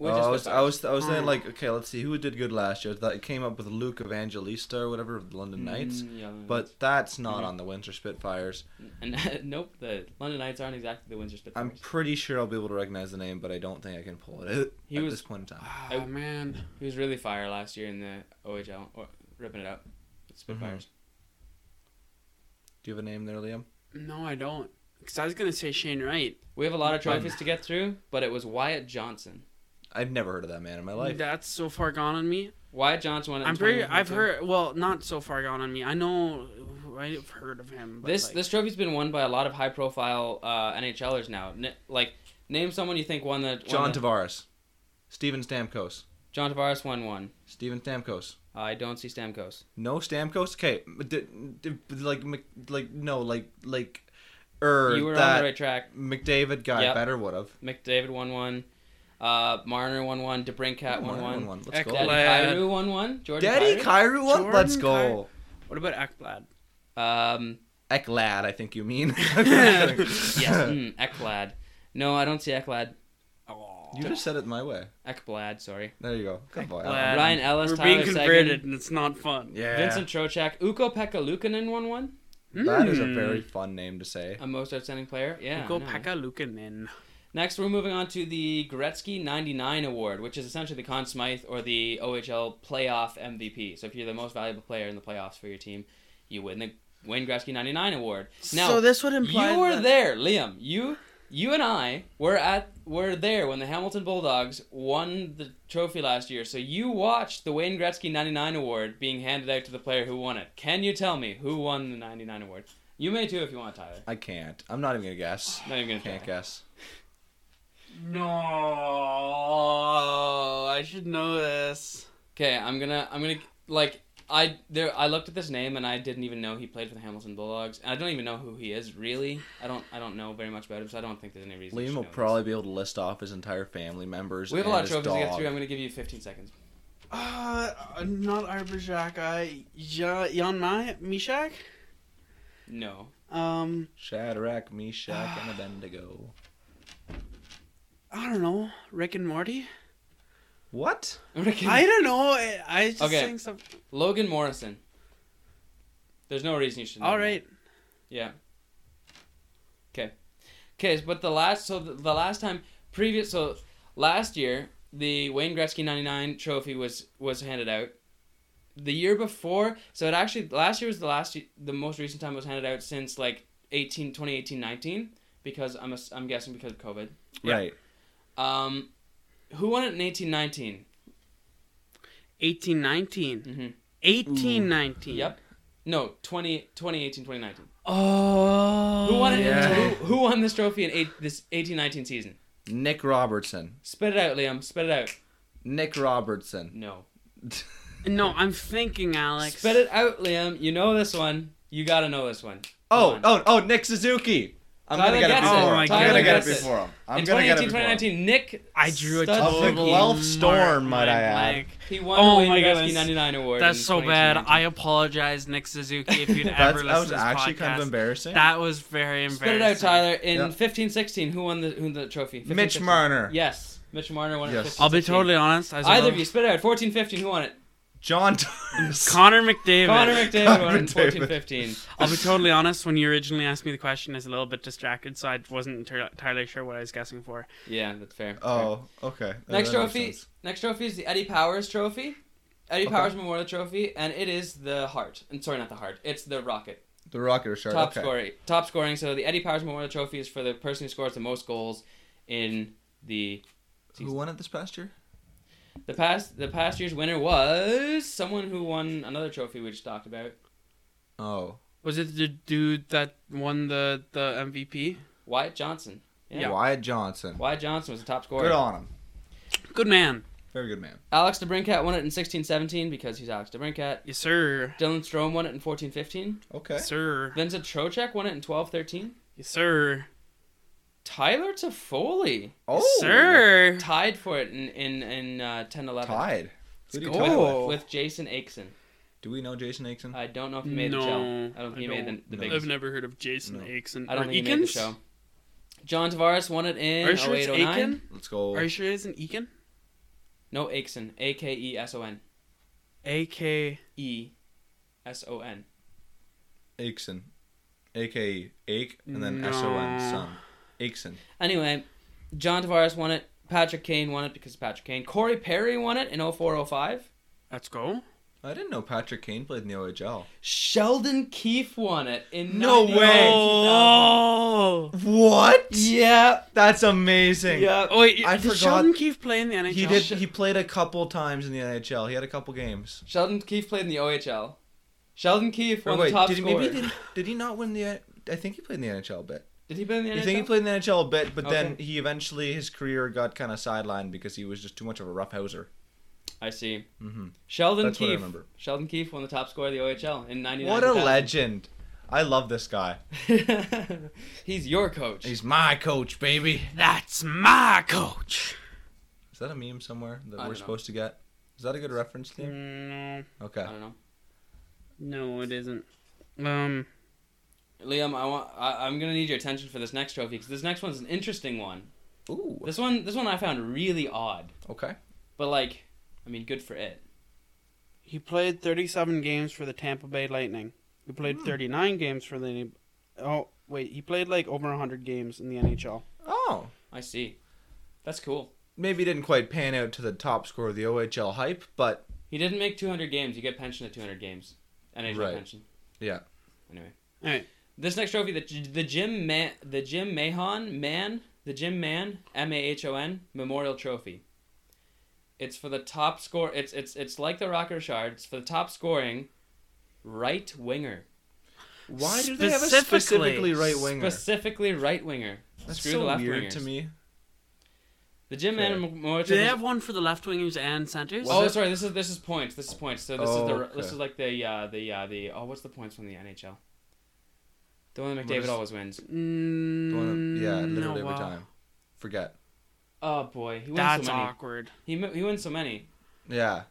Speaker 1: Oh,
Speaker 2: Winter
Speaker 1: I was, I
Speaker 2: Spitfires.
Speaker 1: was, I was saying like, okay, let's see who did good last year. That came up with Luke Evangelista or whatever of the London Knights,
Speaker 2: Mm, mm-hmm. yeah, London
Speaker 1: but that's not on the Winter Spitfires.
Speaker 2: and *laughs* nope, the London Knights aren't exactly the Winter Spitfires.
Speaker 1: I'm pretty sure I'll be able to recognize the name, but I don't think I can pull it *laughs* out
Speaker 2: He
Speaker 1: at
Speaker 2: was-
Speaker 1: this point in time.
Speaker 6: Oh, man.
Speaker 2: He was really fire last year in the OHL, or, ripping it up.
Speaker 1: Mm-hmm.
Speaker 2: Spitfires.
Speaker 1: Do you have a name there, Liam?
Speaker 6: No, I don't. Because I was going to say Shane Wright.
Speaker 2: We have a lot of trophies to get through, but it was Wyatt Johnson.
Speaker 1: I've never heard of that man in my life.
Speaker 6: That's so far gone on me.
Speaker 2: Wyatt Johnson won it. in
Speaker 6: I'm pretty. I've
Speaker 2: 2019.
Speaker 6: heard. Well, not so far gone on me. I know. I've heard of him. But
Speaker 2: this
Speaker 6: like,
Speaker 2: this trophy's been won by a lot of high profile uh, NHLers now. N- like name someone you think won the won
Speaker 1: John
Speaker 2: the-
Speaker 1: Tavares, Steven Stamkos,
Speaker 2: John Tavares won one. Uh,
Speaker 1: Steven Stamkos.
Speaker 2: I don't see Stamkos.
Speaker 1: No Stamkos. Okay, d- d- like Mc- like no like like er
Speaker 2: you were on
Speaker 1: that
Speaker 2: the right track.
Speaker 1: McDavid guy
Speaker 2: Yep.
Speaker 1: better would have.
Speaker 2: McDavid won one. Uh, Marner won one. DeBrincat won one.
Speaker 1: one. Let's
Speaker 2: Daddy
Speaker 1: go.
Speaker 6: Ekblad.
Speaker 2: Kyrou won one. Jordan
Speaker 1: Daddy
Speaker 2: Kyrou.
Speaker 1: Cairo one.
Speaker 6: Jordan
Speaker 1: Let's go.
Speaker 6: what about Ekblad?
Speaker 2: Um,
Speaker 1: Eklad, I think you
Speaker 2: *laughs*
Speaker 1: mean. *laughs*
Speaker 2: yes, mm, Ekblad. No, I don't see Ekblad.
Speaker 1: you just said it my way.
Speaker 2: Ekblad, sorry.
Speaker 1: There you go. Good boy. Alan.
Speaker 6: Ekblad.
Speaker 2: Ryan Ellis,
Speaker 6: Um, We're
Speaker 2: Tyler
Speaker 6: being
Speaker 2: Seguin.
Speaker 6: converted, and it's not fun.
Speaker 1: Yeah.
Speaker 2: Vincent Trochak. Uko Pekka Lukanen won one.
Speaker 1: That is a
Speaker 2: Hmm.
Speaker 1: very fun name to say.
Speaker 2: A most outstanding player. Yeah.
Speaker 6: Go
Speaker 2: no.
Speaker 6: Pekka Lukanen.
Speaker 2: Next, we're moving on to the Gretzky 99 Award, which is essentially the Conn Smythe or the OHL Playoff MVP. So if you're the most valuable player in the playoffs for your team, you win the Wayne Gretzky 99 Award. Now,
Speaker 6: so this would imply
Speaker 2: you were
Speaker 6: that-
Speaker 2: there, Liam. You you and I were at were there when the Hamilton Bulldogs won the trophy last year. So you watched the Wayne Gretzky 99 Award being handed out to the player who won it. Can you tell me who won the 99 Award? You may too if you want, Tyler.
Speaker 1: I can't. I'm not even gonna guess.
Speaker 2: Not even gonna
Speaker 1: Can't
Speaker 2: try.
Speaker 1: guess.
Speaker 6: No, I should know this.
Speaker 2: Okay, I'm gonna I'm gonna like I there I looked at this name and I didn't even know he played for the Hamilton Bulldogs. I don't even know who he is really. I don't I don't know very much about him, so I don't think there's any reason. to
Speaker 1: Liam will
Speaker 2: know this.
Speaker 1: probably be able to list off his entire family members.
Speaker 2: We have a
Speaker 1: and
Speaker 2: lot of
Speaker 1: his
Speaker 2: trophies to get
Speaker 1: dog.
Speaker 2: through. I'm gonna give you 15 seconds.
Speaker 6: Uh, not Arbajak. I Jan, Jan Ma- Mishak.
Speaker 2: No, *laughs*
Speaker 6: Um,
Speaker 1: Shadrach, Meshach,
Speaker 2: *sighs*
Speaker 1: and Abednego.
Speaker 6: I don't know. Rick and Morty.
Speaker 1: What?
Speaker 6: I don't know. I, I just
Speaker 2: Okay.
Speaker 6: think some.
Speaker 2: Logan Morrison. There's no reason you should. know
Speaker 6: All
Speaker 2: that.
Speaker 6: right.
Speaker 2: Yeah. Okay, but the last so the, the last time previous so last year the Wayne Gretzky 99 trophy was was handed out. The year before, so it actually last year was the last y- the most recent time it was handed out since like 18 2018 19 because I'm a, I'm guessing because of COVID.
Speaker 1: Right.
Speaker 2: Um who won it in 1819?
Speaker 6: 1819.
Speaker 2: Mhm.
Speaker 6: 1819.
Speaker 2: Yep. No, 20 2018 2019.
Speaker 6: Oh.
Speaker 2: Who won it?
Speaker 1: yeah.
Speaker 2: Who, who won this trophy in eight, this 1819 season?
Speaker 1: Nick Robertson.
Speaker 2: Spit it out, Liam. Spit it out.
Speaker 1: Nick *laughs* Robertson.
Speaker 2: No.
Speaker 1: Oh,
Speaker 6: No, I'm thinking, Alex.
Speaker 2: Spit it out, Liam. You know this one. You gotta know this one.
Speaker 1: Oh,
Speaker 2: Come on.
Speaker 1: oh, oh, Nick Suzuki. I'm
Speaker 2: Tyler
Speaker 1: gonna get it
Speaker 2: gets
Speaker 1: before
Speaker 6: it.
Speaker 1: him.
Speaker 6: Oh my
Speaker 1: I'm
Speaker 6: Tyler
Speaker 1: gonna get it
Speaker 6: gets it.
Speaker 1: before him. I'm
Speaker 2: in
Speaker 1: gonna get it
Speaker 2: 2018
Speaker 1: before him.
Speaker 2: 2019, Nick.
Speaker 6: I drew a
Speaker 2: Studs-
Speaker 1: Of the
Speaker 6: fucking
Speaker 1: Guelph Storm,
Speaker 6: mark,
Speaker 1: might I add.
Speaker 6: Mike.
Speaker 2: He won
Speaker 6: Oh
Speaker 2: the Wayne
Speaker 6: my
Speaker 2: Gretzky
Speaker 6: goodness.
Speaker 2: 99 award.
Speaker 6: That's
Speaker 2: in
Speaker 6: so bad.
Speaker 2: 2018.
Speaker 6: I apologize, Nick Suzuki, if
Speaker 1: *laughs*
Speaker 6: you'd
Speaker 1: That's,
Speaker 6: ever
Speaker 1: that
Speaker 6: listened
Speaker 1: was
Speaker 6: to this
Speaker 1: actually
Speaker 6: podcast.
Speaker 1: kind of embarrassing.
Speaker 6: That was very embarrassing.
Speaker 2: Spit it out, Tyler. In
Speaker 1: Yeah.
Speaker 2: 1516, who won the who won the trophy? 15,
Speaker 1: Mitch
Speaker 2: 16.
Speaker 1: Marner.
Speaker 2: Yes, Mitch Marner won
Speaker 1: Yes.
Speaker 2: it. 15,
Speaker 6: I'll be
Speaker 2: 16.
Speaker 6: totally honest. I was
Speaker 2: Either
Speaker 6: a
Speaker 2: of you, spit it out. 1415, who won it?
Speaker 6: *laughs*
Speaker 1: John Torres.
Speaker 6: Connor McDavid.
Speaker 2: Connor McDavid won it in
Speaker 1: McDavid.
Speaker 2: 1415.
Speaker 6: I'll be totally honest. When you originally asked me the question, I was a little bit distracted, so I wasn't enter- entirely sure what I was guessing for.
Speaker 2: Yeah, that's fair.
Speaker 1: oh, okay. That-
Speaker 2: Next
Speaker 1: that makes
Speaker 2: trophy.
Speaker 1: sense.
Speaker 2: Next trophy is the Eddie Powers Trophy, Eddie
Speaker 1: Okay.
Speaker 2: Powers Memorial Trophy, and it is the heart. And sorry, not the heart. It's the rocket.
Speaker 1: The Rocket or Shark.
Speaker 2: Top
Speaker 1: okay.
Speaker 2: scoring. Top scoring. So the Eddie Powers Memorial Trophy is for the person who scores the most goals in the
Speaker 1: Who won it this past year?
Speaker 2: the past. The past year's winner was someone who won another trophy we just talked about.
Speaker 1: Oh,
Speaker 6: Was it the dude that won the the MVP?
Speaker 2: Wyatt Johnson. Yeah.
Speaker 1: Wyatt Johnson.
Speaker 2: Wyatt Johnson was the top scorer.
Speaker 1: Good on him.
Speaker 6: Good man.
Speaker 1: Very good man.
Speaker 2: Alex DeBrincat won it in sixteen seventeen because he's Alex DeBrincat.
Speaker 6: Yes, sir.
Speaker 2: Dylan Strome won it in fourteen fifteen.
Speaker 1: Okay.
Speaker 6: Yes, sir.
Speaker 2: Vincent Trocek won it in twelve thirteen.
Speaker 6: Yes, sir.
Speaker 2: Tyler Toffoli
Speaker 1: Oh,
Speaker 6: Sir.
Speaker 2: tied for it in in, in uh, 10 11
Speaker 1: Tied. Who do you
Speaker 6: go.
Speaker 1: tie with?
Speaker 2: with Jason Aikson.
Speaker 1: Do we know Jason Aikson?
Speaker 2: I don't know if he made
Speaker 6: no,
Speaker 2: the show. I don't think he made the, the
Speaker 1: No.
Speaker 2: big
Speaker 6: I've never heard of Jason
Speaker 1: No.
Speaker 6: Aikson.
Speaker 2: I don't
Speaker 6: or
Speaker 2: think
Speaker 6: Eakins?
Speaker 2: he made the show. John Tavares won it in
Speaker 6: Are you sure it's
Speaker 2: 0809.
Speaker 6: Aiken?
Speaker 1: Let's go.
Speaker 6: Are you sure it isn't Eakin?
Speaker 2: No, Aikson. A K E S O N.
Speaker 6: A K.
Speaker 2: E S O N.
Speaker 1: Aikson, aka Ake, and then
Speaker 6: No.
Speaker 1: S O N son. Aikson.
Speaker 2: Anyway, John Tavares won it. Patrick Kane won it because of Patrick Kane. Corey Perry won it in 0405.
Speaker 6: Let's go.
Speaker 1: I didn't know Patrick Kane played in the OHL.
Speaker 2: Sheldon Keefe won it in
Speaker 1: No
Speaker 2: 90
Speaker 1: way.
Speaker 6: Oh.
Speaker 1: What?
Speaker 2: Yeah.
Speaker 1: That's amazing.
Speaker 2: Yeah.
Speaker 6: Oh wait,
Speaker 1: I
Speaker 6: I does
Speaker 1: forgot-
Speaker 6: Sheldon Keefe play in the NHL?
Speaker 1: He did. He played a couple times in the NHL. He had a couple games.
Speaker 2: Sheldon Keefe played in the OHL. Sheldon Keefe
Speaker 1: Or
Speaker 2: won
Speaker 1: wait,
Speaker 2: the top
Speaker 1: did he,
Speaker 2: scorer.
Speaker 1: maybe did, did he not win the? I think he played in the NHL a bit.
Speaker 2: Did he play in the NHL?
Speaker 1: I think he played in the NHL a bit, but then
Speaker 2: Okay.
Speaker 1: he eventually his career got kind of sidelined because he was just too much of a roughhouser.
Speaker 2: I see.
Speaker 1: Mhm.
Speaker 2: Sheldon
Speaker 1: That's what I
Speaker 2: Keefe.
Speaker 1: remember.
Speaker 2: Sheldon Keefe won the top scorer of the OHL in 99.
Speaker 1: What a legend! I love this guy.
Speaker 2: legend. *laughs* He's your coach.
Speaker 1: He's my coach, baby.
Speaker 6: That's my coach.
Speaker 1: Is that a meme somewhere that
Speaker 2: I don't
Speaker 1: we're
Speaker 2: know.
Speaker 1: supposed to get? Is that a good reference to?
Speaker 6: No,
Speaker 1: Okay.
Speaker 2: I don't know.
Speaker 6: no, it isn't. Um,
Speaker 2: Liam, I want. I, I'm gonna need your attention for this next trophy because this next one's an interesting one.
Speaker 1: Ooh.
Speaker 2: This one, this one I found really odd,
Speaker 1: Okay.
Speaker 2: but like, I mean, good for it.
Speaker 6: he played 37 games for the Tampa Bay Lightning. He played 39 games for the. Oh wait, he played like over 100 games in the NHL.
Speaker 1: Oh.
Speaker 2: I see. That's cool.
Speaker 1: Maybe it didn't quite pan out to the top score of the OHL hype, but
Speaker 2: He didn't make 200 games. You get pension at 200 games. NHL
Speaker 1: Right.
Speaker 2: pension.
Speaker 1: yeah.
Speaker 2: Anyway,
Speaker 6: All right,
Speaker 2: this next trophy, the the Jim Man, the Jim Mahon Man, the Jim Man M A H O N Memorial Trophy. It's for the top score. It's it's it's like the Rocker Shard. It's for the top scoring right winger.
Speaker 1: Why do they have a
Speaker 6: Specifically-
Speaker 1: specifically right winger?
Speaker 2: Specifically right winger.
Speaker 1: That's
Speaker 2: Screw
Speaker 1: so
Speaker 2: the left
Speaker 1: weird
Speaker 2: wingers.
Speaker 1: to me.
Speaker 2: The Jim
Speaker 1: Okay.
Speaker 2: Man Memorial
Speaker 6: do
Speaker 2: Trophy.
Speaker 6: they have one for the left wingers and centers?
Speaker 2: Oh, sorry. This is this is points. This is points. So this is the
Speaker 1: Oh, okay.
Speaker 2: this is like the uh, the uh, the oh what's the points from the NHL? The one that
Speaker 1: What
Speaker 2: McDavid
Speaker 1: is-
Speaker 2: always wins.
Speaker 1: The Oh. one-
Speaker 6: Mm,
Speaker 1: yeah, literally
Speaker 6: no,
Speaker 1: every
Speaker 6: wow.
Speaker 1: time. Forget.
Speaker 2: Oh boy, he wins
Speaker 6: That's
Speaker 2: so many.
Speaker 6: awkward.
Speaker 2: He mo- he wins so many.
Speaker 1: Yeah.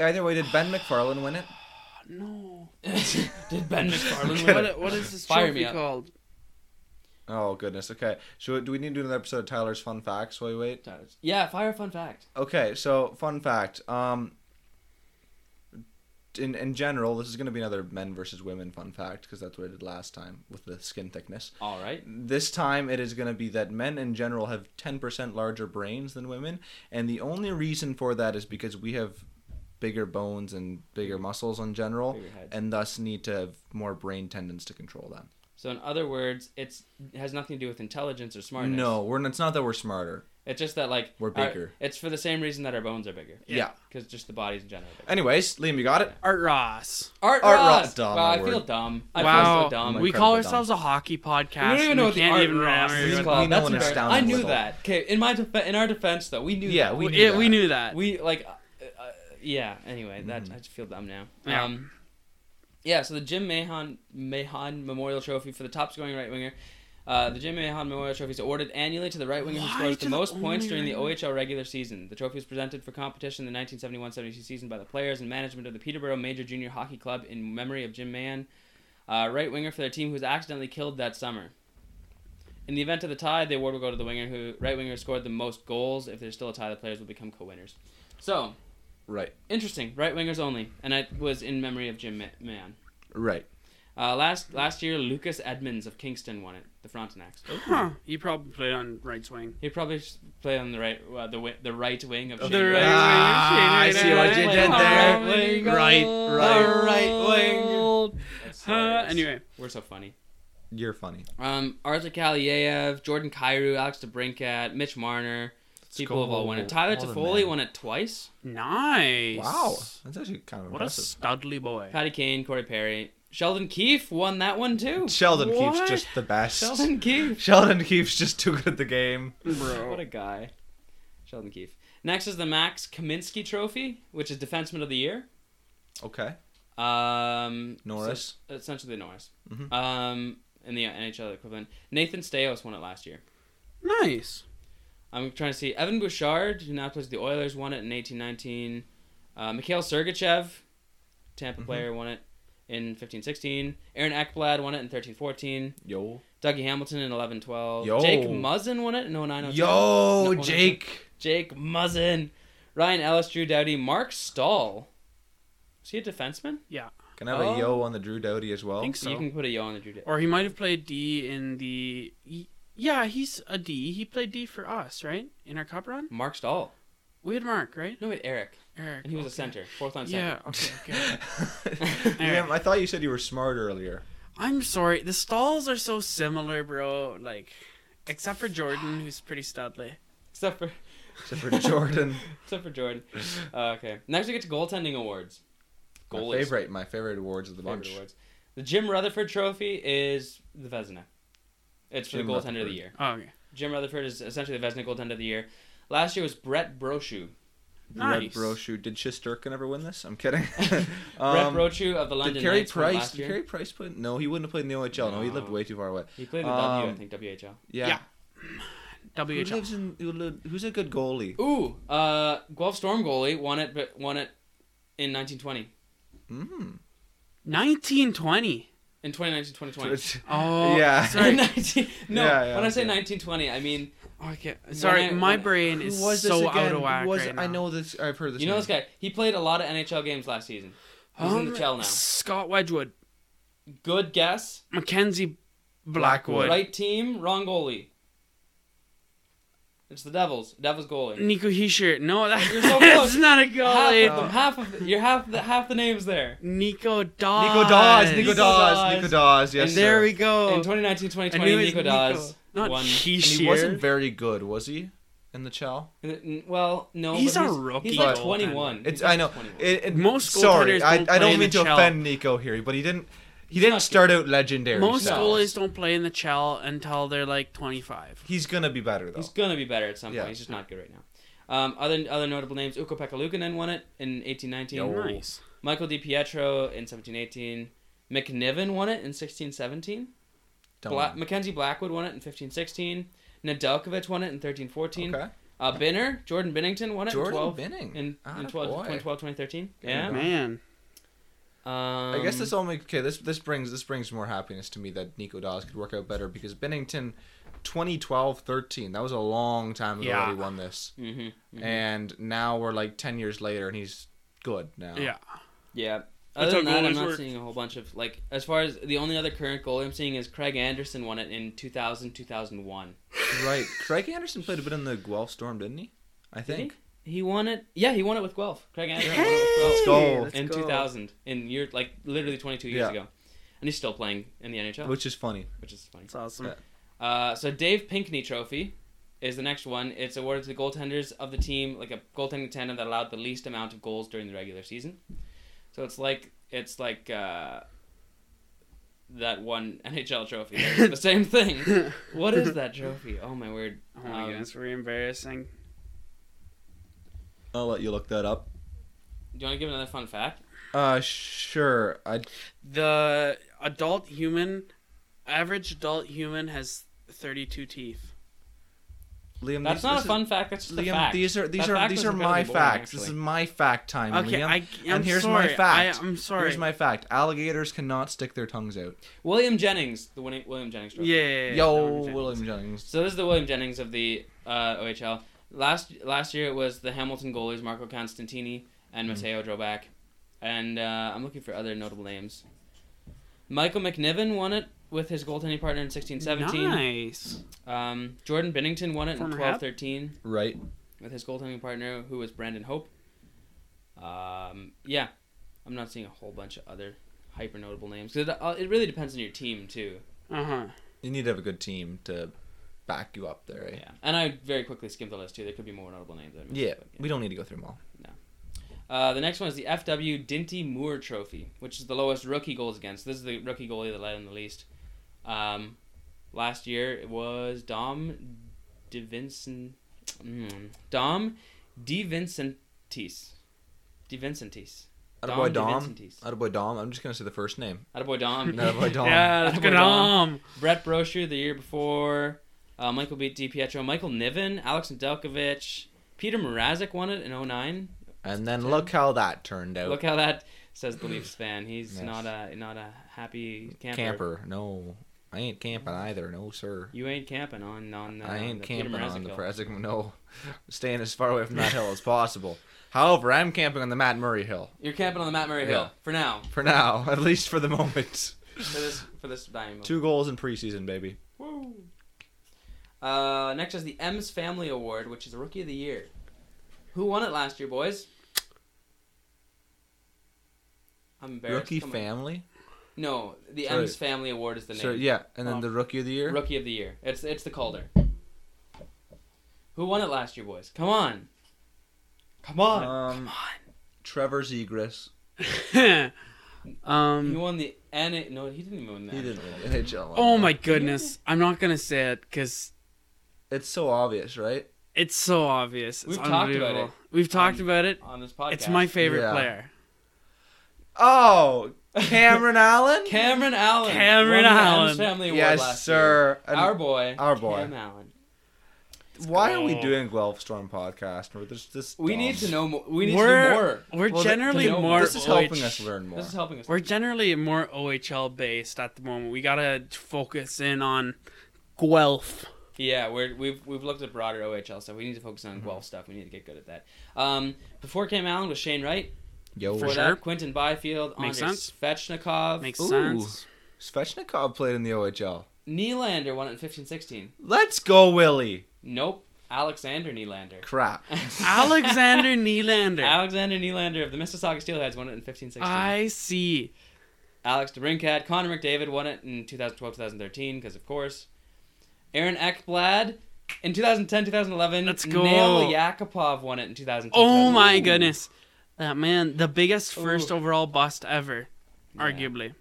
Speaker 1: Either way, did Ben McFarlane win it?
Speaker 6: Uh, No.
Speaker 2: *laughs* Did Ben McFarlane win? it?
Speaker 6: What, what is this
Speaker 2: Fire me
Speaker 6: trophy
Speaker 2: up.
Speaker 6: called?
Speaker 1: Oh goodness. Okay. So do we need to do another episode of Tyler's fun facts while we wait?
Speaker 2: Yeah, fire fun fact.
Speaker 1: Okay, so fun fact. Um, in, in general, this is going to be another men versus women fun fact because that's what I did last time with the skin thickness.
Speaker 2: All right.
Speaker 1: This time it is going to be that men in general have 10% larger brains than women, and the only reason for that is because we have bigger bones and bigger muscles in general,
Speaker 2: Bigger heads.
Speaker 1: and thus need to have more brain tendons to control them.
Speaker 2: So in other words, it's it has nothing to do with intelligence or smartness.
Speaker 1: No, we're it's not that we're smarter.
Speaker 2: It's just that like
Speaker 1: We're
Speaker 2: our-
Speaker 1: bigger.
Speaker 2: it's for the same reason that our bones are bigger.
Speaker 1: Yeah.
Speaker 2: Because just the bodies in general. Are bigger.
Speaker 1: Anyways, Liam, you got it.
Speaker 6: Art Ross.
Speaker 2: Art,
Speaker 1: Art
Speaker 2: Ross.
Speaker 1: Ross, dumb,
Speaker 2: wow, I
Speaker 1: my
Speaker 2: feel
Speaker 1: word.
Speaker 2: dumb. I feel
Speaker 6: wow,
Speaker 2: so dumb.
Speaker 6: we
Speaker 1: Incredibly
Speaker 6: call
Speaker 1: dumb.
Speaker 6: ourselves a hockey podcast.
Speaker 2: We don't even
Speaker 6: and
Speaker 2: know
Speaker 6: we
Speaker 2: what the
Speaker 6: can't
Speaker 2: art
Speaker 6: even
Speaker 2: Ross
Speaker 6: remember.
Speaker 2: is
Speaker 1: We-
Speaker 2: called.
Speaker 1: we know
Speaker 2: That's
Speaker 1: an
Speaker 2: embarrassing.
Speaker 1: astounding
Speaker 2: I knew
Speaker 1: little.
Speaker 2: that. Okay, in my def- in our defense though, we knew.
Speaker 1: Yeah,
Speaker 2: that.
Speaker 1: we
Speaker 6: We-
Speaker 1: knew
Speaker 6: we
Speaker 1: that.
Speaker 6: knew that.
Speaker 2: we like, uh, uh, yeah. Anyway, that I just feel dumb now.
Speaker 6: Yeah.
Speaker 2: Um, yeah. So the Jim Mahon Mahon Memorial Trophy for the top scoring right winger. Uh, the Jim Mahon Memorial Trophy is awarded annually to the right winger who
Speaker 6: Why
Speaker 2: scores
Speaker 6: to
Speaker 2: the
Speaker 6: the
Speaker 2: most points
Speaker 6: only
Speaker 2: during the
Speaker 6: right winger?
Speaker 2: OHL regular season. The trophy was presented for competition in the 1971-72 season by the players and management of the Peterborough Major Junior Hockey Club in memory of Jim Mahon, uh, right winger for their team who was accidentally killed that summer. In the event of the tie, the award will go to the winger who right winger who scored the most goals. If there's still a tie, the players will become co-winners. So
Speaker 1: Right,
Speaker 2: interesting, right wingers only, and it was in memory of Jim Ma- Mann.
Speaker 1: right.
Speaker 2: Uh, last last year, Lucas Edmonds of Kingston won it, the Frontenacs.
Speaker 6: Huh. You probably played on right swing.
Speaker 2: He probably s- played on the right uh, the wi- the right wing of
Speaker 6: The
Speaker 2: Shane
Speaker 6: right
Speaker 2: Wright.
Speaker 1: Ah,
Speaker 6: wing.
Speaker 1: I see what you did there.
Speaker 6: Right,
Speaker 1: right.
Speaker 6: right wing. *laughs*
Speaker 2: That's
Speaker 6: Uh,
Speaker 2: hilarious.
Speaker 6: anyway,
Speaker 2: we're so funny.
Speaker 1: You're funny.
Speaker 2: Um, Arthur Kaliev, Jordan Cairo, Alex DeBrincat, Mitch Marner. People have all won it.
Speaker 1: go.
Speaker 2: Tyler
Speaker 1: All the
Speaker 2: Toffoli
Speaker 1: men.
Speaker 2: won it twice.
Speaker 6: nice.
Speaker 1: Wow, that's actually kind of
Speaker 6: What a
Speaker 1: impressive.
Speaker 6: studly boy.
Speaker 2: Patty Kane, Corey Perry, Sheldon Keefe won that one
Speaker 1: *laughs*
Speaker 2: too.
Speaker 1: Sheldon
Speaker 6: What?
Speaker 1: Keefe's just the best.
Speaker 2: Sheldon
Speaker 1: *laughs*
Speaker 2: Keefe.
Speaker 1: Sheldon Keefe's just too good at the game.
Speaker 2: What a guy. Sheldon Keefe. Next is the Max Kaminsky Trophy, which is Defenseman of the Year.
Speaker 1: Okay.
Speaker 2: Um,
Speaker 1: Norris. Mm-hmm.
Speaker 2: so- essentially Norris. Um, in the NHL equivalent. Nathan Steos won it last year.
Speaker 6: Nice.
Speaker 2: I'm trying to see. Evan Bouchard, who now plays for the Oilers, won it in 1819. Uh, Mikhail Sergachev, Tampa
Speaker 1: Mm-hmm.
Speaker 2: player, won it in 1516. Aaron Ekblad won it in 1314.
Speaker 1: Yo.
Speaker 2: Dougie Hamilton in 1112.
Speaker 1: Yo.
Speaker 2: Jake Muzzin won it in 0902.
Speaker 1: Yo,
Speaker 2: No, hold on.
Speaker 1: Jake.
Speaker 2: Jake Muzzin, Ryan Ellis, Drew Doughty, Mark Stahl. Is he a defenseman?
Speaker 6: Yeah.
Speaker 1: Can I have
Speaker 2: Oh.
Speaker 1: a yo on the Drew Doughty as well? *laughs*
Speaker 6: Think so.
Speaker 2: You can put a yo on the Drew Doughty.
Speaker 6: Or he might have played D in the. he- Yeah, he's a D. He played D for us, right? In our cup run?
Speaker 2: Mark Stahl.
Speaker 6: We had Mark, right?
Speaker 2: No, wait, Eric.
Speaker 6: Eric.
Speaker 2: And he was
Speaker 6: okay.
Speaker 2: a center, fourth line
Speaker 6: Yeah,
Speaker 2: center.
Speaker 6: okay,
Speaker 2: *laughs*
Speaker 1: *laughs*
Speaker 6: okay.
Speaker 1: Liam, I thought you said you were smart earlier.
Speaker 6: I'm sorry. The stalls are so similar, bro. Like, except for Jordan, who's pretty studly.
Speaker 2: Except for *laughs*
Speaker 1: Except for Jordan.
Speaker 2: except
Speaker 1: *laughs*
Speaker 2: for Jordan. Uh, okay. Next we get to goaltending awards.
Speaker 1: my favorite, my favorite awards of the
Speaker 2: favorite
Speaker 1: bunch.
Speaker 2: awards. The Jim Rutherford Trophy is the Vezina. It's for
Speaker 1: Jim
Speaker 2: the goaltender of
Speaker 1: Rutherford.
Speaker 2: the year.
Speaker 6: Oh, okay.
Speaker 2: Jim Rutherford is essentially the Vezina goaltender of the year. Last year was Brett Brochu.
Speaker 1: Red
Speaker 6: Nice.
Speaker 1: bro shoot. Did Shisterkin ever win this? I'm kidding. *laughs*
Speaker 2: Brett
Speaker 1: Um,
Speaker 2: Brochu of the London
Speaker 1: did Carey
Speaker 2: Knights won
Speaker 1: Price?
Speaker 2: last
Speaker 1: Did
Speaker 2: year.
Speaker 1: Carey Price play? No, he wouldn't have played in the OHL. No, he lived
Speaker 2: No.
Speaker 1: way too far away.
Speaker 2: He played in the W, I
Speaker 1: Um,
Speaker 2: think, WHL.
Speaker 1: Yeah.
Speaker 6: Yeah.
Speaker 1: Who
Speaker 6: WHL.
Speaker 1: lives in? who li- Who's a good goalie?
Speaker 2: Ooh, uh, Guelph Storm goalie won it, but won it in 1920.
Speaker 1: Mm.
Speaker 6: 1920.
Speaker 2: In 2019, *laughs* 2020.
Speaker 6: Oh,
Speaker 1: Yeah. *laughs*
Speaker 6: Sorry.
Speaker 2: 19 no,
Speaker 1: Yeah, yeah,
Speaker 2: when I say
Speaker 1: okay.
Speaker 2: 1920, I mean,
Speaker 6: Okay. Sorry,
Speaker 2: I-
Speaker 6: my
Speaker 2: when I-
Speaker 6: brain
Speaker 1: Who
Speaker 6: is
Speaker 1: was this
Speaker 6: so
Speaker 1: again?
Speaker 6: out of whack.
Speaker 1: Who was-
Speaker 6: right
Speaker 1: I
Speaker 6: now.
Speaker 1: know this. I've heard this.
Speaker 2: you know
Speaker 1: name.
Speaker 2: this guy. He played a lot of NHL games last season. He's in
Speaker 6: Um,
Speaker 2: the Chell now.
Speaker 6: Scott Wedgwood,
Speaker 2: Good guess.
Speaker 6: Mackenzie Blackwood,
Speaker 2: Right team, wrong goalie. It's the Devils. Devils goalie.
Speaker 6: Nico Heischer. No, that, *laughs*
Speaker 2: You're so
Speaker 6: that's
Speaker 2: close.
Speaker 6: not a
Speaker 2: Half
Speaker 6: goalie.
Speaker 2: of them. Half of the, you're half the half the names there.
Speaker 6: Nico Dawes.
Speaker 1: Nico Dawes. Nico
Speaker 2: Nico
Speaker 1: Dawes.
Speaker 2: Dawes.
Speaker 1: Nico Dawes. Yes,
Speaker 2: And
Speaker 1: sir.
Speaker 6: There we go.
Speaker 2: In 2019,
Speaker 6: I knew
Speaker 2: 2020,
Speaker 6: it was
Speaker 2: Nico Dawes
Speaker 6: Not
Speaker 2: won.
Speaker 1: And
Speaker 6: Heischer.
Speaker 1: he wasn't very good, was he? In the chow?
Speaker 2: N- Well, no,
Speaker 6: He's
Speaker 2: but
Speaker 6: a
Speaker 2: he's,
Speaker 6: rookie
Speaker 2: He's like
Speaker 1: goaltender.
Speaker 2: 21.
Speaker 1: It's
Speaker 2: He's like
Speaker 1: I know.
Speaker 2: 21.
Speaker 1: It, it,
Speaker 6: Most
Speaker 1: sorry,
Speaker 6: goaltenders
Speaker 1: I,
Speaker 6: don't
Speaker 1: I
Speaker 6: play
Speaker 1: don't
Speaker 6: in
Speaker 1: mean
Speaker 6: the
Speaker 1: to
Speaker 6: CHL.
Speaker 1: offend Nico here, but he didn't. He didn't
Speaker 2: not
Speaker 1: start out legendary.
Speaker 6: Most
Speaker 1: so.
Speaker 6: goalies don't play in the CHL until they're like 25.
Speaker 1: He's gonna be better though.
Speaker 2: He's gonna be better at some
Speaker 1: Yeah.
Speaker 2: point. He's just not good right now. Um, other other notable names: Uko Pekalukinen won it in 1819.
Speaker 6: Nice.
Speaker 2: Michael Di Pietro in 1718. McNiven won it in 1617.
Speaker 1: Don't-
Speaker 2: Bla- Mackenzie Blackwood won it in 1516. Nedeljkovic won it in 1314.
Speaker 1: Okay.
Speaker 2: Uh, Binner, Jordan Binnington won it
Speaker 1: Jordan
Speaker 2: in 12.
Speaker 1: Binning. Ah,
Speaker 2: In, in
Speaker 1: Attaboy.
Speaker 2: 12, 2012, 2013. Yeah.
Speaker 1: Good
Speaker 6: Man.
Speaker 2: Um,
Speaker 1: I guess this all makes okay. This this brings this brings more happiness to me that Nico Dawes could work out better because Bennington, 2012-13, that was a long time ago
Speaker 6: Yeah.
Speaker 1: that he won this,
Speaker 2: mhm.
Speaker 1: and now we're like ten years later and he's good now.
Speaker 6: Yeah.
Speaker 2: Yeah. Other
Speaker 6: That's
Speaker 2: than
Speaker 6: how
Speaker 2: that, I'm
Speaker 6: goalies
Speaker 2: not
Speaker 6: work.
Speaker 2: seeing a whole bunch of like. As far as the only other current goalie I'm seeing is Craig Anderson won it in 2000 2001.
Speaker 1: *laughs* Right. Craig Anderson played a bit in the Guelph Storm, didn't he? I
Speaker 2: Did
Speaker 1: think.
Speaker 2: he? He won it. Yeah, he won it with Guelph. Craig Anderson won
Speaker 6: Hey!
Speaker 2: it with Guelph.
Speaker 1: Let's go.
Speaker 6: Let's
Speaker 2: in
Speaker 6: go.
Speaker 2: 2000 in year like literally 22 years
Speaker 1: Yeah.
Speaker 2: ago and he's still playing in the nhl which,
Speaker 1: Which is funny.
Speaker 2: is funny
Speaker 6: That's awesome.
Speaker 1: Yeah.
Speaker 2: uh, so dave pinkney trophy is the next one it's awarded to the goaltenders of the team like a goaltending tandem that allowed the least amount of goals during the regular season so it's like it's like uh, that one *laughs* nhl trophy It's the same
Speaker 6: *laughs*
Speaker 2: thing what is that trophy oh my word
Speaker 6: Oh my
Speaker 2: Um,
Speaker 6: goodness, we're embarrassing.
Speaker 1: I'll let you look that up.
Speaker 2: do you want to give another fun fact
Speaker 1: Uh, sure. I
Speaker 6: The adult human, average adult human has 32 teeth.
Speaker 1: Liam.
Speaker 2: that's
Speaker 1: these-
Speaker 2: not
Speaker 1: this
Speaker 2: a
Speaker 1: is-
Speaker 2: fun fact that's just a
Speaker 1: Liam,
Speaker 2: fact.
Speaker 1: these are these
Speaker 2: That
Speaker 1: are
Speaker 2: fact
Speaker 1: these
Speaker 2: was
Speaker 1: are my
Speaker 2: incredibly boring,
Speaker 1: facts. This
Speaker 2: actually.
Speaker 1: is my fact time,
Speaker 6: Okay,
Speaker 1: Liam.
Speaker 6: I, I'm
Speaker 1: and here's
Speaker 6: sorry.
Speaker 1: my fact.
Speaker 6: I, am sorry.
Speaker 1: Here's my fact. Alligators cannot stick their tongues out.
Speaker 2: William Jennings, the winning William Jennings trophy.
Speaker 6: yeah, yeah, yeah,
Speaker 1: Yo,
Speaker 6: no, I'm joking.
Speaker 1: William Jennings.
Speaker 2: So this is the William Jennings of the uh, OHL. Last last year it was the Hamilton goalies Marco Constantini and Matteo Droback, and uh, I'm looking for other notable names. Michael McNiven won it with his goaltending partner in 1617.
Speaker 6: Nice.
Speaker 2: Um, Jordan Bennington won it
Speaker 6: Former
Speaker 2: in
Speaker 6: Hab?
Speaker 2: 1213
Speaker 1: Right.
Speaker 2: with his goaltending partner who was Brandon Hope. Um, yeah, I'm not seeing a whole bunch of other hyper notable names 'Cause it, uh, it really depends on your team too.
Speaker 6: Uh huh.
Speaker 1: You need to have a good team to back you up there. Right?
Speaker 2: Yeah, and I very quickly skimmed the list too. There could be more notable names. that I missed,
Speaker 1: Yeah,
Speaker 2: but
Speaker 1: we don't need to go through them all.
Speaker 2: Uh, the next one is the FW Dinty Moore Trophy, which is the lowest rookie goals against. This is the rookie goalie that led in the least. Um, last year it was Dom DeVincent, mm, Dom DeVincentis, DeVincentis.
Speaker 1: Our boy Dom.
Speaker 2: DeVincentis.
Speaker 1: Our boy Dom. I'm just gonna say the first name. *laughs*
Speaker 2: Attaboy Dom.
Speaker 1: Our boy Dom.
Speaker 6: *laughs* Yeah, that's
Speaker 2: Attaboy
Speaker 6: good.
Speaker 2: Dom.
Speaker 6: Um,
Speaker 2: Brett Brochu the year before. Uh, Michael beat DiPietro. Michael Niven, Alex Nedeljkovic, Peter Mrazek won it in 09.
Speaker 1: And then look how that turned out.
Speaker 2: Look how that says the Leafs fan. He's
Speaker 1: Yes.
Speaker 2: not a not a happy camper.
Speaker 1: camper. No, I ain't camping either. No, sir.
Speaker 2: You ain't camping on on. Uh,
Speaker 1: I ain't
Speaker 2: the
Speaker 1: camping
Speaker 2: Peter Mrazek
Speaker 1: on the
Speaker 2: hill.
Speaker 1: Mrazek. No, *laughs* staying as far away from that hill as possible. However, I'm camping on the Matt Murray Hill
Speaker 2: You're camping on the Matt Murray
Speaker 1: Yeah.
Speaker 2: Hill for now.
Speaker 1: for now, *laughs* at least for the moment.
Speaker 2: For this for this dying moment.
Speaker 1: Two goals in preseason, baby.
Speaker 2: Woo. Uh, next is the M's Family Award, which is Rookie of the Year. Who won it last year, boys? I'm embarrassed.
Speaker 1: Rookie
Speaker 2: Come on.
Speaker 1: family.
Speaker 2: No, the
Speaker 1: Sorry.
Speaker 2: M's Family Award is the name.
Speaker 1: So yeah, and then
Speaker 6: Um,
Speaker 1: the rookie of the year.
Speaker 2: Rookie of the Year. It's it's the Calder. Who won it last year, boys? Come on. Come on.
Speaker 1: Um, Trevor Zegras.
Speaker 2: He
Speaker 6: *laughs* um.
Speaker 2: won the N. No, he didn't even win that.
Speaker 1: Hmm. He didn't win the NHL. one,
Speaker 6: Oh
Speaker 1: though.
Speaker 6: my goodness. I'm not gonna say it because
Speaker 1: It's so obvious, right?
Speaker 6: it's so obvious. It's
Speaker 2: We've talked about
Speaker 6: unbelievable.
Speaker 2: it.
Speaker 6: We've talked
Speaker 2: Um,
Speaker 6: about it.
Speaker 2: on this podcast.
Speaker 6: It's my favorite
Speaker 1: Yeah.
Speaker 6: player.
Speaker 2: *laughs*
Speaker 1: Oh, Cameron Allen.
Speaker 2: Cameron Allen.
Speaker 6: Cameron
Speaker 2: won the
Speaker 6: Allen.
Speaker 2: Adams Family Award
Speaker 1: yes,
Speaker 2: last
Speaker 1: sir.
Speaker 2: year.
Speaker 1: And
Speaker 2: Our boy.
Speaker 1: Our boy.
Speaker 2: Cam Allen.
Speaker 1: Why are we
Speaker 6: go.
Speaker 1: doing Guelph Storm podcast? We're just this
Speaker 2: We
Speaker 1: dumb.
Speaker 2: need to know more. We need to
Speaker 6: We're
Speaker 2: know more.
Speaker 6: we're
Speaker 1: Well, th-
Speaker 6: generally
Speaker 1: th-
Speaker 6: more.
Speaker 1: This is helping
Speaker 6: OH
Speaker 1: us learn more.
Speaker 2: This is helping us.
Speaker 6: We're generally more OHL based at the moment. We gotta focus in on Guelph.
Speaker 2: yeah, we're, we've we've looked at broader OHL stuff. We need to focus
Speaker 6: Mm-hmm.
Speaker 2: on Guelph stuff. We need to get good at that. Um, before Cam Allen was Shane Wright.
Speaker 1: Yo,
Speaker 2: Before
Speaker 6: sure.
Speaker 2: that, Quentin Byfield,
Speaker 6: Makes
Speaker 2: Andrei
Speaker 6: sense.
Speaker 2: Svechnikov,
Speaker 6: Makes
Speaker 1: Ooh.
Speaker 6: sense.
Speaker 1: Svechnikov played in the OHL.
Speaker 2: Nylander won it in fifteen sixteen.
Speaker 1: Let's go, Willie.
Speaker 2: Nope. Alexander Nylander.
Speaker 6: *laughs*
Speaker 1: Crap.
Speaker 6: Alexander Nylander.
Speaker 2: Alexander Nylander of the Mississauga Steelheads won it in fifteen sixteen.
Speaker 6: I see.
Speaker 2: Alex DeBrincat, Connor McDavid won it in 2012-2013 because of course. Aaron Ekblad in 2010-2011.
Speaker 6: Let's go.
Speaker 2: Nail Yakupov won it in 2010.
Speaker 6: Oh my goodness. That man, the biggest first
Speaker 2: Ooh.
Speaker 6: overall bust ever, arguably.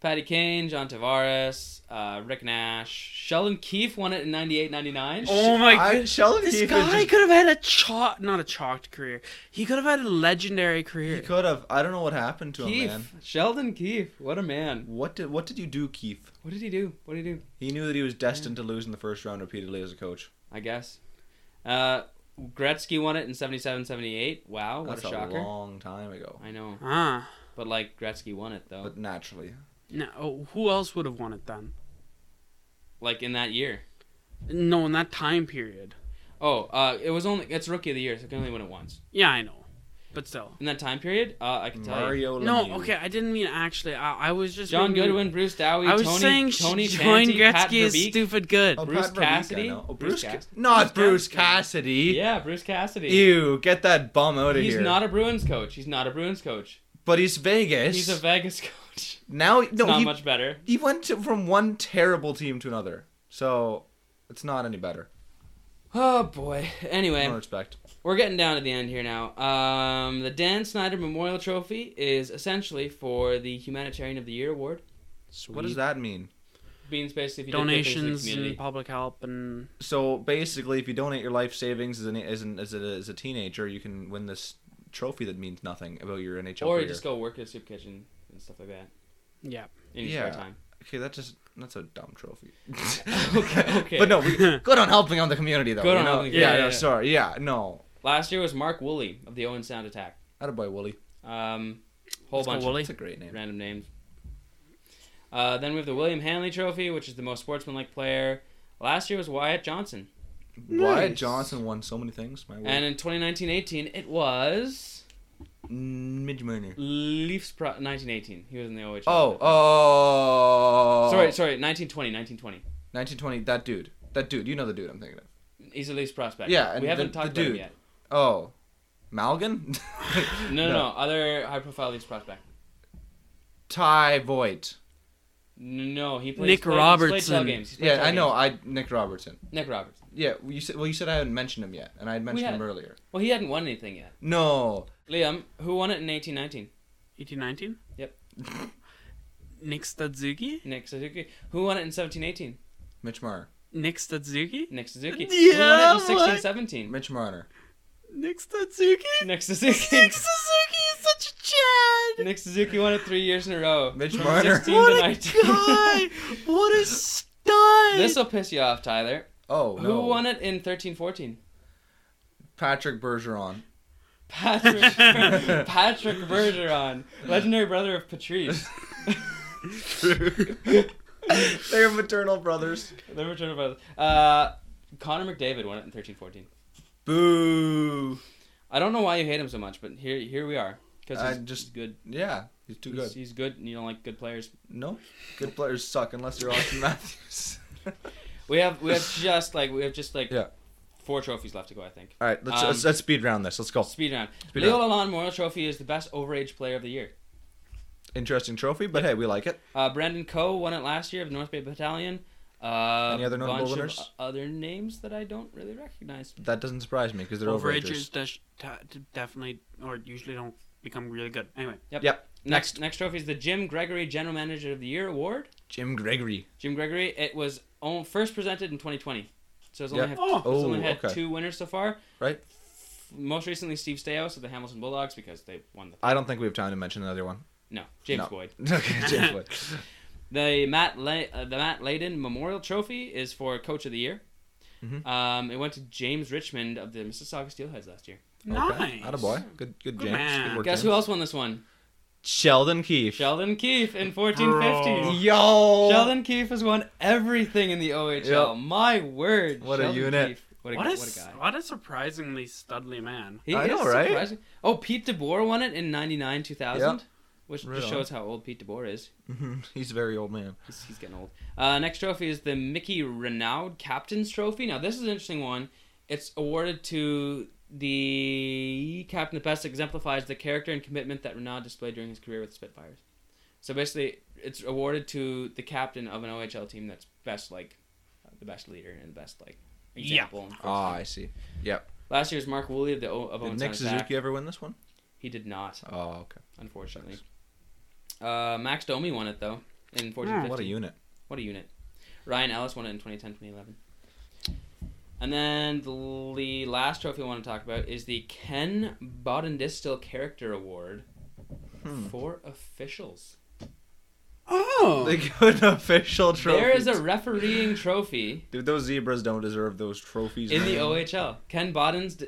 Speaker 2: Patty Kane, John Tavares, uh, Rick Nash, Sheldon Keefe won it in 98-99.
Speaker 6: Oh my
Speaker 1: I,
Speaker 6: goodness.
Speaker 1: Sheldon
Speaker 6: This
Speaker 1: Keefe
Speaker 6: guy
Speaker 1: is just,
Speaker 6: could have had a chalk, not a chalked career. He could have had a legendary
Speaker 1: he
Speaker 6: career.
Speaker 1: could have. I don't know what happened to him,
Speaker 2: Keefe,
Speaker 1: man.
Speaker 2: Sheldon Keefe, what a man!
Speaker 1: What did what did you do, Keith?
Speaker 2: What did he do? What did he do?
Speaker 1: He knew that he was destined to lose in the first round repeatedly as a coach.
Speaker 2: I guess. Uh, Gretzky won it in 77-78. Wow, what
Speaker 1: That's
Speaker 2: a
Speaker 1: a,
Speaker 2: shocker!
Speaker 1: long time ago.
Speaker 2: I know,
Speaker 6: Ah.
Speaker 2: but like Gretzky won it though,
Speaker 1: But naturally,
Speaker 6: No, oh, who else would have won it then?
Speaker 2: like in that year.
Speaker 6: No, in that time period.
Speaker 2: Oh, uh, it was only it's rookie of the year, so it can only win it once.
Speaker 6: Yeah, I know. but still.
Speaker 2: in that time period. Uh, I can tell you.
Speaker 1: Mario
Speaker 6: No,
Speaker 1: Lemieux.
Speaker 6: okay, I didn't mean actually. I, I was just
Speaker 2: John
Speaker 6: meaning-
Speaker 2: Goodwin, Bruce Dowie,
Speaker 6: I was
Speaker 2: Tony,
Speaker 6: saying
Speaker 2: Tony
Speaker 6: John
Speaker 2: Fanti, Pat
Speaker 6: Gretzky is
Speaker 2: Verbeek.
Speaker 6: stupid good.
Speaker 1: Oh,
Speaker 2: Bruce
Speaker 1: Pat Verbeek, I
Speaker 2: Cassidy?
Speaker 1: know. Oh,
Speaker 2: Bruce
Speaker 1: Bruce, Ca-
Speaker 2: Cas-
Speaker 1: not
Speaker 2: Bruce
Speaker 1: Bruce Cassidy.
Speaker 2: Yeah, Bruce Cassidy.
Speaker 1: Ew, get that bum out of
Speaker 2: He's
Speaker 1: here.
Speaker 2: not a Bruins coach. He's not a Bruins coach.
Speaker 1: but he's Vegas.
Speaker 2: He's a Vegas *laughs* coach.
Speaker 1: now no,
Speaker 2: Not
Speaker 1: he,
Speaker 2: much better.
Speaker 1: he went to, from one terrible team to another. So it's not any better.
Speaker 2: Oh boy. Anyway,
Speaker 1: No respect.
Speaker 2: we're getting down to the end here now. Um, the Dan Snyder Memorial Trophy is essentially for the Humanitarian of the Year award.
Speaker 1: What does that mean?
Speaker 2: Means basically if you did good things
Speaker 6: Donations
Speaker 2: in the
Speaker 6: and
Speaker 2: community.
Speaker 6: public help and
Speaker 1: So basically, if you donate your life savings as an as an, as a, as a teenager, you can win this trophy that means nothing about your NHL
Speaker 2: Or
Speaker 1: career.
Speaker 2: you just go work at a soup kitchen and stuff like that
Speaker 6: yeah.
Speaker 2: in your
Speaker 1: Yeah.
Speaker 2: spare time.
Speaker 1: okay, that just that's a dumb trophy. *laughs*
Speaker 2: Okay. okay.
Speaker 1: But no,
Speaker 2: *laughs*
Speaker 1: we, good on helping on the community though.
Speaker 2: Good
Speaker 1: you
Speaker 2: on
Speaker 1: know?
Speaker 2: helping the
Speaker 1: Yeah,
Speaker 2: community,
Speaker 1: no,
Speaker 2: yeah.
Speaker 1: sorry. Yeah, no.
Speaker 2: Last year was Mark Woolley of the Owen Sound Attack.
Speaker 1: Attaboy Wooly.
Speaker 2: Um, whole
Speaker 6: Let's go
Speaker 2: bunch
Speaker 6: Woolley.
Speaker 2: of
Speaker 1: That's a great name.
Speaker 2: random names. Uh, then we have the William Hanley Trophy, which is the most sportsmanlike player. Last year was Wyatt Johnson.
Speaker 1: Wyatt Johnson won so many things. My word.
Speaker 2: And in 2019-18, it was
Speaker 1: Mm, Midge Marner.
Speaker 2: Leafs Pro 1918. He was in the OHL.
Speaker 1: Oh, oh.
Speaker 2: Sorry, sorry, 1920, 1920.
Speaker 1: 1920. That dude. That dude. You know the dude I'm thinking of.
Speaker 2: He's a Leafs prospect.
Speaker 1: Yeah, and
Speaker 2: we haven't
Speaker 1: the-
Speaker 2: talked
Speaker 1: the
Speaker 2: about him
Speaker 1: dude.
Speaker 2: yet.
Speaker 1: Oh, Malgin. *laughs*
Speaker 2: *laughs* No, no, no, other high-profile Leafs prospect.
Speaker 1: Ty Voigt.
Speaker 2: No, he played.
Speaker 6: Nick
Speaker 2: he's played, He's
Speaker 6: Robertson.
Speaker 2: played 12 games. He's played
Speaker 1: Yeah,
Speaker 2: 12
Speaker 1: I know.
Speaker 2: games.
Speaker 1: I Nick Robertson.
Speaker 2: Nick Robertson.
Speaker 1: Yeah, well, you said. Well, you said I hadn't mentioned him yet, and I had mentioned
Speaker 2: had-
Speaker 1: him earlier.
Speaker 2: Well, he hadn't won anything yet.
Speaker 1: No, *laughs*
Speaker 2: Liam, who won it in 1819?
Speaker 6: 1819?
Speaker 2: Yep.
Speaker 6: Nick Stadzuki?
Speaker 2: Nick Suzuki. Who won it in 1718?
Speaker 1: Mitch Marner.
Speaker 6: Nick Stadzuki?
Speaker 2: Nick Suzuki. Who
Speaker 6: Yeah,
Speaker 2: won it in
Speaker 6: what?
Speaker 2: 1617?
Speaker 1: Mitch Marner.
Speaker 6: Nick Stadzuki?
Speaker 2: Nick Suzuki.
Speaker 6: Nick Suzuki is such a Chad!
Speaker 2: Nick Suzuki won it three years in a row.
Speaker 1: Mitch
Speaker 2: From
Speaker 1: Marner.
Speaker 2: 16 to
Speaker 6: What a
Speaker 2: 19.
Speaker 6: guy! What a
Speaker 2: *laughs*
Speaker 6: stud!
Speaker 2: this will piss you off, Tyler.
Speaker 1: Oh no.
Speaker 2: Who won it in 1314?
Speaker 1: *laughs* Patrick
Speaker 2: *laughs*
Speaker 1: Bergeron.
Speaker 2: Patrick Patrick Bergeron, legendary brother
Speaker 1: *laughs*
Speaker 2: of Patrice.
Speaker 1: They're maternal brothers.
Speaker 2: the return of brothers. Uh, Connor McDavid won it in 1314.
Speaker 1: Boo.
Speaker 2: I don't know why you hate him so much, but here here we are because
Speaker 1: I
Speaker 2: he's
Speaker 1: just-
Speaker 2: just good.
Speaker 1: Yeah, he's too
Speaker 2: He's,
Speaker 1: good.
Speaker 2: he's good, and you don't like good players.
Speaker 1: No, good players suck unless you're Austin Matthews. *laughs*
Speaker 2: We have we have just like we have just like
Speaker 1: Yeah.
Speaker 2: four trophies left to go. I think.
Speaker 1: All right, let's,
Speaker 2: Um,
Speaker 1: let's let's speed round this. Let's go.
Speaker 2: Speed round.
Speaker 1: Speed
Speaker 2: Leo
Speaker 1: round.
Speaker 2: Lalonde Memorial Trophy is the best overage player of the year.
Speaker 1: Interesting trophy, but hey, we like it.
Speaker 2: Uh, Brandon Coe won it last year of North Bay Battalion. Uh,
Speaker 1: Any other notable
Speaker 2: bunch
Speaker 1: winners?
Speaker 2: Of o- other names that I don't really recognize.
Speaker 1: That doesn't surprise me because they're overagers.
Speaker 6: Overagers des- ta- t- definitely or usually don't become really good. Anyway,
Speaker 2: Yep.
Speaker 1: Yep.
Speaker 2: Next, next trophy is the Jim Gregory General Manager of the Year award.
Speaker 1: Jim Gregory.
Speaker 2: Jim Gregory. It was on, first presented in 2020, so it's only
Speaker 1: Yeah.
Speaker 2: had
Speaker 6: Oh.
Speaker 2: it's only
Speaker 1: Oh,
Speaker 2: had
Speaker 1: okay.
Speaker 2: two winners so far.
Speaker 1: Right.
Speaker 2: Most recently, Steve Stais of the Hamilton Bulldogs because they won the
Speaker 1: I don't think we have time to mention another one. *laughs*
Speaker 2: no James
Speaker 1: No.
Speaker 2: Boyd.
Speaker 1: okay, James Boyd.
Speaker 2: The Matt La- uh, the Matt Layden Memorial Trophy is for Coach of the Year.
Speaker 1: Mm-hmm.
Speaker 2: Um, it went to James Richmond of the Mississauga Steelheads last year.
Speaker 6: nice.
Speaker 1: Not a boy. Good, good, James.
Speaker 6: man.
Speaker 1: Good work,
Speaker 2: Guess
Speaker 1: James.
Speaker 2: who else won this one?
Speaker 1: Sheldon Keefe.
Speaker 2: Sheldon Keefe in 1450.
Speaker 1: Yo.
Speaker 2: Sheldon Keefe has won everything in the OHL.
Speaker 1: Yep.
Speaker 2: My word.
Speaker 1: What a
Speaker 2: Sheldon
Speaker 1: unit.
Speaker 2: Keefe. What a,
Speaker 6: What
Speaker 2: what
Speaker 6: a,
Speaker 2: a
Speaker 6: s-
Speaker 2: guy.
Speaker 6: what a surprisingly studly man.
Speaker 2: He
Speaker 1: I
Speaker 2: is
Speaker 1: know, right?
Speaker 2: surprising. Oh, Pete DeBoer won it in 99 2000,
Speaker 1: Yep.
Speaker 2: which
Speaker 1: Right
Speaker 2: just
Speaker 1: on.
Speaker 2: shows how old Pete DeBoer is.
Speaker 1: *laughs* He's a very old man.
Speaker 2: He's, he's getting old. Uh, next trophy is the Mickey Renaud Captain's Trophy. Now, this is an interesting one. It's awarded to the captain that best exemplifies the character and commitment that Renaud displayed during his career with the Spitfires. So basically, it's awarded to the captain of an OHL team that's best like uh, the best leader and best like example. and
Speaker 1: Ah,
Speaker 2: first-
Speaker 1: I see. Yep.
Speaker 2: Last year's Mark Woolley of the o- of
Speaker 1: Did
Speaker 2: Owen
Speaker 1: Nick
Speaker 2: Sound Attack.
Speaker 1: Suzuki ever win this one?
Speaker 2: He did not
Speaker 1: Oh, okay.
Speaker 2: unfortunately. Uh, Max Domi won it though in 14
Speaker 1: What a
Speaker 2: 15.
Speaker 1: unit.
Speaker 2: What a unit. Ryan Ellis won it in 2010 2011. And then the l- the last trophy I want to talk about is the Ken Bodendistel Character Award for officials.
Speaker 6: Oh,
Speaker 1: *laughs* The good official trophy.
Speaker 2: There is a refereeing trophy
Speaker 1: Dude, those zebras don't deserve those trophies.
Speaker 2: in the
Speaker 1: man.
Speaker 2: OHL. Ken Bodens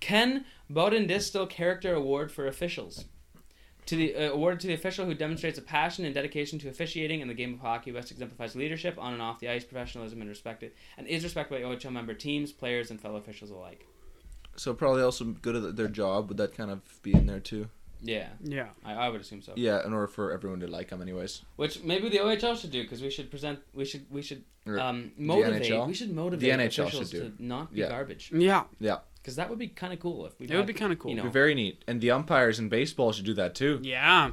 Speaker 2: Ken Bodendistel Character Award for officials. To the uh, award to the official who demonstrates a passion and dedication to officiating in the game of hockey, best exemplifies leadership on and off the ice, professionalism, and respected and is respected by OHL member teams, players, and fellow officials alike.
Speaker 1: So probably also good at their job. Would that kind of be in there too?
Speaker 2: Yeah,
Speaker 6: Yeah.
Speaker 2: I, I would assume so.
Speaker 1: Yeah, in order for everyone to like him, anyways.
Speaker 2: Which maybe the OHL should do because we should present. We should we should
Speaker 1: Or
Speaker 2: um, motivate.
Speaker 1: NHL?
Speaker 2: We should motivate
Speaker 1: The NHL
Speaker 2: officials
Speaker 1: should do it.
Speaker 2: to not be
Speaker 1: Yeah.
Speaker 2: garbage
Speaker 6: Yeah.
Speaker 1: Yeah,
Speaker 2: because that would be kind of cool if we.
Speaker 6: It would be kinda cool.
Speaker 2: You know,
Speaker 1: Be very neat. And the umpires in baseball should do that too. Hmm,
Speaker 6: Yeah.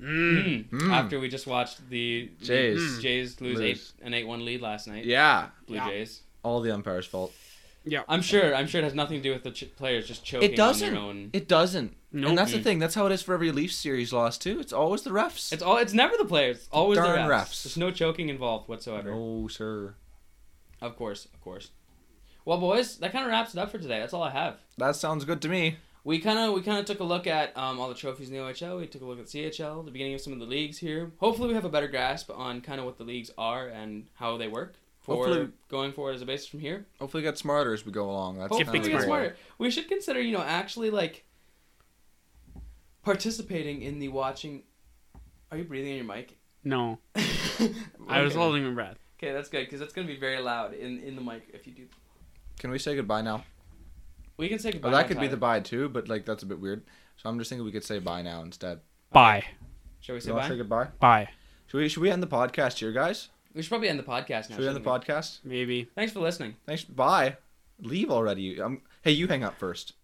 Speaker 2: Mm. after we just watched the the
Speaker 1: Jays.
Speaker 2: Jays lose,
Speaker 1: Lose.
Speaker 2: eight an eight one lead last night.
Speaker 1: Yeah,
Speaker 2: Blue
Speaker 6: Yeah.
Speaker 2: Jays.
Speaker 1: all the umpires' fault.
Speaker 6: Yeah.
Speaker 2: I'm sure. I'm sure it has nothing to do with the ch- players just choking
Speaker 1: It doesn't.
Speaker 2: on their own.
Speaker 1: It doesn't.
Speaker 6: Nope.
Speaker 1: And that's the thing. That's how it is for every Leafs series loss too. It's always the refs.
Speaker 2: It's all. It's never the players. It's always the
Speaker 1: Darn
Speaker 2: refs.
Speaker 1: refs.
Speaker 2: There's no choking involved whatsoever.
Speaker 1: no, sir.
Speaker 2: Of course, of course. Well, boys, that kind of wraps it up for today. That's all I have.
Speaker 1: That sounds good to me.
Speaker 2: We kind of we kind of took a look at um, all the trophies in the OHL. We took a look at CHL, the beginning of some of the leagues here. Hopefully, we have a better grasp on kind of what the leagues are and how they work for
Speaker 1: Hopefully-
Speaker 2: going forward as a basis from here.
Speaker 1: Hopefully, we get smarter as we go along. That's
Speaker 2: Hopefully,
Speaker 1: kinda
Speaker 2: we
Speaker 1: the
Speaker 2: get
Speaker 1: goal.
Speaker 2: smarter. We should consider, you know, actually like participating in the watching. Are you breathing in your mic?
Speaker 6: No. I was
Speaker 2: Okay.
Speaker 6: holding my breath.
Speaker 2: Okay, that's good because that's gonna be very loud in in the mic if you do.
Speaker 1: Can we say goodbye now?
Speaker 2: We can say goodbye.
Speaker 1: Or Oh, that
Speaker 2: now,
Speaker 1: could be the bye
Speaker 2: Tyler.
Speaker 1: too, but like that's a bit weird. So I'm just thinking we could say bye now instead.
Speaker 6: Bye.
Speaker 2: Shall we say
Speaker 1: You want
Speaker 2: bye?
Speaker 1: to say goodbye?
Speaker 6: Bye.
Speaker 1: Should we should we end the podcast here, guys?
Speaker 2: We should probably end the podcast now.
Speaker 1: Should we end the
Speaker 2: shouldn't we?
Speaker 1: podcast?
Speaker 6: Maybe.
Speaker 2: Thanks for listening.
Speaker 1: Thanks. Bye. Leave already. i Um, hey, you hang up first.